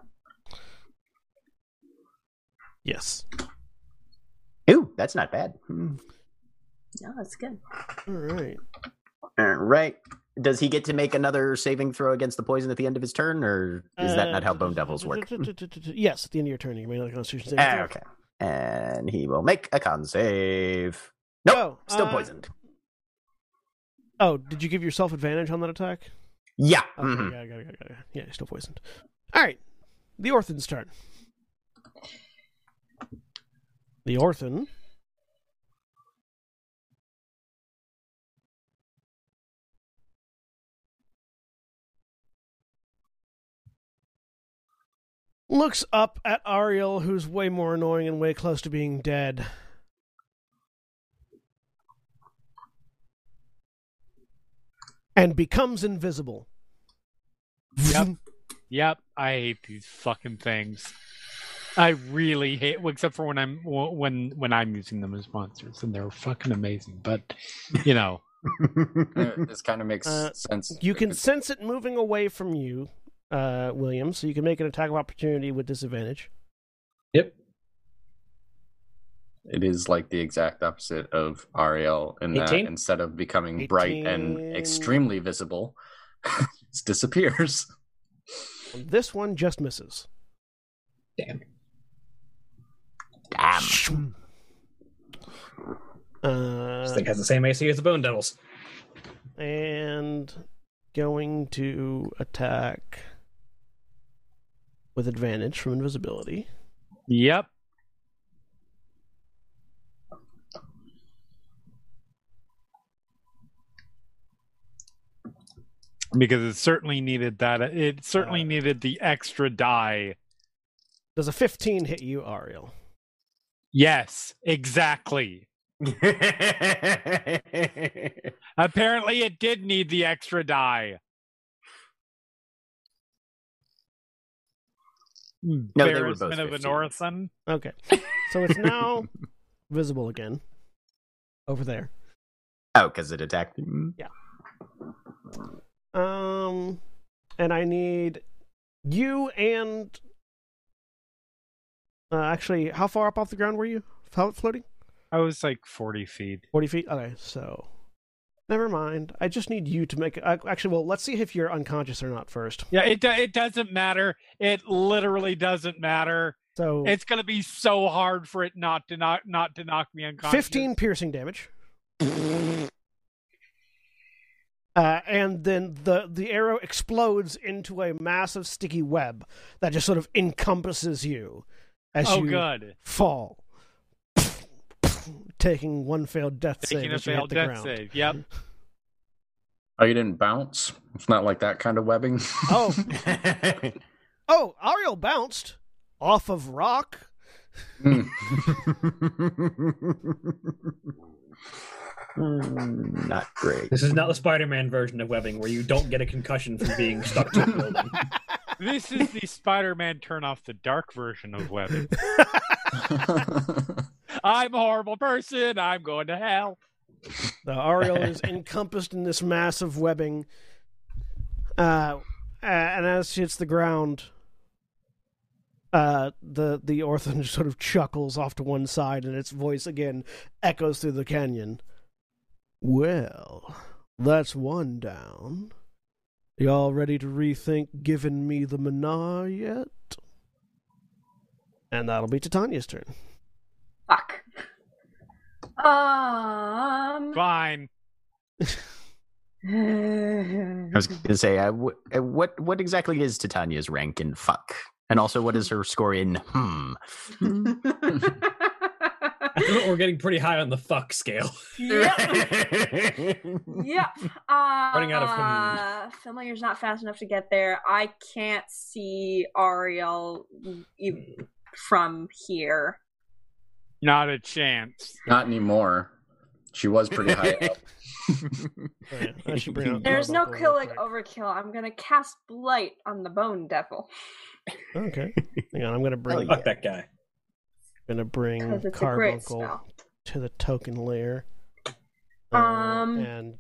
Yes. Ooh, that's not bad. Hmm. No, that's good. All right. All right. Does he get to make another saving throw against the poison at the end of his turn, or is that not how bone devils work? Uh, Yes, at the end of your turn, you can make another constitution saving Ah, throw. okay. And he will make a con save. Nope. Oh, still uh, poisoned. Oh, did you give yourself advantage on that attack? Yeah. Okay, mhm. yeah, got it, got it, got it. Yeah, you're still poisoned. All right. The Orphan's turn. The Orphan. Looks up at Ariel, who's way more annoying and way close to being dead. And becomes invisible. Yep. Yep, I hate these fucking things. I really hate, well, except for when I'm when when I'm using them as monsters, and they're fucking amazing. But you know, Mm. Uh, this kind of makes Uh, sense. You can sense it moving away from you, uh, William, so you can make an attack of opportunity with disadvantage. Yep. It is like the exact opposite of Ariel in that 18? instead of becoming bright and 18. extremely visible, it disappears. And this one just misses. Damn. This Uh, thing has the same AC as the Bone Devils. and going to attack with advantage from invisibility. yep, because it certainly needed that. It certainly needed the extra die. Does a 15 hit you, Ariel? Yes, exactly. Apparently, it did need the extra die. Hmm, they were Embarrassment both of an 15s. orphan. Okay. So it's now visible again. Over there. oh, because it attacked. Mm. Um, and I need you and uh, actually, how far up off the ground were you? How floating? I was like forty feet. Forty feet. Okay, so never mind. I just need you to make. I, actually, well, let's see if you're unconscious or not first. Yeah, it do- it doesn't matter. It literally doesn't matter. So It's gonna be so hard for it not to not not to knock me unconscious. fifteen piercing damage. Uh, and then the, the arrow explodes into a massive sticky web that just sort of encompasses you as Oh, you good. fall, taking one failed death Taking save. a as you hit failed the death ground. save. Yep. Oh, you didn't bounce? It's not like that kind of webbing. Oh, oh, Ariel bounced off of rock. Mm. Mm, not great. This is not the Spider-Man version of webbing where you don't get a concussion from being stuck to a building. this is the Spider-Man turn off the dark version of webbing. I'm a horrible person. I'm going to hell. The Ariel is encompassed in this massive webbing, uh, and as she hits the ground, uh, the the orphan sort of chuckles off to one side, and its voice again echoes through the canyon. Well, that's one down. Y'all ready to rethink giving me the Minar yet? And that'll be Titania's turn. Um. Fine. I was going to say, uh, wh- uh, what what exactly is Titania's rank in fuck? And also, what is her score in hmm? I feel like we're getting pretty high on the fuck scale. yep. Yep. Uh, Running out of food. Familiar's Uh, not fast enough to get there. I can't see Ariel e- from here. Not a chance. Not anymore. She was pretty high up. Right, Oh, I should bring up- There's no Bubba real kill like quick. overkill. I'm gonna cast blight on the bone devil Okay. Hang on, I'm gonna Oh, bring Oh, Fuck that guy. gonna bring because it's a great carbuncle spell. to the token layer. Um, and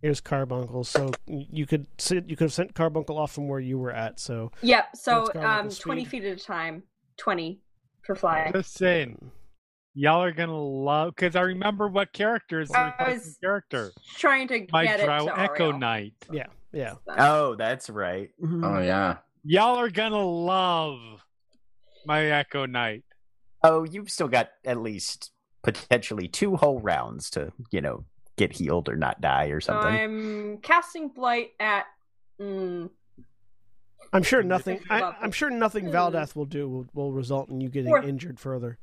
here's carbuncle. So you could sit, you could have sent carbuncle off from where you were at. So Yep. So Let's go with um, the twenty speed. feet at a time. Twenty for flying. Just saying. Y'all are gonna love because I remember what character is the I replacement was- character. Trying to My get it Drow to Echo Ariel. Knight. yeah, yeah. oh, that's right. Oh yeah. Y'all are gonna love my Echo Knight. Oh, you've still got at least potentially two whole rounds to, you know, get healed or not die or So something. I'm casting blight at. Mm, I'm sure nothing. Think I, about I'm this. sure nothing Hmm. Valdath will do will, will result in you getting Fourth. injured further.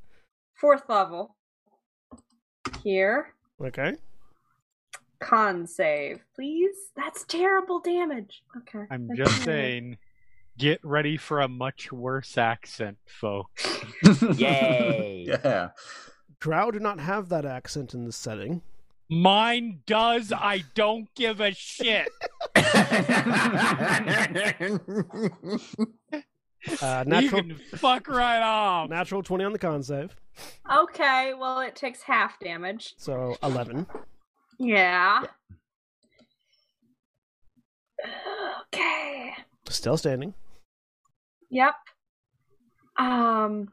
fourth level. Here. Okay. Con save, please. That's terrible damage. Okay. I'm that's just terrible. saying, get ready for a much worse accent, folks. Yay. yeah. Drow do not have that accent in this setting. Mine does. I don't give a shit. Uh, you natural can fuck right off. natural twenty on the con save, Okay, well, it takes half damage. so eleven. Yeah. Okay. Still standing. Yep. Um.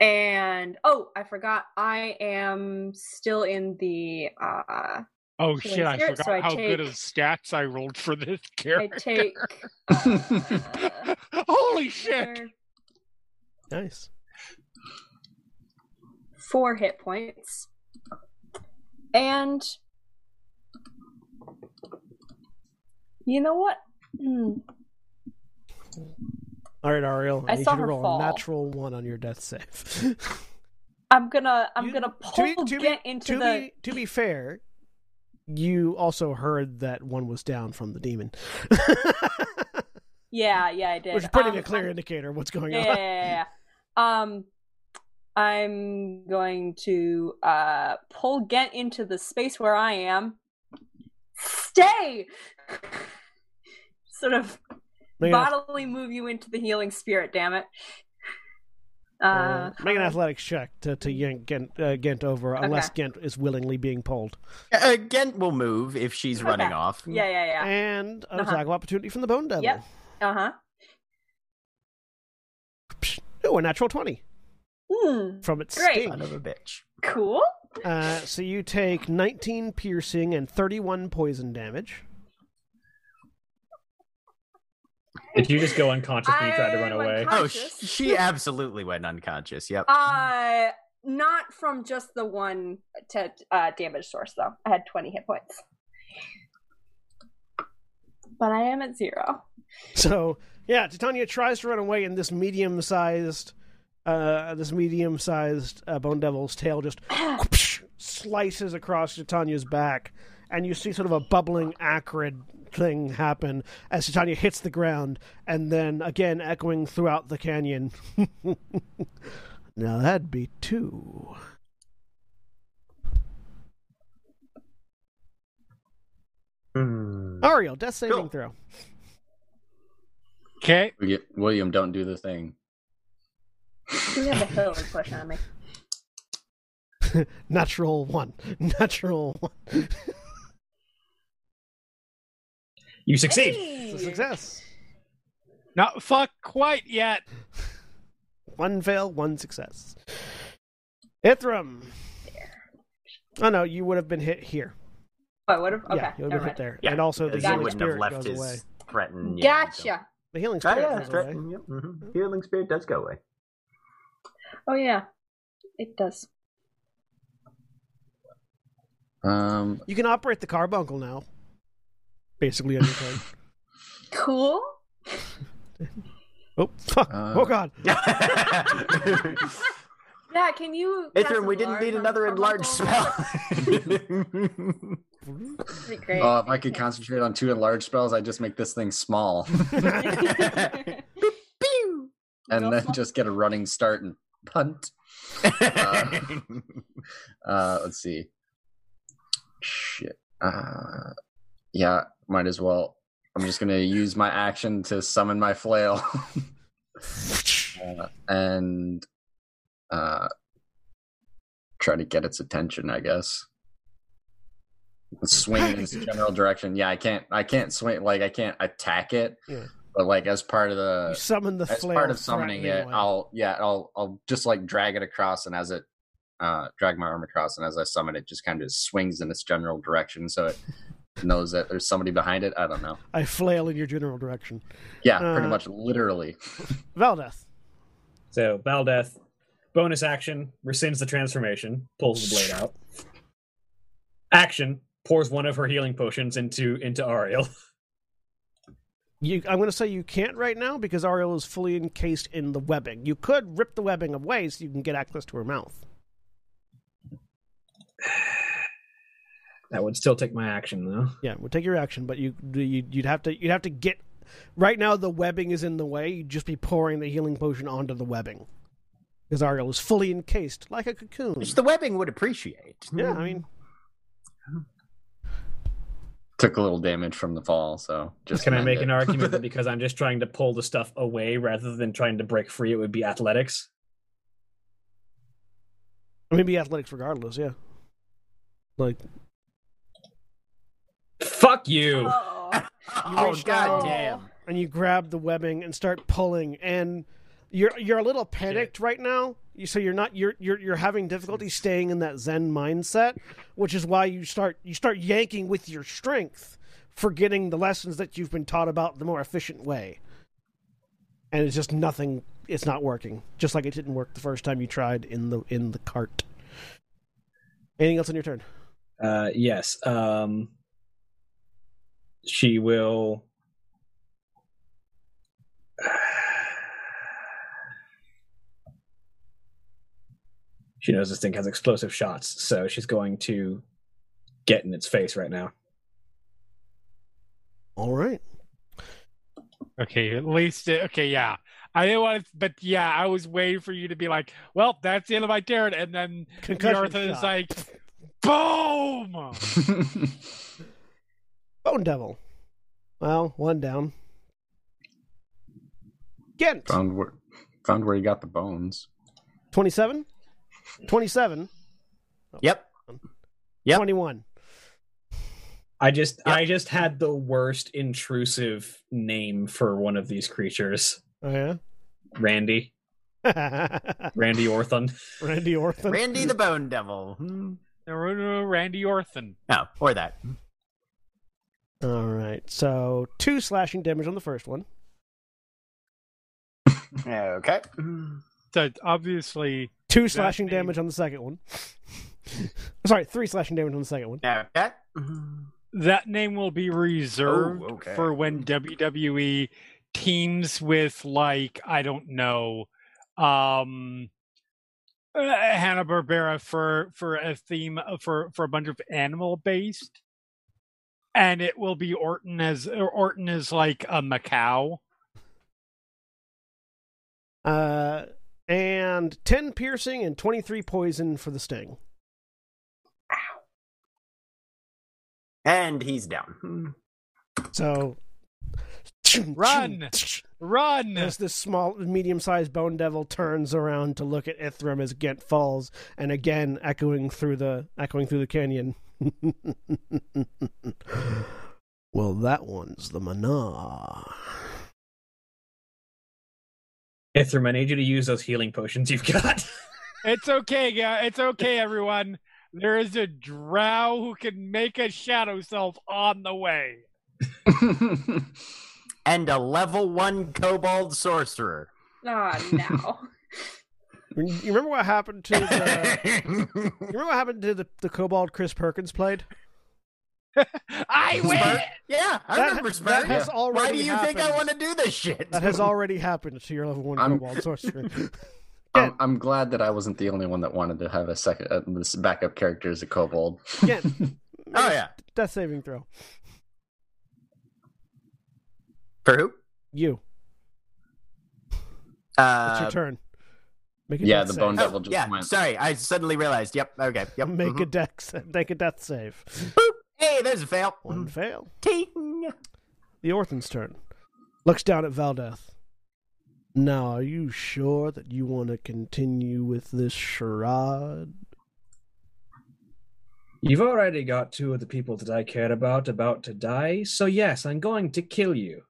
And oh, I forgot. I am still in the uh Oh So shit! I here- forgot so I how good of take- stats I rolled for this I character. take uh, Holy shit! Nice. four hit points. And you know what? Hmm. All right, Ariel. I, I need saw you to her roll fall. a natural one on your death save. I'm gonna I'm You- gonna to pull be, to be- get into to the be to be fair, you also heard that one was down from the demon, yeah yeah I did which is pretty Um, a clear I'm- indicator of what's going yeah, yeah, on. yeah, yeah. Um, I'm going to uh pull Gent into the space where I am. Stay. sort of Make, an, bodily move you into the healing spirit. Damn it. Uh, uh, make an athletics check to to yank Gent, uh, Gent over, unless Gent is willingly being pulled. Uh, Gent will move if she's Okay. running off. yeah, yeah, yeah. And an Uh-huh. attack of opportunity from the Bone Devil. Yep. Uh huh. Ooh, a natural twenty Hmm. from its Great. sting. Son of a bitch. Cool. Uh, so you take nineteen piercing and thirty-one poison damage. Did you just go unconscious when you tried to I run went away? con- Oh, she, Conscious. she absolutely went unconscious. Yep. Uh, not from just the one to uh, damage source though. I had twenty hit points, but I am at zero. So yeah, Titania tries to run away, and this medium-sized, uh, this medium-sized uh, bone devil's tail just whoopsh, slices across Titania's back, and you see sort of a bubbling, acrid thing happen as Titania hits the ground, and then again echoing throughout the canyon. now that'd be two. Ariel, death saving Cool. throw. Okay, Wi- William, don't do the thing. You have a healing push on me. Natural one. Natural one. You succeed. Hey! It's a success. not fuck quite yet. One fail, one success. Ithram. Oh no, you would have been hit here. Oh, I would have. Okay. yeah, you would have never been hit mind. there, Yeah, and also the Because he healing wouldn't have spirit left goes his away. threatened. Gotcha. The healing Oh, spirit yeah, goes right. away. Yep, mhm. Healing spirit does go away. Oh yeah, it does. Um, You can operate the carbuncle now. Basically on your turn. Cool. oh fuck. Uh, oh god. Yeah, can you? cast Ithrim, we didn't enlarge need on another the enlarged spell. carbuncle? That'd be great. oh, if I could concentrate on two enlarged spells, I'd just make this thing small and then just get a running start and punt. Uh, uh, let's see. Shit. Uh, yeah, might as well. I'm just gonna use my action to summon my flail, uh, and uh, try to get its attention. I guess. Swing in its general direction. Yeah, I can't. I can't swing. Like I can't attack it. Yeah. But like as part of the You summon the as flare. uh, part of summoning threatening it, way. I'll yeah, I'll I'll just like drag it across, and as it uh drag my arm across, and as I summon it, just kind of swings in its general direction, so it knows that there's somebody behind it. I don't know. I flail in your general direction. Yeah, pretty Uh, much literally. Valdeth. So Valdeth, bonus action, rescinds the transformation, pulls the blade out. Action, pours one of her healing potions into into Ariel. You, I'm going to say you can't right now because Ariel is fully encased in the webbing. You could rip the webbing away so you can get access to her mouth. That would still take my action though. Yeah, we'll take your action, but you, you you'd have to you'd have to get. Right now, the webbing is in the way. You'd just be pouring the healing potion onto the webbing because Ariel is fully encased like a cocoon. Which the webbing would appreciate. Yeah, I mean, Took a little damage from the fall, so just Can I mend make it. an argument that because I'm just trying to pull the stuff away rather than trying to break free, it would be athletics? I mean, be athletics regardless. Yeah, like Fuck you! Oh. Oh, God damn! damn. and you grab the webbing and start pulling and you're you're a little panicked right now you, so you're not you're, you're you're having difficulty staying in that zen mindset which is why you start you start yanking with your strength forgetting the lessons that you've been taught about the more efficient way and it's just nothing it's not working just like it didn't work the first time you tried in the in the cart anything else on your turn Uh, yes. Um, she will. She knows this thing has explosive shots, so she's going to get in its face right now. all right Okay, at least it, okay, yeah. I didn't want to, but yeah, I was waiting for you to be like, "Well, that's the end of my turn," and then concussion Bjorn is shot. like, "Boom!" Bone Devil. Well, one down. Ghent. found where found where you got the bones. 27? 27. Yep. Yep. 21. I just, I just had the worst intrusive name for one of these creatures, Oh, Randy, yeah. Randy Orthon. Randy Orton. Randy the Bone Devil. Hmm. No, no, no, Randy Orton. Oh, or that. All right. So, two slashing damage on the first one. Okay. So obviously, Two That slashing name. damage on the second one. Sorry, three slashing damage on the second one. Okay. that name will be reserved Oh, okay. for when WWE teams with like I don't know, um, Hanna Barbera for for a theme uh, for for a bunch of animal based, and it will be Orton as or Orton is like a Macau. Uh, and 10 piercing and 23 poison for the sting. And he's down. So, Run! Run! As this small, medium sized bone devil turns around to look at Ithram as Ghent falls, and again echoing through the echoing through the canyon. well, that one's the mana. Ithrim, I need you to use those healing potions you've got. It's okay, guy. It's okay, everyone. There is a drow who can make a shadow self on the way. and a level one kobold sorcerer. Oh no. You remember what happened to the, you remember what happened to the, the kobold Chris Perkins played? I Spurt? win. Yeah, I That- remember that Spurt. has Why already do you think I happened. want to do this shit? That has already happened to your level one I'm- kobold sorcerer. I'm, I'm glad that I wasn't the only one that wanted to have a second uh, this backup character as a kobold. Again, oh yeah, death saving throw. for who? You. It's Uh, oh, your turn. Make yeah, the death bone save. devil just yeah, went. sorry, I suddenly realized. Yep, okay, yep. Make Mm-hmm. mhm. a deck. sa- Make a death save. Boop. Hey, there's a fail. One fail. Mm. Ting. The Orphan's turn. Looks down at Valdeth. Now, are you sure that you want to continue with this charade? You've already got two of the people that I cared about about to die, so yes, I'm going to kill you.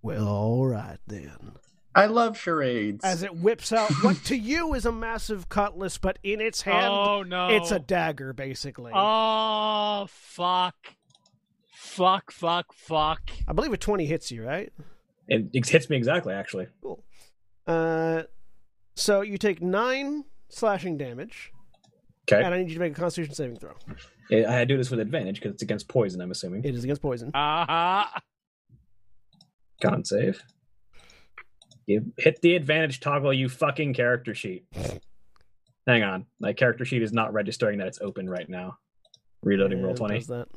Well, all right then. I love charades. As it whips out what to you is a massive cutlass, but in its hand, oh no! it's a dagger, basically. Oh fuck! Fuck! Fuck! Fuck! I believe a 20 hits you, right? It, it hits me exactly, actually. Cool. Uh, so you take nine slashing damage, Okay. and I need you to make a constitution saving throw. I I do this with advantage because it's against poison, I'm assuming. It is against poison. Uh-huh. Con save. You hit the advantage toggle, you fucking character sheet. Hang on. My character sheet is not registering that it's open right now. Reloading roll And 20. does that.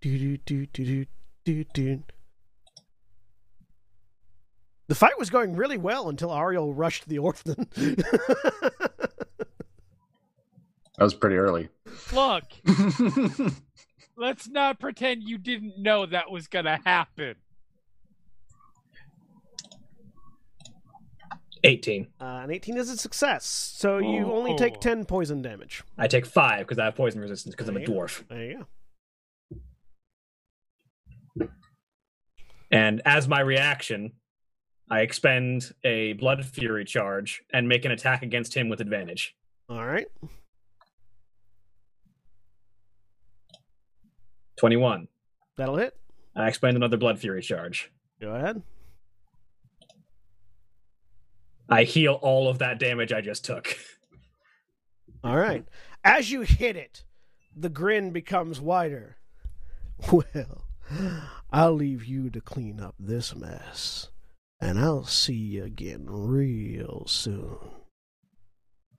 Do, do, do, do, do, do, do. The fight was going really well until Ariel rushed the orphan. that was pretty early. Look, let's not pretend you didn't know that was gonna happen. 18. Uh, an 18 is a success, so you only Oh. take 10 poison damage. I take five because I have poison resistance because I'm a Yeah. dwarf. There you go. And as my reaction, I expend a blood fury charge and make an attack against him with advantage. All right. 21. That'll hit. I expend another blood fury charge. Go ahead. I heal all of that damage I just took. All right. As you hit it, the grin becomes wider. Well, I'll leave you to clean up this mess, and I'll see you again real soon.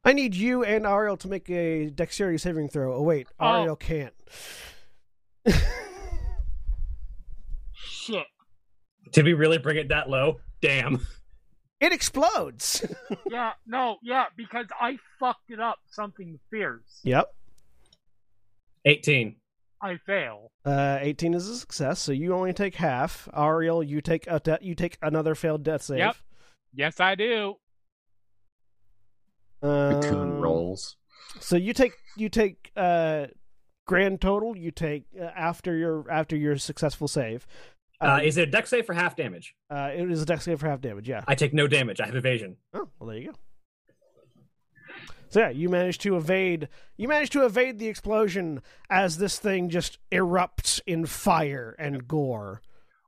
I need you and Ariel to make a dexterity saving throw. Oh wait, Oh. Ariel can't. Shit. Did we really bring it that low? Damn. It explodes. Yeah. No. Yeah. Because I fucked it up. Something fierce. Yep. 18. I fail. Uh, 18 is a success, so you only take half. Ariel, you take a de- you take another failed death save. Yep. Yes, I do. Cocoon Um, rolls. So you take you take uh grand total you take uh, after your after your successful save. um, Uh, is it a deck save for half damage? uh, it is a dex save for half damage, yeah. I take no damage. I have evasion. Oh, well there you go. So yeah, you managed to evade you managed to evade the explosion as this thing just erupts in fire and gore.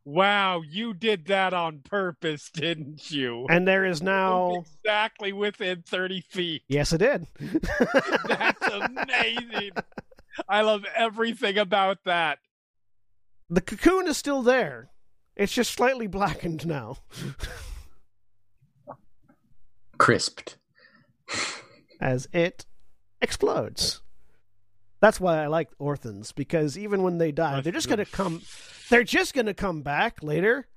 Wow, you did that on purpose, didn't you? And there is now Exactly within 30 feet. Yes, it did. That's amazing. I love everything about that. the cocoon is still there. It's just slightly blackened now. Crisped. as it explodes. That's why I like orphans because even when they die, they're just gonna come. They're just gonna come back later.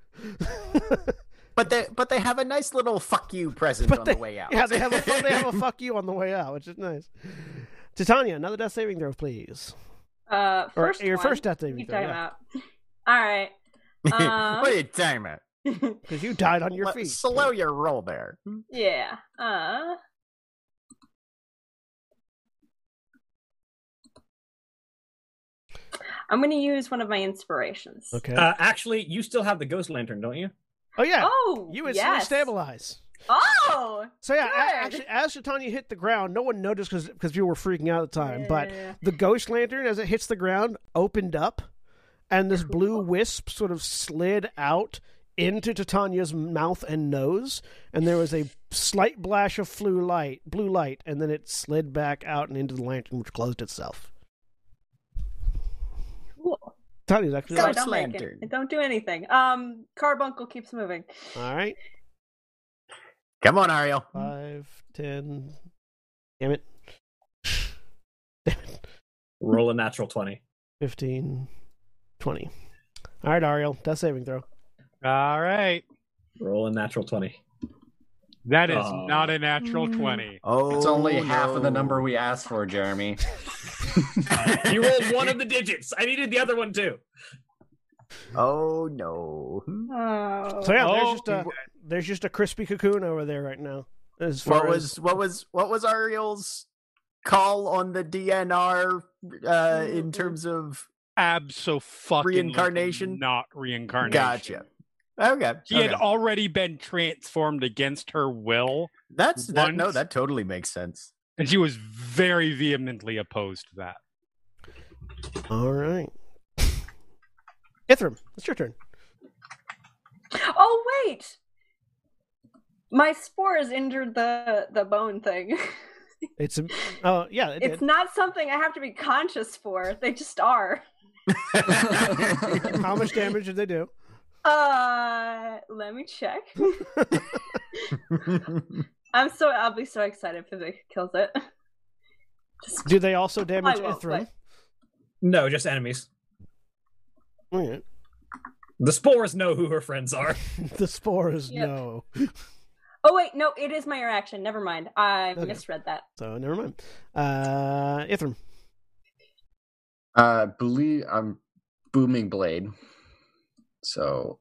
But they but they have a nice little fuck you present But on they- the way out. Yeah, they have a fu- they have a fuck you on the way out, which is nice. Titania, another death saving throw, please. Uh, Or first your one. first death saving You throw, time yeah. out. All right. Uh, Um, what a timer. because you died on your Let- feet. Hmm? Slow your roll there. yeah. Uh. I'm gonna use one of my inspirations. Okay. Uh, actually, you still have the ghost lantern, don't you? oh yeah. Oh, you instantly yes. stabilize. Oh, So yeah, a- Good. actually, as Titania hit the ground, no one noticed because people were freaking out at the time. But Yeah. the ghost lantern, as it hits the ground, opened up, and this blue wisp sort of slid out into Titania's mouth and nose, and there was a slight blash of blue light, blue light, and then it slid back out and into the lantern, which closed itself. cool. Titania's actually Go, all Ghost don't break lantern. It. Don't do anything. Um, carbuncle keeps moving. right. Come on, Ariel. Five, ten. Damn it. Roll a natural 20. 15, 20. All right, Ariel, death saving throw. All right. Roll a natural 20. That is Oh. not a natural Mm. 20. Oh, It's only half of the no. number we asked for, Jeremy. You rolled one of the digits. I needed the other one too. Oh no. Oh, So yeah, there's Oh. just a there's just a crispy cocoon over there right now. As far What as was what was what was Ariel's call on the DNR uh, Mm-hmm. in terms of? Absolutely Reincarnation? Not reincarnation. Gotcha. Okay. She had okay. already been transformed against her will, That's that, no. once- That totally makes sense. and she was very vehemently opposed to that. all right. Ithram, it's your turn. oh wait, my spores injured the the bone thing. It's a oh yeah, it it's did. not something I have to be conscious for. They just are. How much damage did they do? Uh, let me check. I'm so I'll be so excited if it kills it. Just- Do they also damage I won't, Ithram? No, just enemies. All The spores know who her friends are. right. The spore is Yep. no, Oh wait, no, it is my reaction. Never mind. I Okay. misread that. so never mind. Uh, Ithram, Uh, believe I'm booming blade, so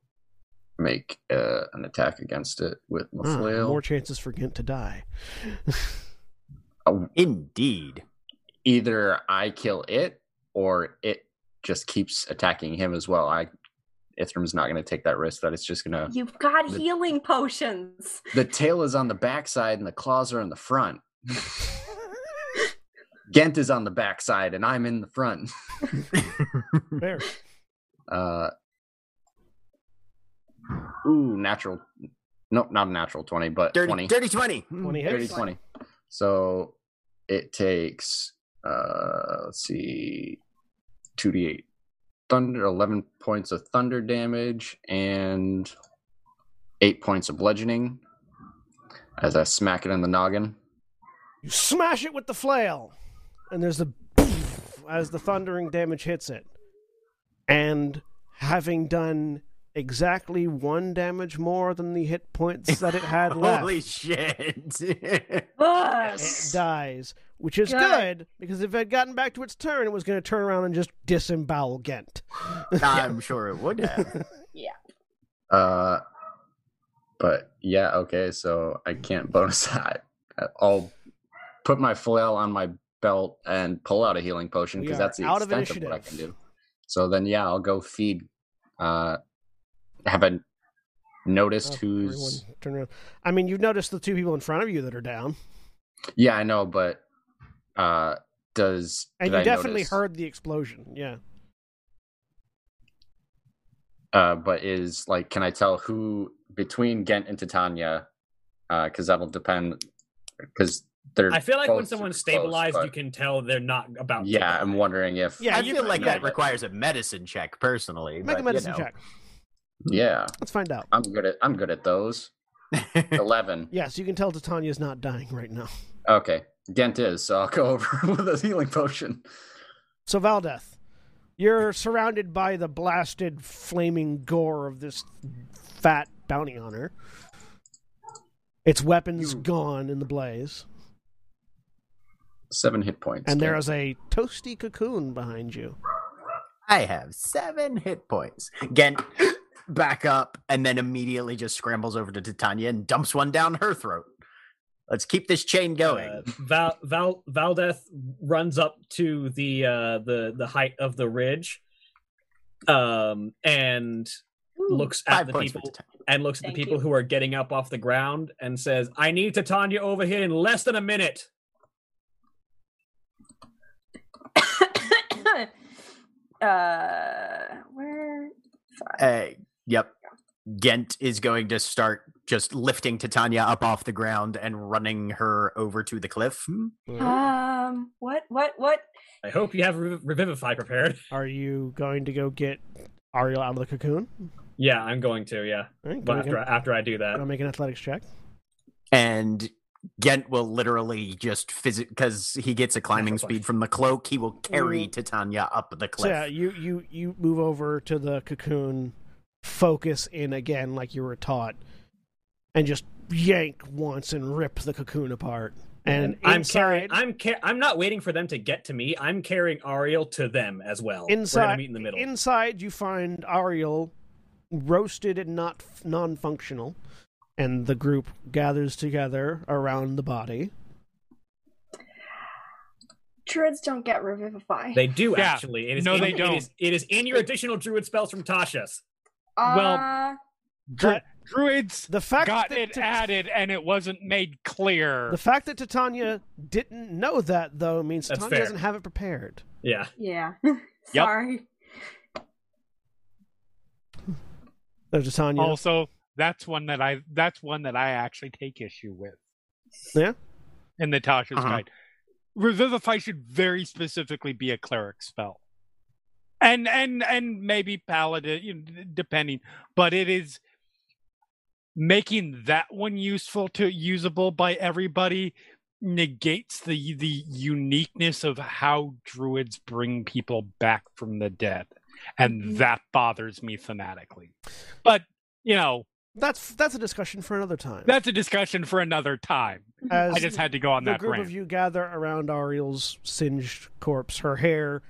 make uh, an attack against it with my Ah, flail. more chances for Gint to die. Indeed. Uh, Either I kill it, or it just keeps attacking him as well. I Ithram's not going to take that risk. That it's just going to. You've got The- healing potions. The tail is on the backside, and the claws are in the front. Ghent is on the backside, and I'm in the front. Fair. Uh, ooh, natural. Nope, not a natural 20, but Dirty 20. dirty twenty. Twenty Dirty hits. 20. So it takes, uh, let's see, 2d8 thunder, 11 points of thunder damage, and 8 points of bludgeoning as I smack it in the noggin. You smash it with the flail, and there's a as the thundering damage hits it. And having done exactly one damage more than the hit points that it had left, Holy shit. Ugh. it dies, which is Good. good because if it had gotten back to its turn, it was going to turn around and just disembowel Ghent. I'm sure it would have. Uh, but yeah, okay, so I can't bonus that. I'll put my flail on my belt and pull out a healing potion We because are that's the out of extent of, what I can initiative. do. So then, yeah, I'll go feed. Uh, have I noticed Oh, who's? everyone turn around. I mean, you've noticed the two people in front of you that are down, Yeah, I know, but uh, does and did you I definitely notice- heard the explosion. Yeah, Uh, but is like, can I tell who between Ghent and Titania? Because that'll depend. Because they're. I feel like when both someone's super close, stabilized, but- you can tell they're not about. to Yeah, die. I'm wondering if. yeah. I you feel can- like yeah. that requires a medicine check personally. Make a medicine check. Yeah, Let's find out. I'm good at I'm good at those. check. Eleven. Yes, you can tell Titania's not dying right now. Okay, Dent is. So I'll go over with a healing potion. So Valdeth, you're surrounded by the blasted, flaming gore of this fat bounty hunter. Its weapons You- gone in the blaze, Seven hit points. and there Gant. is a toasty cocoon behind you. I have seven hit points. Gent back up and then immediately just scrambles over to Titania and dumps one down her throat. Let's keep this chain going. Uh, Val, Val Valdeth runs up to the uh, the the height of the ridge, um, and looks at Five the points for people deta- and looks at the Thank people you. who are getting up off the ground and says, "I need Titania over here in less than a minute." uh, where? Sorry. Uh, yep. Ghent is going to start just lifting Titania up off the ground and running her over to the cliff. Hmm. Um, what? What? What? I hope you have Rev- Revivify prepared. Are you going to go get Ariel out of the cocoon? Yeah, I'm going to. Yeah, All right, but go, Um, make after an, after I do go that, make an athletics check. And Ghent will literally just physic because he gets a climbing Natural speed from the cloak. He will carry Mm. Titania up the So yeah, cliff. you, you, you move over to the cocoon, focus in again like you were taught, and just yank once and rip the cocoon apart. And I'm inside, carrying. I'm car- I'm not waiting for them to get to me. I'm carrying Ariel to them as well. We're gonna inside, meet in the middle. inside you find Ariel roasted and not non-functional, and the group gathers together around the body. Druids don't get revivify. They do Yeah. actually. It is No, in, they It is, it is in your additional druid spells from Tasha's. well- Uh, Dru- But druids the fact got that it Tit- added and it wasn't made clear. the fact that Titania didn't know that though means That's Titania fair. doesn't have it prepared. Yeah. yeah. Sorry. There's a Tanya. Also, that's one that I that's one that I actually take issue with. Yeah? In Natasha's Uh-huh. guide. Revivify should very specifically be a cleric spell. And and and maybe paladin you know, d- depending, but it is making that one useful to usable by everybody negates the the uniqueness of how druids bring people back from the dead and Mm-hmm. Mhm. that bothers me thematically but you know That's that's a discussion for another time. that's a discussion for another time As i just had to go on the that group rant of you gather around Ariel's singed corpse, her hair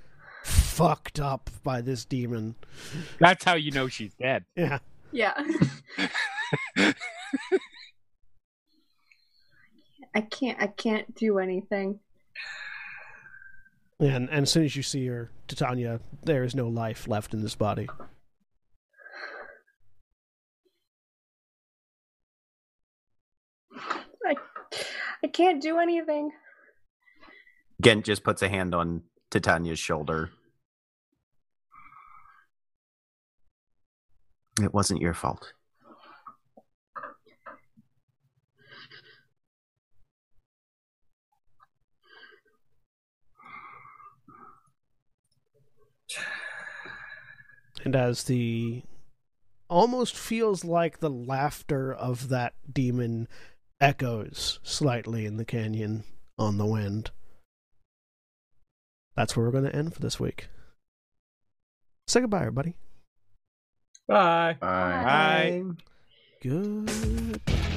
fucked up by this demon. that's how you know she's dead Yeah. Yeah. I can't. I can't do anything. And and as soon as you see her, Titania, there is no life left in this body. I, I can't do anything. Ghent just puts a hand on Titania's shoulder. It wasn't your fault. And as the almost feels like the laughter of that demon echoes slightly in the canyon on the wind. That's where we're going to end for this week. Say goodbye, everybody. Bye. Bye. Bye. Good.